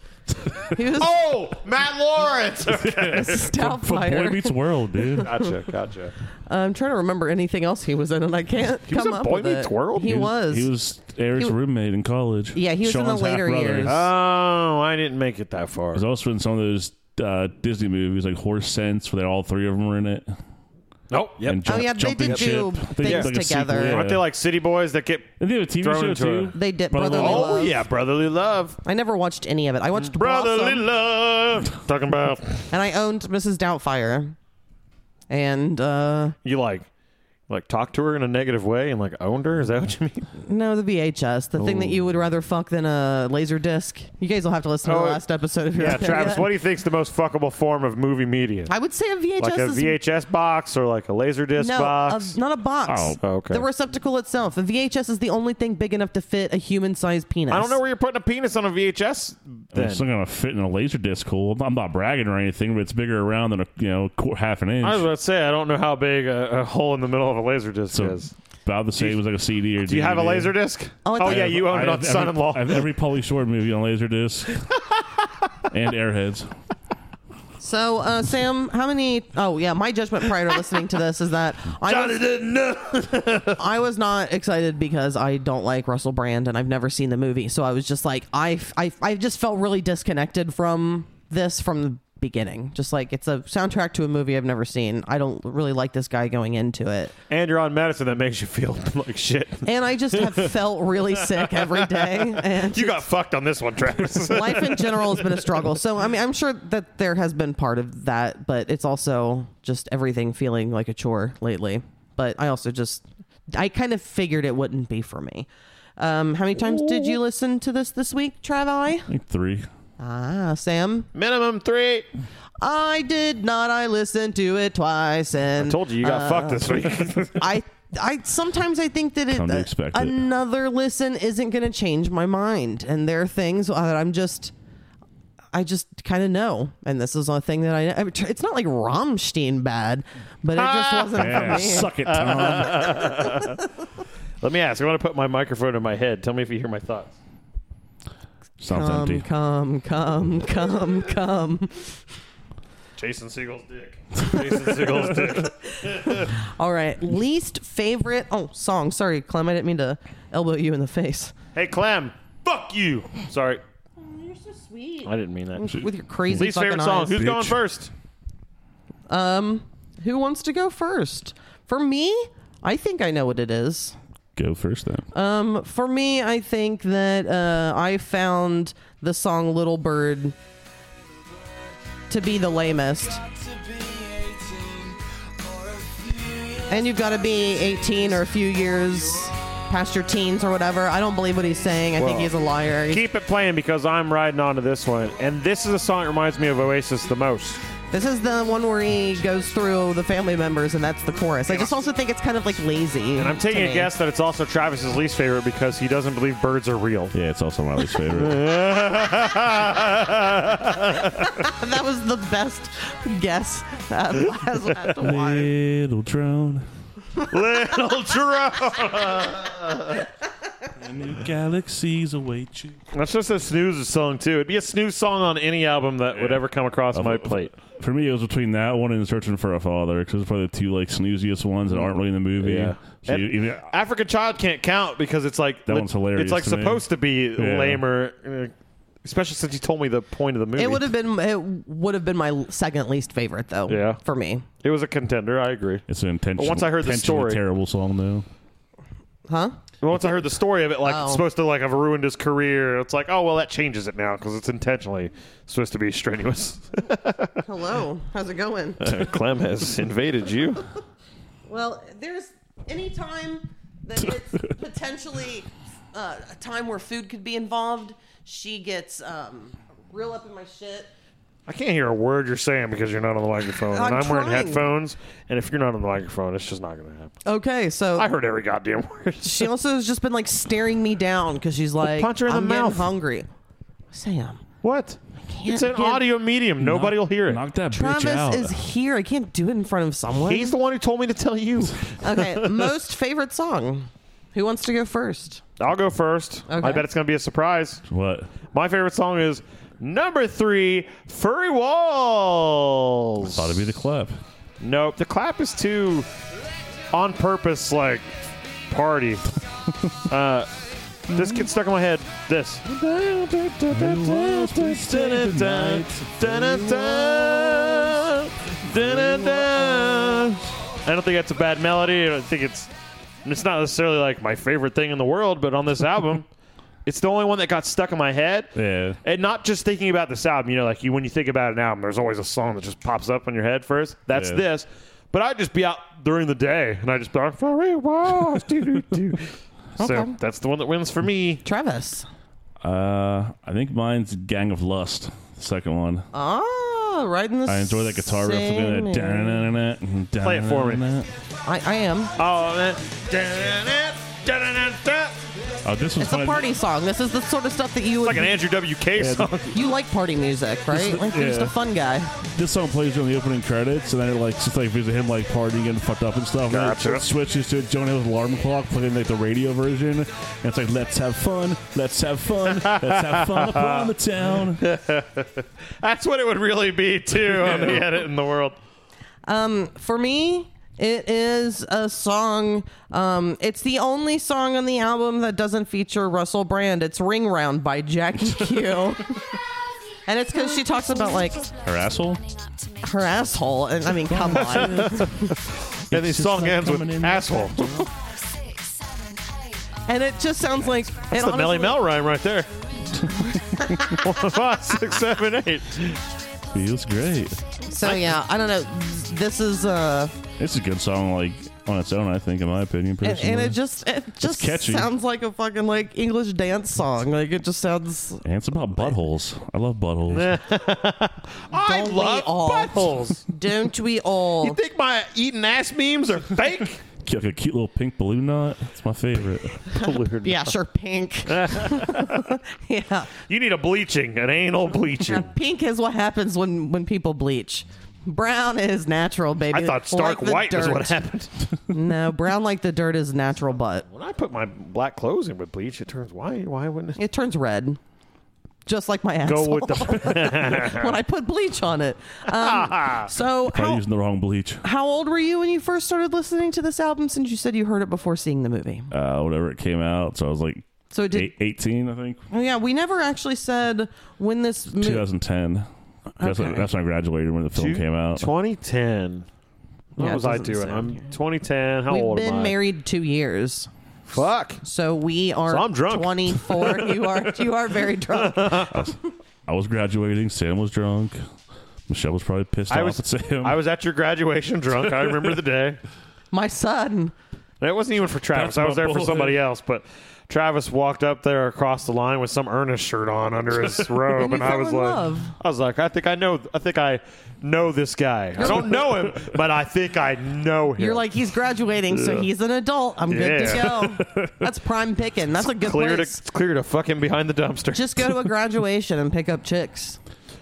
He was Oh, Matt Lawrence. a stout From Boy flyer. Meets World, dude. gotcha, gotcha. I'm trying to remember anything else he was in, and I can't come in up Boy with Meets it. World? He was. He was Eric's He- roommate in college. Yeah, he was in the Sean's later half-brother. years. He Oh, I didn't make it that far. was also in some of those uh, Disney movies like Horse Sense, where all three of them were in it. Nope. Yep. And Oh, yeah, they Jumping did do Chip. I think things it's like a sequel, together. yeah. Aren't they like city boys that get? And they have a TV thrown show into too. a- They did Brotherly Brotherly Love. Love. Oh yeah, brotherly love. I never watched any of it. I watched Brotherly Blossom, love. Talking about and I owned Mrs. Doubtfire, and uh, you like, like talk to her in a negative way and like owned her. Is that what you mean? no, the VHS, the thing that you would rather fuck than a laser disc. You guys will have to listen to Oh, the last episode if you're Yeah, out there Travis. yet. What do you think's the most fuckable form of movie media? I would say a VHS Like a is VHS box or like a laser disc no, box. A, not a box. Oh, okay. The receptacle itself. A VHS is the only thing big enough to fit a human-sized penis. I don't know where you're putting a penis on a VHS. Then It's not gonna fit in a laser disc hole. I'm not bragging or anything, but it's bigger around than a you know qu- half an inch. I was about to say I don't know how big a, a hole in the middle of a laser disc so is. about the same as like a CD or Do you have a DVD. laser disc? Oh, I thought- yeah, you own I it have on every- son-in-law. I have every Pauly Shore movie on laser disc and Airheads. So, uh, Sam, how many? Oh, yeah. My judgment prior to listening to this is that I was, I was not excited because I don't like Russell Brand and I've never seen the movie. So I was just like, I, I, I just felt really disconnected from this from the beginning. Just like it's a soundtrack to a movie I've never seen. I don't really like this guy going into it, and you're on medicine that makes you feel like shit. and I just have felt really sick every day. And You got fucked on this one, Travis. life in general has been a struggle. So I mean, I'm sure that there has been part of that, but it's also just everything feeling like a chore lately. But I also just I kind of figured it wouldn't be for me. Um, how many times did you listen to this this week, Travi? I think three. Ah, Sam. Minimum three. I did not. I listened to it twice, and Told you you Uh, got fucked this week. I I sometimes I think that it, uh, Come to expect it. another listen isn't going to change my mind, and there are things that I'm just. I just kind of know, and this is a thing that I. I mean, it's not like Rammstein bad, but it just wasn't Oh, Yeah, for me. suck it, Uh, Tom. Let me ask. I want to put my microphone in my head. Tell me if you hear my thoughts. Sounds um, empty. Come, come, come, come, come. Jason Siegel's dick. Jason Siegel's dick. All right, least favorite. Oh, song. Sorry, Clem. I didn't mean to elbow you in the face Hey, Clem. Fuck you. Sorry. I didn't mean that. with your crazy Least fucking favorite song. eyes. Who's going Bitch. first? Um, who wants to go first? For me, I think I know what it is. Go first then. Uh, Um, for me, I think that uh, I found the song "Little Bird" to be the lamest. And you've got to be 18 or a few years past your teens or whatever. I don't believe what he's saying. I think he's a liar. He's- Keep it playing because I'm riding on to this one. And this is a song that reminds me of Oasis the most. This is the one where he goes through the family members, and that's the chorus. I just also think it's kind of like lazy. And I'm taking a guess that it's also Travis's least favorite because he doesn't believe birds are real. Yeah, it's also my least favorite. That was the best guess uh, as, as to why. Little drone, Little giraffe. and new galaxies await you. That's just a snooze song too. It'd be a snooze song on any album that would ever come across my plate. For me, it was between that one and Searching for a Father because it's probably the two like snooziest ones that aren't really in the movie. Yeah. So And- you- you- African Child can't count because it's like That one's hilarious It's like to me. supposed to be Yeah. lamer, uh, especially since you told me the point of the movie. It would have been it would have been my second least favorite though. Yeah. for me, It was a contender. I agree. it's an intentional. Once I heard the intentionally story- terrible song though. huh? Once I heard the story of it, like Oh. it's supposed to like have ruined his career. It's like, oh well, that changes it now because it's intentionally supposed to be strenuous. Hello, how's it going? Uh, Clem has invaded you. well, there's any time that it's potentially uh, a time where food could be involved, she gets um, real up in my shit. I can't hear a word you're saying because you're not on the microphone, I'm and I'm wearing trying. headphones. And if you're not on the microphone, it's just not going to happen. Okay, so I heard every goddamn word. she also has just been like staring me down because she's like, punch her in the I'm getting mouth." hungry. Sam, What? can't It's an get- audio medium. Nobody will hear it. Knock that bitch out. Travis is here. I can't do it in front of someone. He's the one who told me to tell you. Okay, most favorite song. Who wants to go first? I'll go first. I Okay. bet it's going to be a surprise. What? My favorite song is number three, Furry Walls. Thought it'd be the clap. Nope. The clap is too on purpose, like party. uh, this gets stuck in my head. This. I don't think that's a bad melody. I don't think it's. It's not necessarily like my favorite thing in the world, but on this album, it's the only one that got stuck in my head. Yeah. And not just thinking about this album, you know, like you when you think about an album, there's always a song that just pops up on your head first. That's Yeah. this. But I'd just be out during the day and I just be like, "Furry walls, doo-doo-doo." So Okay. that's the one that wins for me. Travis. Uh, I think mine's Gang of Lust, the second one. Ah, right in the I enjoy that guitar riff. same Again, area. that Play it for me. I, I am. Oh, man. Da-da-da, da-da-da-da. Oh, this was It's a fun. party song. This is the sort of stuff that you would, Like an Andrew WK song. you like party music, right? Like you're just yeah. a fun guy. This song plays during the opening credits, and then it like just like visually him like partying and fucked up and stuff. And Gotcha. then it switches to Jonah Hill's alarm clock playing like the radio version, and it's like let's have fun, let's have fun, let's have fun up around the town. That's what it would really be, too, on the edit in the world. For me, it is a song. Um, it's the only song on the album that doesn't feature Russell Brand. It's "Ring Round" by Jackie Q. And it's because she talks about like Her asshole. her asshole, and I mean, come on. And the It's just song like ends with coming in. asshole. And it just sounds like That's the Melly Mel rhyme right there. One, five, six, seven, eight. Feels great. So yeah, I don't know. This is uh, It's a good song, like on its own. I think, in my opinion, and, personally. and it just it just catchy. sounds like a fucking like English dance song. Like it just sounds. And it's about buttholes. I love buttholes. I Don't we love all? buttholes. Don't we all? You think my eating ass memes are fake? Cute- Like a cute little pink balloon knot. It's my favorite. yeah, sure, pink. yeah, you need a bleaching, an anal bleaching. pink is what happens when when people bleach. Brown is natural, baby. I thought stark Like the white was dirt. what happened. No, brown like the dirt is natural, but When I put my black clothes in with bleach, it turns white. Why wouldn't it? it turns red, just like my asshole. Go with the. when I put bleach on it. Um, so Probably how, using the wrong bleach. how old were you when you first started listening to this album? Since you said you heard it before seeing the movie, Uh, whenever it came out, so I was like so it did eight, 18, I think. Oh, yeah, we never actually said when this mo- 2010. That's, when, Okay. that's when I graduated when the film came out. 2010. What Yeah, it was I doesn't doing? sound- I'm 2010. How We've old am I? been married two years. Fuck. So we are So I'm drunk. 24. you are you are very drunk. I was graduating. Sam was drunk. Michelle was probably pissed I off was- at Sam. I was at your graduation drunk. I remember the day. My son. And It wasn't even for Travis. That's I was my there for boy. somebody else, but Travis walked up there across the line with some earnest shirt on under his robe, And and, you I fell was in like, love. I was like, I think I know, I think I know this guy. I don't know him, but I think I know him. You're like he's graduating, so he's an adult. I'm good to go. That's prime picking. That's a good clear to place. it's clear to fuck him behind the dumpster. Just go to a graduation and pick up chicks.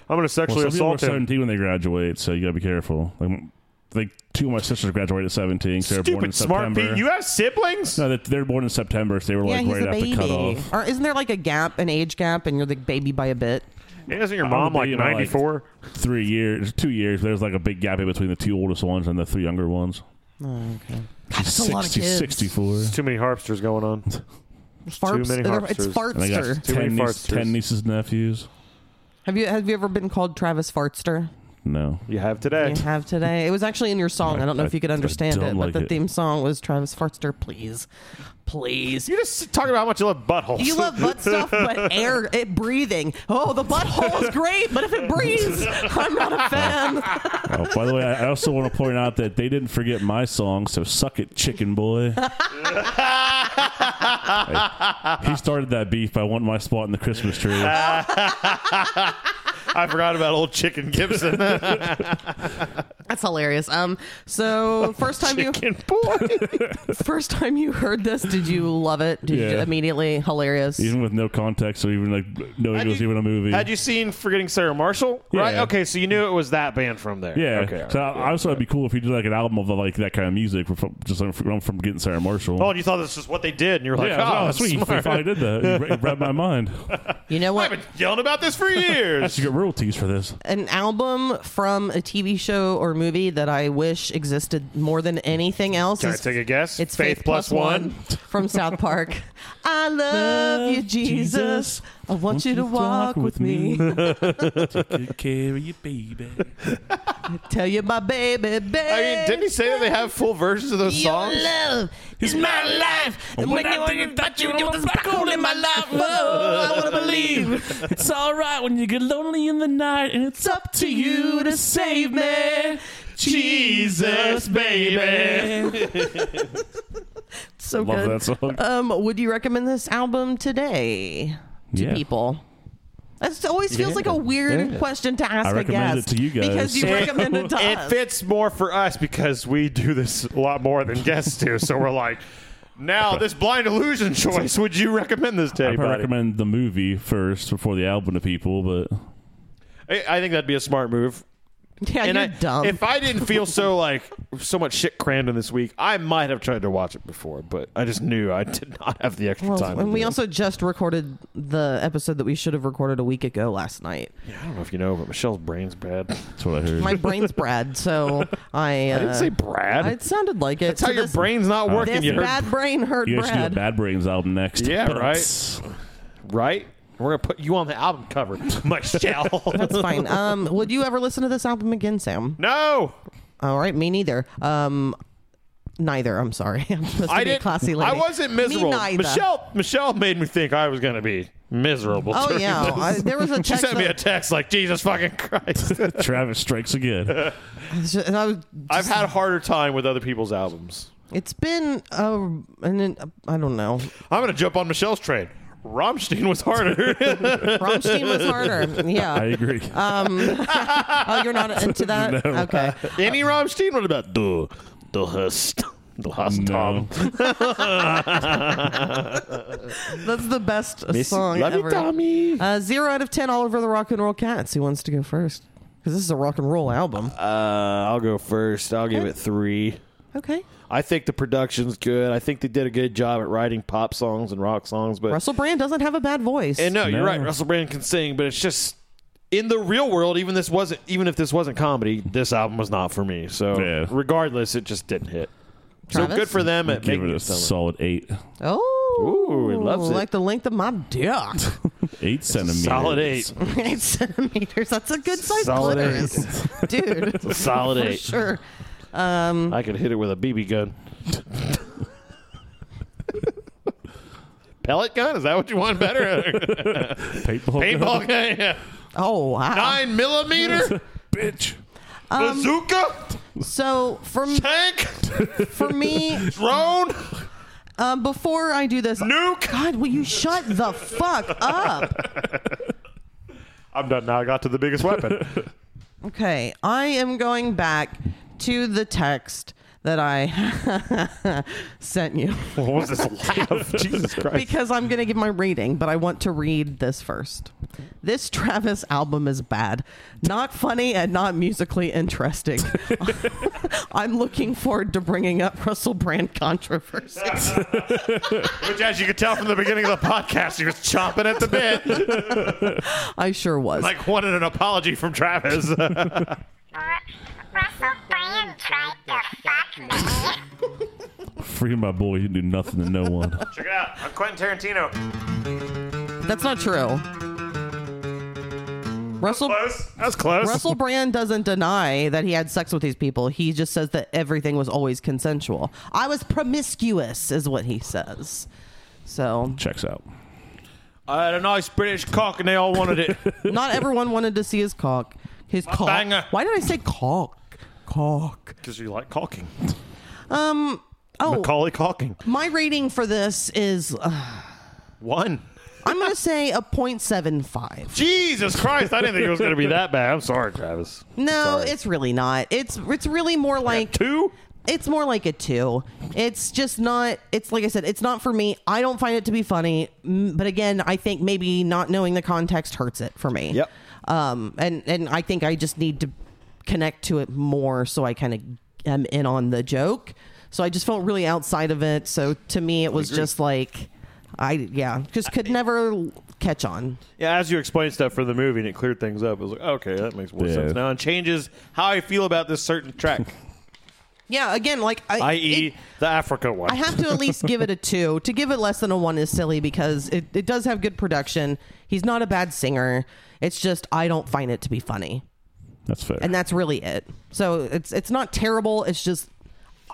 I'm gonna sexually well, some people are assault him. 17 when they graduate, so you gotta be careful. Like, m- like two of my sisters graduated at 17. so they were born in Stupid smart September. Pete. You have siblings? no, they, they were born in September, so they were yeah, like he's right a at the baby. cutoff. Or isn't there like a gap, an age gap, and you're the baby by a bit? Isn't your I'm mom a like baby, I'm like- 94? Three years, two years. There's like a big gap in between the two oldest ones and the three younger ones. That's a lot of 60, kids. 64. Too many harpsters going on. Farps, many they're- it's harpsters. And I got fartster. Too many 10, niece, farsters. 10 nieces and nephews. Have you have you ever been called Travis Fartster? No. You have today. you have today. It was actually in your song. I don't know if you could I- I understand don't it, like but the it. theme song was Travis Fartster. Please, please. You just talking about how much you love buttholes. You love butt stuff, but air, it breathing. Oh, the butthole is great, but if it breathes, I'm not a fan. Oh, by the way, I I also want to point out that they didn't forget my song, so suck it, chicken boy. Like, he started that beef by wanting my spot in the Christmas tree. I forgot about old Chicken Gibson. That's hilarious. Um, so first time you Chicken boy. first time you heard this, did you love it? Did you Yeah. immediately hilarious? even with no context or even like knowing it was you- even a movie. Had you seen Forgetting Sarah Marshall? Right. Yeah. Okay, so you knew it was that band from there. yeah, Okay. so I, I just thought it'd be cool if you did like an album of like that kind of music, from, just like, from, from getting Sarah Marshall. Oh, and you thought this was what they did, and you were like, yeah, I "Oh, was like, oh, sweet! You finally did that. You re- It read my mind. You know I've what? been yelling about this for years." You get royalties for this. An album from a TV show or movie that I wish existed more than anything else. Can I is- take a guess? It's Faith, Plus One, from South Park. I love, you, Jesus. Jesus. I want, you to walk with me. Take care of your baby. Tell you my baby, baby. I mean, didn't he say that they have full versions of those Your songs? love is my life. And when, when I you think think about about you, you, you're the I'm back sparkle in my life. Whoa, I want to believe It's all right when you get lonely in the night, and it's up to you to save me. Jesus, baby. So Love good. that song. Um, would you recommend this album today to Yeah. people? That always feels like a weird question to ask I a recommend guest it to you guys. because you It- recommend it to It us. fits more for us because we do this a lot more than guests do. So we're like, now this blind illusion choice. Would you recommend this to I probably anybody? recommend the movie first before the album to people, but I I think that'd be a smart move. yeah, you're I, dumb. If I didn't feel so like so much shit crammed in this week, I might have tried to watch it before, but I just knew I did not have the extra Well, time. to and do we it. also just recorded the episode that we should have recorded a week ago last night. I don't know if you know, but Michelle's brain's bad. that's what I heard. My brain's Brad, so I. Uh, I didn't say Brad. It sounded like it. That's how So your this- brain's not working. This you heard bad brain hurt you guys should do a Brad. Bad Brains album next. Yeah, But- right. right? We're gonna put you on the album cover, Michelle. That's fine. Um, would you ever listen to this album again, Sam? no, All right, me neither. Um, neither. I'm sorry. I'm supposed to I be a didn't. classy lady. I wasn't miserable. Me neither. Michelle, Michelle made me think I was gonna be miserable. Oh during yeah, this. I, there was a text. she sent me a that- text like, "Jesus fucking Christ." Travis strikes again. and I was. I've had a harder time with other people's albums. It's been uh, and then, I don't know. I'm gonna jump on Michelle's train. Rammstein was harder. Rammstein was harder. Yeah. I agree. Uh, oh, you're not into that. Okay. Any Rammstein would have been the the host. The host no. Tom. That's the best song Love you, ever. Tommy. Uh, zero out of ten all over the rock and roll cats. Who wants to go first? Because this is a rock and roll album. Uh, I'll go first. I'll give it three. okay. I think the production's good. I think they did a good job at writing pop songs and rock songs. But Russell Brand doesn't have a bad voice. and no, you're No. right. Russell Brand can sing, but it's just in the real world. Even this wasn't. Even if this wasn't comedy, this album was not for me. So Yeah. regardless, it just didn't hit. Travis? So good for them at Give making it a it summer. solid eight. Oh, Ooh, he loves it. like the length of my dick. Eight centimeters. solid eight. Eight centimeters. That's a good size Solid clitoris, dude. Solid For eight. sure. I could hit it with a BB gun. Pellet gun? Is that what you want better? Paintball. Paintball gun? Yeah. Oh wow. Nine millimeter? Bitch. Um, Bazooka? So from Tank? for me, Drone? um, before I do this, Nuke? God, will you shut the fuck up? I'm done now. I got to the biggest weapon. Okay, I am going back to the text that I sent you what was this laugh? Jesus Christ. because I'm going to give my rating, but I want to read this first. This Travis album is bad, not funny, and not musically interesting. I'm looking forward to bringing up Russell Brand controversy. Which, as you can tell from the beginning of the podcast, he was chomping at the bit I sure was. like wanted an apology from Travis. Ru- Russell Brand tried to fuck me. Free my boy. You do nothing to no one. Check it out. I'm Quentin Tarantino. That's not true. Russell That's close. Russell Brand doesn't deny that he had sex with these people. He just says that everything was always consensual. I was promiscuous, is what he says. So Checks out. I had a nice British cock and they all wanted it. not everyone wanted to see his cock. His cock. banger. Why did I say cock? Cock. Because you like caulking. Oh, Oh. Macaulay caulking. my rating for this is uh, One. I'm gonna say a 0.75. Jesus Christ, I didn't think it was going to be that bad. I'm sorry, Travis. No, it's really not. It's it's really more like Two? it's more like a two. It's just not. It's like I said. It's not for me. I don't find it to be funny. Mm, But again, I think maybe not knowing the context hurts it for me. Yep. Um. And and I think I just need to connect to it more, so I kind of am in on the joke. So I just felt really outside of it. So to me, it was just like, I yeah, just could never l- catch on. Yeah, as you explained stuff for the movie and it cleared things up, it was like, okay, that makes more Yeah. sense now and changes how I feel about this certain track, Yeah. Again, like I, E i.e., it- the Africa one. I have to at least give it a two. To give it less than a one is silly because it, it does have good production. He's not a bad singer. It's just I don't find it to be funny. That's fair. And that's really it. So it's it's not terrible, it's just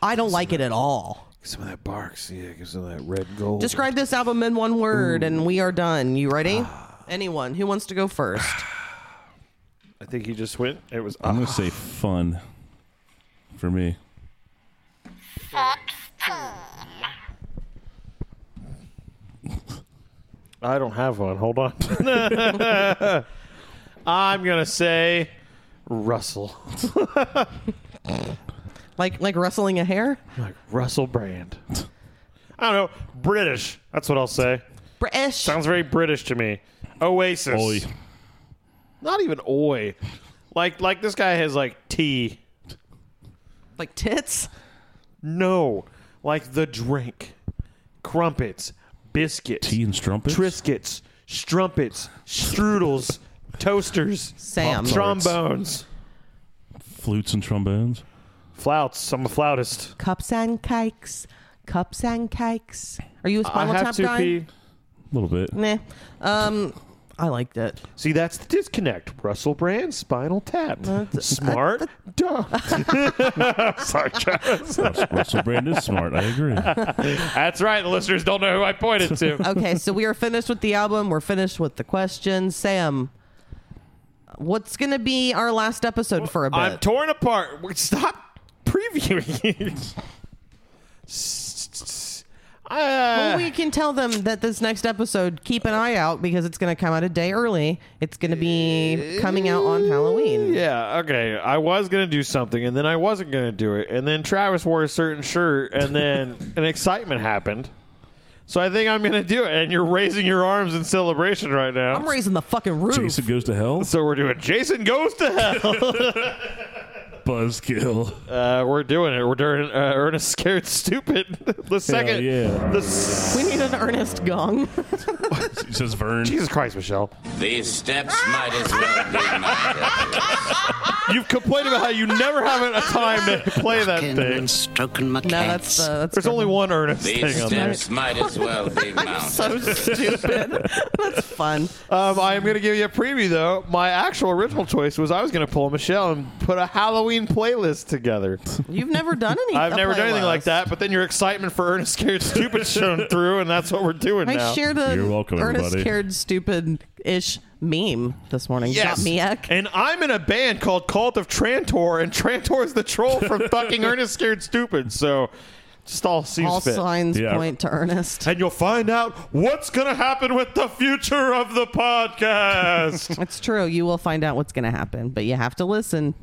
I don't like it at all. Some of that bark, see it gives them that red gold. Describe this album in one word and we are done. You ready? Anyone who wants to go first? I think he just went. It was. I'm gonna say fun for me. 16. I don't have one. Hold on. I'm gonna say Russell, Like like rustling a hair? like Russell Brand. I don't know. British. That's what I'll say. British. Sounds very British to me. Oasis. Oi. Not even oi. Like like this guy has like tea. like tits. No, like the drink, crumpets, biscuits, Tea and strumpets. triscuits, strumpets, strudels, toasters, Sam. trombones, Flutes and trombones. flouts. I'm a flautist. Cups and cakes. Cups and cakes. Are you a I spinal have tap to guy? pee. A little bit. Nah. Um, I liked it. See, that's the disconnect. Russell Brand, Spinal Tap, smart, dumb. Sorry, Travis. Russell Brand is smart. I agree. That's right. The listeners don't know who I pointed to. Okay, so we are finished with the album. We're finished with the questions. Sam, what's going to be our last episode for a bit? I'm torn apart. Stop previewing. it. Well, Uh, we can tell them that this next episode, keep an eye out because it's going to come out a day early. It's going to be coming out on Halloween. Yeah, okay. I was gonna do something, and then I wasn't gonna do it, and then Travis wore a certain shirt, and then an excitement happened. So I think I'm gonna do it, and you're raising your arms in celebration right now. I'm raising the fucking roof. Jason goes to hell. so we're doing Jason goes to hell. Buzzkill. uh, we're doing it. We're doing uh, Ernest scared stupid. the second, yeah. the s- We need an Ernest Gong. He says Vern. Jesus Christ, Michelle. These steps might as well be my You've complained about how you never have a time to play that thing. stroking my no, that's uh, that's There's only one Ernest These thing on there. steps might as well be mounted. so stupid. that's fun. Um, I am going to give you a preview, though. My actual original choice was I was going to pull Michelle and put a Halloween playlist together. You've never done anything. I've never done anything like that, but then your excitement for Ernest Scared Stupid shone through, and that's what we're doing I now. shared a You're welcome, Ernest everybody. Scared Stupid ish meme this morning. Yes. Dot Miak. And I'm in a band called Cult of Trantor, and Trantor is the troll from fucking Ernest Scared Stupid. So just all seems All fit. signs Yeah. point to Ernest. and you'll find out what's going to happen with the future of the podcast. It's true. You will find out what's going to happen, but you have to listen.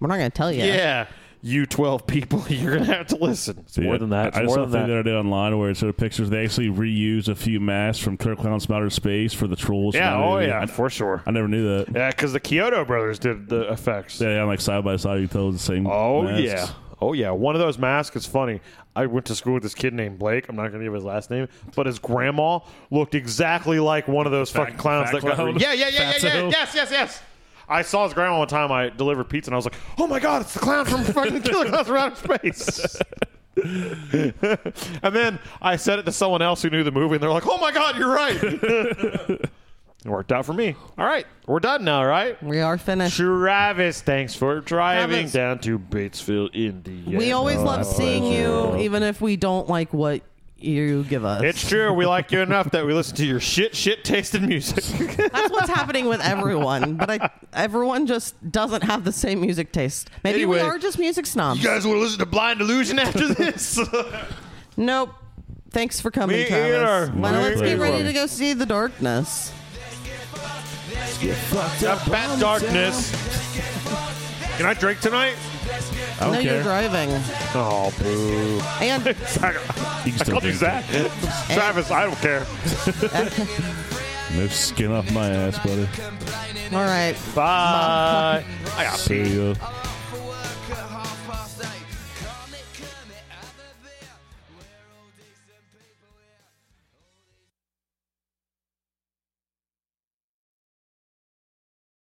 We're not going to tell you. yeah. You 12 people, you're going to have to listen. It's more Yeah. than that. It's I I more saw a than thing that. the other day online where instead of pictures, they actually reused a few masks from Killer Clowns from Outer Space for the trolls. Yeah, from Outer oh Space. yeah, for sure. I, I never knew that. Yeah, because the Kyoto brothers did the effects. They had like side by side. You told the same. Oh masks. yeah, oh yeah. One of those masks is funny. I went to school with this kid named Blake. I'm not going to give his last name, but his grandma looked exactly like one of those fucking clowns fat that got. clown? Re- yeah, yeah, yeah, yeah, Fatso? yeah. Yes, yes, yes. I saw his grandma one time. I delivered pizza, and I was like, "Oh my god, it's the clown from fucking Killer Clowns from Outer Space." and then I said it to someone else who knew the movie, and they're like, "Oh my god, you're right." it worked out for me. All right, we're done now, right? We are finished. Travis, thanks for driving Travis. down to Batesville, Indiana. we always love seeing you, even if we don't like what you give us. It's true. We like you enough that we listen to your shit, shit tasted music. That's what's happening with everyone, but I, everyone just doesn't have the same music taste. Maybe Anyway. we are just music snobs. guys want to listen to Blind Illusion after this? Nope. Thanks for coming, Me Travis. either. Well, Me let's get either. ready to go see the darkness. Bat darkness. Can I drink tonight? I don't no, care. you're driving. Oh, boo. And I You can still called you drink Zach. Travis, I don't care. it. No skin off my ass, buddy. all right. Bye. I got There you go.